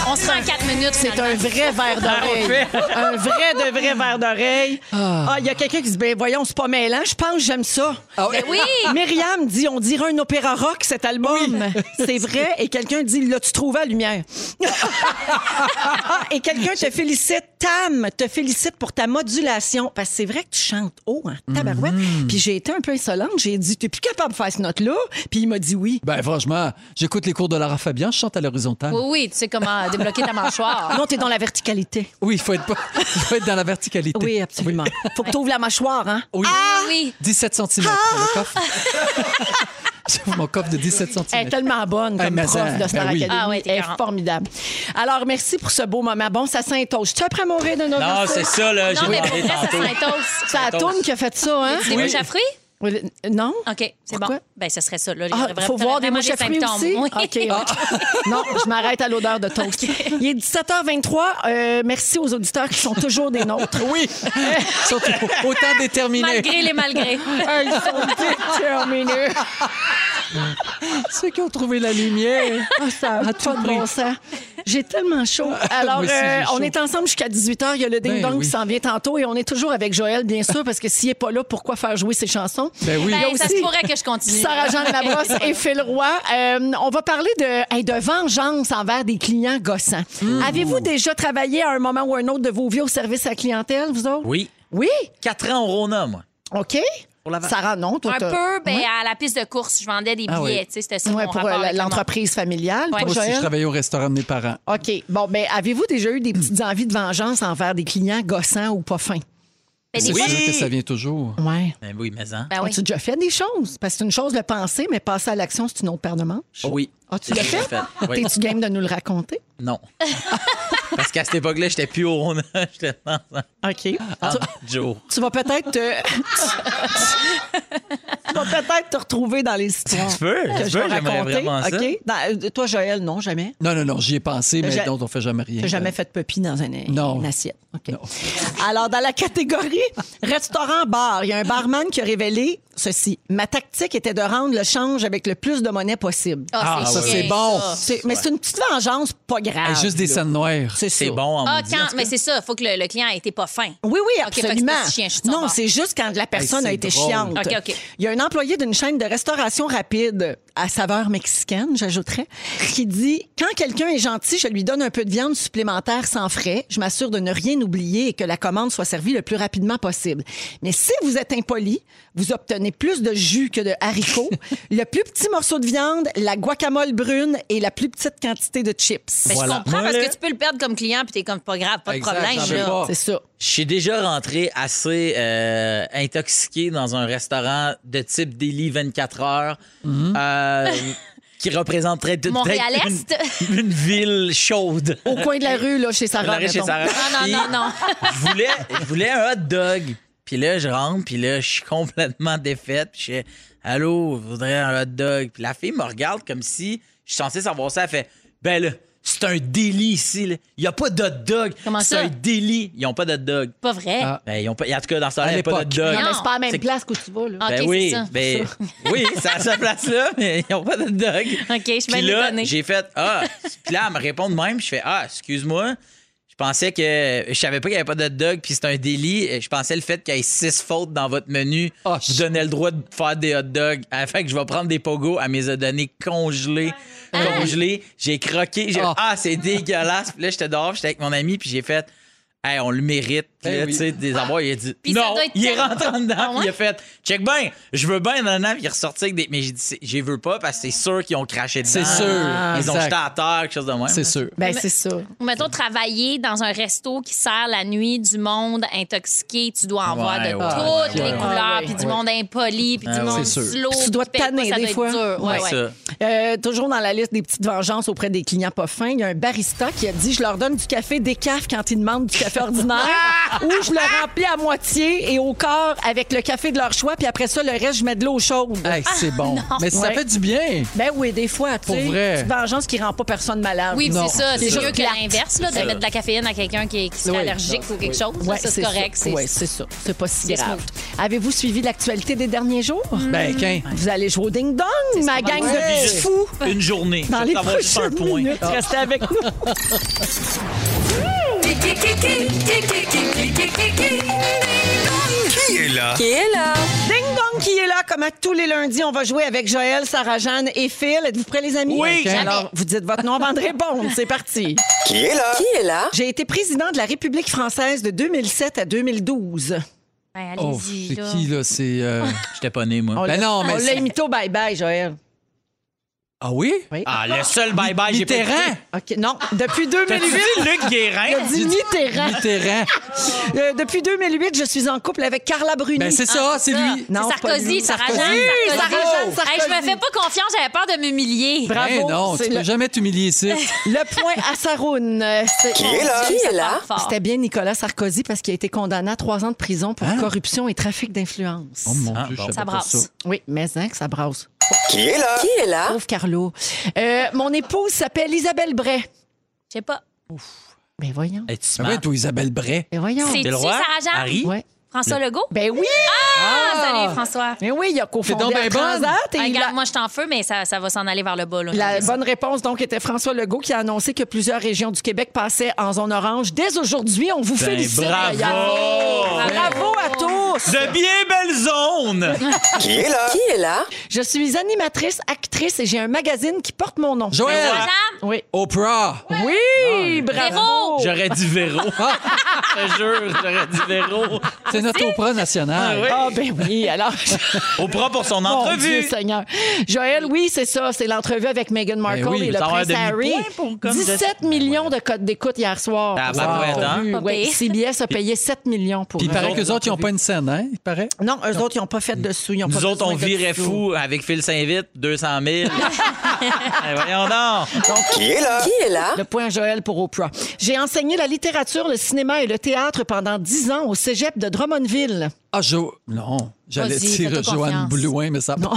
[SPEAKER 3] On se rend quatre minutes,
[SPEAKER 2] C'est un vrai verre d'oreille. un vrai de vrai verre d'oreille. Ah, il y a quelqu'un qui dit ben voyons, c'est pas mêlant, je pense que j'aime ça.
[SPEAKER 3] Mais oui.
[SPEAKER 2] Myriam dit on dirait un opéra rock cet album. C'est vrai et quelqu'un dit l'as-tu trouvé à lumière. [laughs] Ah, et quelqu'un te félicite Tam, te félicite pour ta modulation parce que c'est vrai que tu chantes haut en tabarouette. Puis j'ai été un peu insolente, j'ai dit t'es plus capable de faire ce note là, puis il m'a dit oui.
[SPEAKER 4] Ben, franchement, j'écoute les cours de Lara Fabian, je chante à l'horizontale.
[SPEAKER 3] Oui, oui, tu sais comment débloquer ta mâchoire.
[SPEAKER 2] Non, t'es dans la verticalité.
[SPEAKER 4] Oui, il faut être, pas- il faut être dans la verticalité.
[SPEAKER 2] Oui, absolument. Faut que tu ouvres la mâchoire, hein?
[SPEAKER 4] Oui.
[SPEAKER 3] Oui.
[SPEAKER 4] 17 cm pour le coffre. [laughs] J'ouvre mon coffre de 17 cm.
[SPEAKER 2] Elle est tellement bonne
[SPEAKER 4] Ah,
[SPEAKER 2] comme
[SPEAKER 4] mais
[SPEAKER 2] prof
[SPEAKER 4] ça,
[SPEAKER 2] de Star
[SPEAKER 4] ben oui.
[SPEAKER 2] Academy.
[SPEAKER 3] Ah ouais, t'es
[SPEAKER 2] Elle est
[SPEAKER 3] écœurante.
[SPEAKER 2] formidable. Alors, merci pour ce beau moment. Bon, ça s'intoche. Tu es prêt à mourir d'un
[SPEAKER 1] Non,
[SPEAKER 2] overdose?
[SPEAKER 1] c'est ça, là, j'ai
[SPEAKER 3] Non, mais pour
[SPEAKER 1] demandé
[SPEAKER 3] vrai, ça
[SPEAKER 1] tantôt.
[SPEAKER 3] s'intose.
[SPEAKER 2] C'est la
[SPEAKER 1] Saint-Onge.
[SPEAKER 2] toune qui a fait ça, hein?
[SPEAKER 3] C'est des mouches à fruits?
[SPEAKER 2] Euh, Non?
[SPEAKER 3] OK, c'est
[SPEAKER 2] Pourquoi?
[SPEAKER 3] bon. Ben, ce serait ça. Là,
[SPEAKER 2] Ah,
[SPEAKER 3] J'aurais
[SPEAKER 2] faut
[SPEAKER 3] vraiment
[SPEAKER 2] voir des
[SPEAKER 3] vraiment
[SPEAKER 2] mouches à fruits
[SPEAKER 3] symptômes.
[SPEAKER 2] aussi? OK.
[SPEAKER 3] Oui. [laughs]
[SPEAKER 2] ah. non, je m'arrête à l'odeur de toast. Il est 17h23. Euh, merci aux auditeurs qui sont toujours des nôtres.
[SPEAKER 4] [laughs] Oui, ils sont autant déterminés.
[SPEAKER 3] Malgré les malgrés. [laughs] Ben,
[SPEAKER 2] Ah, Ils [laughs] sont déterminés.
[SPEAKER 4] Ceux qui ont trouvé la lumière.
[SPEAKER 2] Ah, ça n'a
[SPEAKER 4] À
[SPEAKER 2] pas
[SPEAKER 4] tout
[SPEAKER 2] de bon
[SPEAKER 4] prix.
[SPEAKER 2] sens. J'ai tellement chaud. [laughs] Alors,
[SPEAKER 4] Moi aussi, j'ai
[SPEAKER 2] euh, on
[SPEAKER 4] chaud.
[SPEAKER 2] est ensemble jusqu'à 18h. Il y a le
[SPEAKER 4] Ben
[SPEAKER 2] ding-dong
[SPEAKER 4] oui.
[SPEAKER 2] qui s'en vient tantôt et on est toujours avec Joël, bien sûr, parce que s'il n'est pas là, pourquoi faire jouer ses chansons?
[SPEAKER 4] Ben oui.
[SPEAKER 3] Ben,
[SPEAKER 2] a
[SPEAKER 3] ça
[SPEAKER 2] aussi
[SPEAKER 3] se pourrait que je continue.
[SPEAKER 2] Sarah-Jeanne Labrosse
[SPEAKER 4] [laughs]
[SPEAKER 3] [laughs]
[SPEAKER 2] et Phil Roy. Euh, on va parler de, hey, de vengeance envers des clients gossants.
[SPEAKER 4] Mmh.
[SPEAKER 2] Avez-vous déjà travaillé à un moment ou un autre de vos vies au service à la clientèle, vous autres?
[SPEAKER 1] Oui.
[SPEAKER 2] Oui?
[SPEAKER 1] Quatre ans au Rona, moi.
[SPEAKER 2] OK. Sarah, non. Toi,
[SPEAKER 3] Un
[SPEAKER 2] t'as-
[SPEAKER 3] peu, ben, à la piste de course, je vendais des billets.
[SPEAKER 4] Ah oui.
[SPEAKER 3] tu sais, C'était ça
[SPEAKER 2] Ouais,
[SPEAKER 3] mon
[SPEAKER 2] pour
[SPEAKER 3] rapport
[SPEAKER 2] euh,
[SPEAKER 3] avec le monde.
[SPEAKER 2] l'entreprise familiale. Toi,
[SPEAKER 3] Ouais.
[SPEAKER 4] Moi aussi, je
[SPEAKER 2] Joël?
[SPEAKER 4] travaillais au restaurant de mes parents.
[SPEAKER 2] OK. Bon, ben, avez-vous déjà eu des petites envies de vengeance envers des clients gossants ou pas fins?
[SPEAKER 3] Mais Ben, des
[SPEAKER 4] C'est
[SPEAKER 3] fois,
[SPEAKER 4] sûr que ça vient toujours.
[SPEAKER 2] Ouais.
[SPEAKER 1] Ben oui, mais hein.
[SPEAKER 3] ben oui.
[SPEAKER 2] As-tu déjà fait des choses? Parce que c'est une chose de penser, mais passer à l'action, c'est une autre paire de manches.
[SPEAKER 1] Oui.
[SPEAKER 2] Ah, tu l'as
[SPEAKER 1] J'ai
[SPEAKER 2] fait?
[SPEAKER 1] Oui.
[SPEAKER 2] T'es-tu game de nous le raconter? [laughs]
[SPEAKER 1] Non. Parce qu'à cette époque-là, j'étais plus au Rona, [laughs] j'étais dans un
[SPEAKER 2] OK.
[SPEAKER 1] Joe.
[SPEAKER 2] Tu vas peut-être te... [laughs] tu vas peut-être te retrouver dans les histoires.
[SPEAKER 1] Tu peux,
[SPEAKER 2] que
[SPEAKER 1] tu
[SPEAKER 2] je vais
[SPEAKER 1] peux, j'aimerais
[SPEAKER 2] raconter.
[SPEAKER 1] vraiment ça.
[SPEAKER 2] OK? Dans- euh, toi, Joël, non, jamais.
[SPEAKER 4] Non, non, non, j'y ai pensé, mais
[SPEAKER 2] J'ai-
[SPEAKER 4] non, on fait jamais rien.
[SPEAKER 2] T'as jamais fait de puppy dans une,
[SPEAKER 4] Euh, Non.
[SPEAKER 2] une assiette. OK.
[SPEAKER 4] Non.
[SPEAKER 2] [laughs] Alors, dans la catégorie [laughs] restaurant-bar, il y a un barman qui a révélé ceci. Ma tactique était de rendre le change avec le plus de monnaie possible.
[SPEAKER 3] Ah,
[SPEAKER 4] Ah, ça,
[SPEAKER 3] chiant,
[SPEAKER 4] c'est bon.
[SPEAKER 3] ça.
[SPEAKER 2] C'est- mais c'est une petite vengeance pas grave.
[SPEAKER 4] Hey, juste des scènes noires.
[SPEAKER 1] C'est
[SPEAKER 2] ça.
[SPEAKER 1] bon en
[SPEAKER 3] Ah,
[SPEAKER 1] maudit, en
[SPEAKER 3] quand,
[SPEAKER 1] tout
[SPEAKER 3] mais c'est ça, faut que le, le client ait été pas fin.
[SPEAKER 2] Oui, oui,
[SPEAKER 3] Ok, fait que c'est
[SPEAKER 2] absolument.
[SPEAKER 3] pas si chien, je suis sur
[SPEAKER 2] non,
[SPEAKER 3] bord.
[SPEAKER 2] c'est juste quand la personne
[SPEAKER 4] Hey,
[SPEAKER 2] a
[SPEAKER 4] c'est
[SPEAKER 2] été
[SPEAKER 4] drôle.
[SPEAKER 2] chiante.
[SPEAKER 3] Ok, ok.
[SPEAKER 2] Il y a un employé d'une chaîne de restauration rapide à saveur mexicaine, j'ajouterais, qui dit Quand quelqu'un est gentil, je lui donne un peu de viande supplémentaire sans frais. Je m'assure de ne rien oublier et que la commande soit servie le plus rapidement possible. Mais si vous êtes impoli, vous obtenez plus de jus que de
[SPEAKER 3] [laughs]
[SPEAKER 2] haricots, le plus petit morceau de viande, la guacamole brune et la plus petite quantité de chips.
[SPEAKER 3] Ben,
[SPEAKER 1] Voilà.
[SPEAKER 3] Je comprends
[SPEAKER 1] Moi,
[SPEAKER 3] parce
[SPEAKER 1] là-
[SPEAKER 3] que tu peux le perdre comme client puis t'es comme pas grave, pas de
[SPEAKER 4] Exact, j'en veux
[SPEAKER 3] problème. là.
[SPEAKER 4] pas.
[SPEAKER 2] C'est ça.
[SPEAKER 1] Je suis déjà rentré assez euh, intoxiqué dans un restaurant de type Daily 24 heures
[SPEAKER 3] Mhm. [laughs]
[SPEAKER 1] euh, qui représenterait tout-
[SPEAKER 3] Montréal-Est?
[SPEAKER 1] une, une ville
[SPEAKER 3] [laughs]
[SPEAKER 1] chaude.
[SPEAKER 2] Au coin de la rue, là, chez Sarah.
[SPEAKER 1] L'arrêt chez
[SPEAKER 2] mettons.
[SPEAKER 1] Sarah.
[SPEAKER 3] Non, non, non, non.
[SPEAKER 1] Je voulais, je voulais un hot dog. Puis là, je rentre, puis là, je suis complètement défaite. Puis je fais Allô, je voudrais un hot dog. Puis la fille me regarde comme si je suis censé savoir ça. Elle fait Ben là, c'est un délit ici. là. Il n'y a pas d'hot dog.
[SPEAKER 3] Comment
[SPEAKER 1] c'est
[SPEAKER 3] ça?
[SPEAKER 1] un délit. Ils n'ont pas d'hot dog.
[SPEAKER 3] Pas vrai.
[SPEAKER 4] Ah.
[SPEAKER 1] Ben, ils ont pas, en tout cas, dans ce temps-là,
[SPEAKER 4] À
[SPEAKER 1] il n'y a pas
[SPEAKER 4] l'époque.
[SPEAKER 1] d'hot dog.
[SPEAKER 2] Non, mais c'est pas à la
[SPEAKER 1] C'est-
[SPEAKER 2] même place que tu vas, là.
[SPEAKER 3] Ah,
[SPEAKER 1] Ben
[SPEAKER 3] OK,
[SPEAKER 1] oui,
[SPEAKER 3] c'est ça. [laughs]
[SPEAKER 1] ben, oui, c'est à cette place-là, mais ils n'ont pas de dog.
[SPEAKER 3] OK, je suis
[SPEAKER 1] Puis
[SPEAKER 3] bien
[SPEAKER 1] là,
[SPEAKER 3] étonnée.
[SPEAKER 1] j'ai fait Ah, puis là, elle me répond de même. Je fais Ah, excuse-moi. Je pensais que. Je savais pas qu'il n'y avait pas de dog, puis c'est un délit. Je pensais le fait qu'il y ait six fautes dans votre menu.
[SPEAKER 4] Ah,
[SPEAKER 1] je vous donnais le droit de faire des hot dogs. Elle fait que je vais prendre des pogos. Elle me les a donnés congelés. Congelés. J'ai croqué. J'ai
[SPEAKER 4] Ah.
[SPEAKER 1] Ah, c'est dégueulasse. Puis là, j'étais dehors, puis j'étais avec mon ami, puis j'ai fait hey, on le mérite.
[SPEAKER 4] Eh
[SPEAKER 1] là,
[SPEAKER 4] oui.
[SPEAKER 1] tu sais, des avoirs, il a dit
[SPEAKER 3] Puis ça
[SPEAKER 1] non.
[SPEAKER 3] doit être
[SPEAKER 1] Il est
[SPEAKER 3] tellement-
[SPEAKER 1] rentré en dedans,
[SPEAKER 3] Ah ouais?
[SPEAKER 1] puis il a fait check ben, je veux bien, nan, nan, puis il est ressorti avec des. Mais j'ai dit, C'est- j'y veux pas parce que c'est sûr qu'ils ont craché dedans.
[SPEAKER 4] C'est sûr.
[SPEAKER 1] Ils ont
[SPEAKER 4] Exact.
[SPEAKER 1] jeté à terre, quelque chose de même.
[SPEAKER 4] C'est sûr.
[SPEAKER 2] Ben, c'est ça.
[SPEAKER 3] Ou mettons, travailler dans un resto qui sert la nuit du monde intoxiqué, tu dois en
[SPEAKER 1] Ouais,
[SPEAKER 3] voir de
[SPEAKER 1] ouais,
[SPEAKER 3] toutes
[SPEAKER 1] ouais,
[SPEAKER 3] les
[SPEAKER 1] ouais.
[SPEAKER 3] couleurs,
[SPEAKER 2] Ah,
[SPEAKER 3] puis
[SPEAKER 2] ouais.
[SPEAKER 3] du monde impoli, puis du
[SPEAKER 1] Ah, ouais.
[SPEAKER 3] monde
[SPEAKER 4] C'est sûr.
[SPEAKER 3] slow.
[SPEAKER 2] Tu dois te
[SPEAKER 3] puis ça
[SPEAKER 2] tanner
[SPEAKER 3] doit
[SPEAKER 2] des
[SPEAKER 3] être
[SPEAKER 2] fois.
[SPEAKER 3] dur. Ouais,
[SPEAKER 1] Ouais,
[SPEAKER 3] ouais.
[SPEAKER 1] ça.
[SPEAKER 2] Euh, toujours dans la liste des petites vengeances auprès des clients pas fins, il y a un barista qui a dit Je leur donne du café décaf quand ils demandent du café
[SPEAKER 3] [laughs]
[SPEAKER 2] ordinaire, ou je le remplis à moitié et au corps avec le café de leur choix, puis après ça, le reste, je mets de l'eau chaude.
[SPEAKER 4] Hey, c'est bon. Mais
[SPEAKER 2] Ben,
[SPEAKER 4] ça
[SPEAKER 2] ah, Ouais.
[SPEAKER 4] fait du bien.
[SPEAKER 2] Ben oui, des fois, tu
[SPEAKER 4] Pour
[SPEAKER 2] sais,
[SPEAKER 4] vrai.
[SPEAKER 2] petite vengeance qui rend pas personne malade.
[SPEAKER 3] Oui, puis
[SPEAKER 4] Non,
[SPEAKER 3] c'est ça.
[SPEAKER 4] c'est
[SPEAKER 3] C'est
[SPEAKER 4] ça.
[SPEAKER 3] mieux que l'inverse, là, de mettre de la caféine à quelqu'un qui, est- qui serait
[SPEAKER 4] Oui.
[SPEAKER 3] allergique ou quelque chose. là,
[SPEAKER 2] Ouais,
[SPEAKER 3] ça, c'est
[SPEAKER 2] ça.
[SPEAKER 3] correct. c'est-
[SPEAKER 2] Ouais, c'est ça. C'est pas si
[SPEAKER 3] c'est Hmm.
[SPEAKER 2] grave. Avez-vous suivi l'actualité des derniers jours?
[SPEAKER 4] Ben, qu'un.
[SPEAKER 2] Vous allez jouer au ding-dong, ma gang de
[SPEAKER 1] Ouais.
[SPEAKER 2] petits fous.
[SPEAKER 1] Une journée.
[SPEAKER 2] Dans
[SPEAKER 1] Ça
[SPEAKER 2] les
[SPEAKER 1] va avoir juste un
[SPEAKER 2] prochaines
[SPEAKER 1] point. Ah,
[SPEAKER 2] minutes, restez avec nous.
[SPEAKER 11] Ah
[SPEAKER 9] Qui est là?
[SPEAKER 2] Ding Dong qui est là, comme à tous les lundis, on va jouer avec Joël, Sarah-Jeanne et Phil. Êtes-vous prêts, les amis?
[SPEAKER 4] Oui. Jamais.
[SPEAKER 2] Alors, vous dites votre nom avant de répondre. C'est parti. J'ai été président de la République française de 2007 à 2012.
[SPEAKER 3] Ben,
[SPEAKER 4] Oh,
[SPEAKER 3] allez-y,
[SPEAKER 4] c'est
[SPEAKER 3] là.
[SPEAKER 4] qui, là? C'est.
[SPEAKER 2] Ah.
[SPEAKER 4] euh,
[SPEAKER 1] J'étais pas né, moi.
[SPEAKER 2] On
[SPEAKER 4] Ben
[SPEAKER 2] l'a-
[SPEAKER 4] non, mais
[SPEAKER 2] On l'a
[SPEAKER 4] c'est-
[SPEAKER 2] imité au bye-bye, Joël.
[SPEAKER 4] Ah oui?
[SPEAKER 1] Ah, le seul bye-bye, j'ai pas
[SPEAKER 4] [laughs] Mitterrand! Ah,
[SPEAKER 2] OK, non, depuis
[SPEAKER 1] T'as
[SPEAKER 2] 2008...
[SPEAKER 1] dit Luc
[SPEAKER 2] Il a
[SPEAKER 1] Guérin?
[SPEAKER 2] dit Mitterrand. [laughs]
[SPEAKER 4] Mitterrand.
[SPEAKER 2] Euh, depuis 2008, je suis en couple avec Carla Bruni.
[SPEAKER 4] Ben, c'est ça, c'est
[SPEAKER 3] Ça,
[SPEAKER 4] lui.
[SPEAKER 2] Ah, Non,
[SPEAKER 3] c'est
[SPEAKER 2] pas
[SPEAKER 3] Sarkozy,
[SPEAKER 2] lui.
[SPEAKER 3] Sarah-Jeanne,
[SPEAKER 2] Sarkozy. Oui,
[SPEAKER 3] Sarkozy.
[SPEAKER 2] Sarah-Jeanne,
[SPEAKER 3] Hey, je me
[SPEAKER 2] Sarkozy.
[SPEAKER 3] fais pas confiance, j'avais peur de m'humilier.
[SPEAKER 2] Bravo.
[SPEAKER 4] Eh non, tu
[SPEAKER 2] c'est
[SPEAKER 4] peux
[SPEAKER 2] le-
[SPEAKER 4] jamais
[SPEAKER 2] [laughs]
[SPEAKER 4] t'humilier ici.
[SPEAKER 2] Le point à Saroun. Euh, c'est-
[SPEAKER 3] Qui est là?
[SPEAKER 2] C'était bien Nicolas Sarkozy parce qu'il a été condamné à trois ans de prison pour corruption et trafic d'influence.
[SPEAKER 4] Hein? Oh mon
[SPEAKER 1] Ah,
[SPEAKER 4] Dieu,
[SPEAKER 1] bon.
[SPEAKER 4] je savais
[SPEAKER 3] Ça
[SPEAKER 4] pas
[SPEAKER 3] brasse.
[SPEAKER 2] Oui, mais hein, que ça brasse.
[SPEAKER 8] Qui est là?
[SPEAKER 2] Pauvre Carlo. Euh, mon épouse s'appelle Isabelle Bray.
[SPEAKER 3] Je sais pas.
[SPEAKER 2] Ben voyons.
[SPEAKER 1] Hey, tu
[SPEAKER 4] Ah ouais,
[SPEAKER 1] smart.
[SPEAKER 4] toi, Isabelle Bray.
[SPEAKER 2] Ben voyons.
[SPEAKER 3] C'est-
[SPEAKER 1] T'es le
[SPEAKER 3] tu,
[SPEAKER 1] roi?
[SPEAKER 3] Sarah-Jeanne?
[SPEAKER 1] Harry?
[SPEAKER 2] Ouais.
[SPEAKER 3] François Legault?
[SPEAKER 2] Ben oui!
[SPEAKER 3] Ah, salut, François.
[SPEAKER 2] Ben oui, il a cofondé
[SPEAKER 4] donc ben
[SPEAKER 2] Air
[SPEAKER 4] bonne.
[SPEAKER 2] Transat et
[SPEAKER 3] Ah,
[SPEAKER 2] il
[SPEAKER 3] regarde,
[SPEAKER 2] a-
[SPEAKER 3] moi, je suis en feu, mais ça, ça va s'en aller vers le bas. Là,
[SPEAKER 2] La bonne réponse, donc, était François Legault qui a annoncé que plusieurs régions du Québec passaient en zone orange. Dès aujourd'hui, on vous
[SPEAKER 1] Ben,
[SPEAKER 2] félicite. d'ailleurs.
[SPEAKER 1] bravo!
[SPEAKER 2] Bravo à tous!
[SPEAKER 1] De bien belle zone!
[SPEAKER 2] Je suis animatrice, actrice et j'ai un magazine qui porte mon nom.
[SPEAKER 4] Joël! Ah,
[SPEAKER 3] Sarah-Jeanne,
[SPEAKER 2] Oui.
[SPEAKER 4] Oprah!
[SPEAKER 2] Oui, bravo!
[SPEAKER 1] J'aurais dit Véro. Je te jure, j'aurais dit Véro.
[SPEAKER 4] C'est notre Oprah nationale.
[SPEAKER 2] Ah ben oui, alors
[SPEAKER 1] Au propre pour son
[SPEAKER 2] mon Dieu
[SPEAKER 1] entrevue.
[SPEAKER 2] Seigneur. Joël, oui, c'est ça, c'est l'entrevue avec Meghan Markle
[SPEAKER 4] Ben oui,
[SPEAKER 2] et le
[SPEAKER 1] ça va
[SPEAKER 2] prince
[SPEAKER 1] avoir
[SPEAKER 2] Harry.
[SPEAKER 1] demi-point pour comme
[SPEAKER 2] 17 millions de codes d'écoute hier soir.
[SPEAKER 1] Ah,
[SPEAKER 2] pour
[SPEAKER 1] bah,
[SPEAKER 2] cette
[SPEAKER 1] ouais,
[SPEAKER 2] entrevue.
[SPEAKER 3] hein?
[SPEAKER 2] Ouais,
[SPEAKER 3] Pas pire.
[SPEAKER 2] CBS a payé 7 millions pour
[SPEAKER 4] Puis il
[SPEAKER 2] eux
[SPEAKER 4] paraît
[SPEAKER 2] autres.
[SPEAKER 4] que les autres, ils n'ont pas une scène, hein? Il paraît.
[SPEAKER 2] Non, eux autres, ils n'ont pas fait de sous. ils ont pas
[SPEAKER 1] Nous autres,
[SPEAKER 2] besoin
[SPEAKER 1] on
[SPEAKER 2] de sous.
[SPEAKER 1] virait fou avec Phil Saint-Vite, 200 000.
[SPEAKER 2] [laughs]
[SPEAKER 1] Hey, Eh, voyons donc.
[SPEAKER 2] Le point à Joël pour Oprah. J'ai enseigné la littérature, le cinéma et le théâtre pendant 10 ans au cégep de Drummondville.
[SPEAKER 4] Ah, Jo. Non, j'allais
[SPEAKER 3] Vas-y,
[SPEAKER 4] dire
[SPEAKER 3] fais-toi
[SPEAKER 4] Joanne
[SPEAKER 3] confiance.
[SPEAKER 4] Blouin, mais [laughs] ça. Non.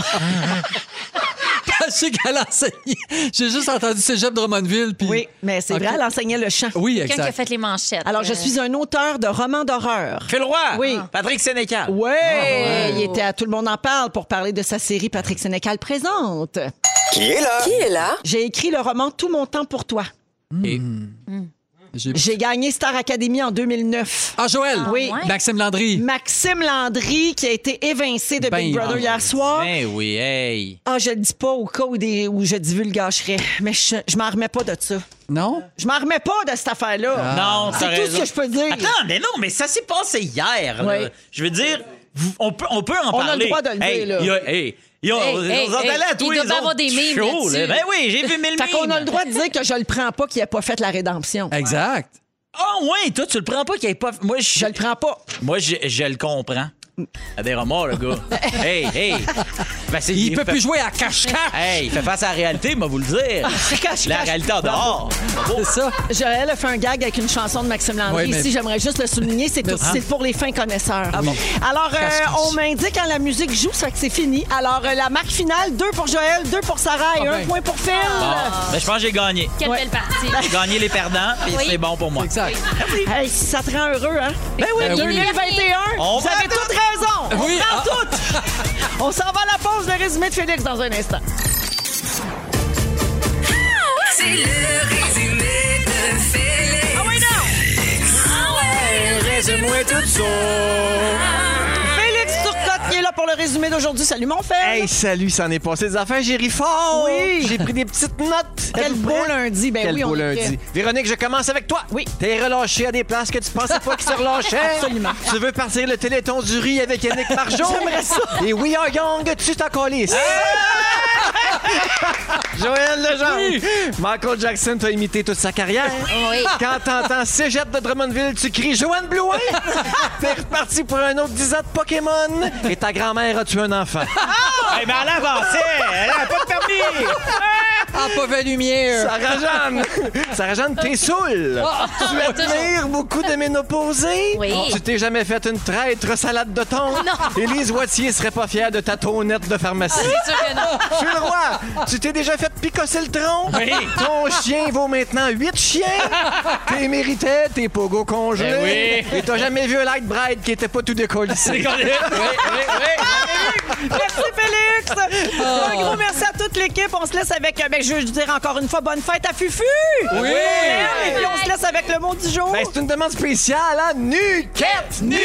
[SPEAKER 4] Je sais qu'elle a enseigné. J'ai juste entendu Cégep Drummondville. Puis...
[SPEAKER 2] Oui, mais c'est
[SPEAKER 4] Ok.
[SPEAKER 2] vrai, elle enseignait le chant.
[SPEAKER 4] Oui,
[SPEAKER 3] quelqu'un qui a
[SPEAKER 4] exact.
[SPEAKER 3] fait les manchettes.
[SPEAKER 2] Alors, je
[SPEAKER 3] Euh,
[SPEAKER 2] suis un auteur de romans d'horreur.
[SPEAKER 1] Phil Roy.
[SPEAKER 2] Oui.
[SPEAKER 1] Patrick Sénécal.
[SPEAKER 2] Ouais, il était à Tout le monde en parle pour parler de sa série Patrick Sénécal présente. J'ai écrit le roman Tout mon temps pour toi.
[SPEAKER 1] Et-
[SPEAKER 4] J'ai-
[SPEAKER 2] J'ai gagné Star Academy en 2009.
[SPEAKER 4] Ah, Joël!
[SPEAKER 2] Oui.
[SPEAKER 4] Maxime Landry.
[SPEAKER 2] Maxime Landry qui a été évincé de
[SPEAKER 4] Ben,
[SPEAKER 2] Big Brother
[SPEAKER 4] ah,
[SPEAKER 2] hier soir.
[SPEAKER 1] Ben oui, hey.
[SPEAKER 2] Ah, je le dis pas au cas où, des, où je divulgacherais, mais je, je m'en remets pas de ça.
[SPEAKER 4] Non?
[SPEAKER 2] Je m'en remets pas de cette affaire-là.
[SPEAKER 1] Ah. Non,
[SPEAKER 2] C'est
[SPEAKER 1] t'as
[SPEAKER 2] tout
[SPEAKER 1] raison.
[SPEAKER 2] ce que je peux dire.
[SPEAKER 1] Attends, mais non, mais ça s'est passé hier. là.
[SPEAKER 2] Ouais.
[SPEAKER 1] Je veux dire, vous- on, peut, on peut en
[SPEAKER 2] On a
[SPEAKER 1] parler.
[SPEAKER 2] le droit de le
[SPEAKER 1] Hey,
[SPEAKER 2] dire, là.
[SPEAKER 1] il y a- hey, il y a-
[SPEAKER 3] Hey,
[SPEAKER 1] on
[SPEAKER 3] hey,
[SPEAKER 1] on s'en
[SPEAKER 3] hey,
[SPEAKER 1] allait à
[SPEAKER 3] il
[SPEAKER 1] tous les
[SPEAKER 3] doit
[SPEAKER 1] autres
[SPEAKER 3] avoir des mimes
[SPEAKER 1] shows, là.
[SPEAKER 3] là-dessus.
[SPEAKER 1] Ben oui, j'ai vu mille
[SPEAKER 2] Fait qu'on a
[SPEAKER 1] mimes.
[SPEAKER 2] le droit de dire que je le prends pas, qu'il a pas fait la rédemption.
[SPEAKER 4] Exact.
[SPEAKER 1] Ah ouais, toi, tu le prends pas qu'il n'y ait pas... Moi, je,
[SPEAKER 2] Je le prends pas.
[SPEAKER 1] Moi, je, je le
[SPEAKER 2] [laughs]
[SPEAKER 1] comprends. Il a des remords, le gars. hey, hey. Ben, c'est-
[SPEAKER 4] Il peut
[SPEAKER 1] fait-
[SPEAKER 4] plus jouer à cache-cache.
[SPEAKER 1] Hey, il fait face à la réalité, moi vous le dire.
[SPEAKER 2] [laughs] Cache,
[SPEAKER 1] La
[SPEAKER 2] cache.
[SPEAKER 1] réalité en dehors.
[SPEAKER 4] C'est ça.
[SPEAKER 2] Joël a fait un gag avec une chanson de Maxime Landry.
[SPEAKER 4] Oui, mais-
[SPEAKER 2] Ici, j'aimerais juste le souligner, c'est tout- c'est pour les fins connaisseurs. Alors, euh,
[SPEAKER 4] Cache, cache.
[SPEAKER 2] on m'indique quand la musique joue, ça fait que c'est fini. Alors, euh, la marque finale, deux pour Joël, deux pour Sarah et
[SPEAKER 4] Ah
[SPEAKER 2] un
[SPEAKER 4] ben.
[SPEAKER 2] point pour Phil.
[SPEAKER 1] Ben, je pense que j'ai gagné.
[SPEAKER 3] Quelle
[SPEAKER 2] Ouais.
[SPEAKER 3] belle partie.
[SPEAKER 1] J'ai gagné les perdants, puis
[SPEAKER 3] Oui.
[SPEAKER 1] c'est bon pour
[SPEAKER 2] [laughs]
[SPEAKER 1] moi.
[SPEAKER 4] Exact.
[SPEAKER 2] Hey, si ça te rend heureux, hein? Ben oui,
[SPEAKER 4] Ben oui.
[SPEAKER 2] 2021,
[SPEAKER 1] On
[SPEAKER 2] vous
[SPEAKER 1] va
[SPEAKER 2] avez
[SPEAKER 1] tout-
[SPEAKER 2] toute raison. On
[SPEAKER 4] Oui,
[SPEAKER 2] prend
[SPEAKER 4] ah.
[SPEAKER 2] toutes. On s'en va à la pause. Le résumé de Félix dans un instant.
[SPEAKER 11] C'est le résumé de Félix. Ah oui, non! Ah ouais!
[SPEAKER 9] Résume-moi tout ça.
[SPEAKER 2] Félix Turcotte qui est là pour le résumé résumé d'aujourd'hui. Salut, mon frère.
[SPEAKER 12] Hey, salut, ça en est passé des affaires. J'ai ri fort.
[SPEAKER 2] Oui.
[SPEAKER 12] J'ai pris des petites notes.
[SPEAKER 2] Quel
[SPEAKER 12] Êtes-vous
[SPEAKER 2] beau
[SPEAKER 12] prêts?
[SPEAKER 2] lundi. Ben
[SPEAKER 12] Quel
[SPEAKER 2] oui,
[SPEAKER 12] beau
[SPEAKER 2] on est
[SPEAKER 12] lundi.
[SPEAKER 2] prêts.
[SPEAKER 12] Véronique, je commence avec toi. Oui. T'es relâché à des places que tu pensais pas qu'ils se relâchaient.
[SPEAKER 2] Absolument.
[SPEAKER 12] Tu veux partir le téléthon du riz avec Yannick Margeau.
[SPEAKER 2] J'aimerais ça.
[SPEAKER 12] Et We Are Young, tu t'en colisses. [laughs] Joël Legendre. Michael Jackson t'a imité toute sa carrière.
[SPEAKER 3] Oui.
[SPEAKER 12] Quand t'entends Cégep de Drummondville, tu cries Joanne Blouin. T'es reparti pour un autre 10 ans de Pokémon. Et ta grand-mère a tué un enfant.
[SPEAKER 11] Eh ben, elle avançait! Elle a pas de permis!
[SPEAKER 4] Ah, pas de lumière.
[SPEAKER 12] Sarah-Jeanne, [laughs] Sarah-Jeanne, t'es saoul. tu admires beaucoup de ménopausés.
[SPEAKER 3] Oh. Oui. Oh,
[SPEAKER 12] Tu t'es jamais fait une traître salade de thon. Élise Wattier serait pas fière de ta tonnette de pharmacie.
[SPEAKER 3] Ah, C'est sûr que non.
[SPEAKER 12] [laughs] Jules Roy, tu t'es déjà fait picosser le tronc. Ton chien vaut maintenant 8 [laughs] chiens. T'es méritais, t'es pogo congelé.
[SPEAKER 11] Ben oui.
[SPEAKER 12] Et t'as jamais vu un light bride qui était pas tout décollissé.
[SPEAKER 2] Merci, Félix. Un gros merci à toute l'équipe. On se laisse avec, euh, ben, je veux dire encore une fois, bonne fête à Fufu.
[SPEAKER 12] Oui.
[SPEAKER 2] Et puis, on se laisse avec le mot du jour.
[SPEAKER 12] Ben, c'est une demande spéciale, hein? Nuquette! Nuquette!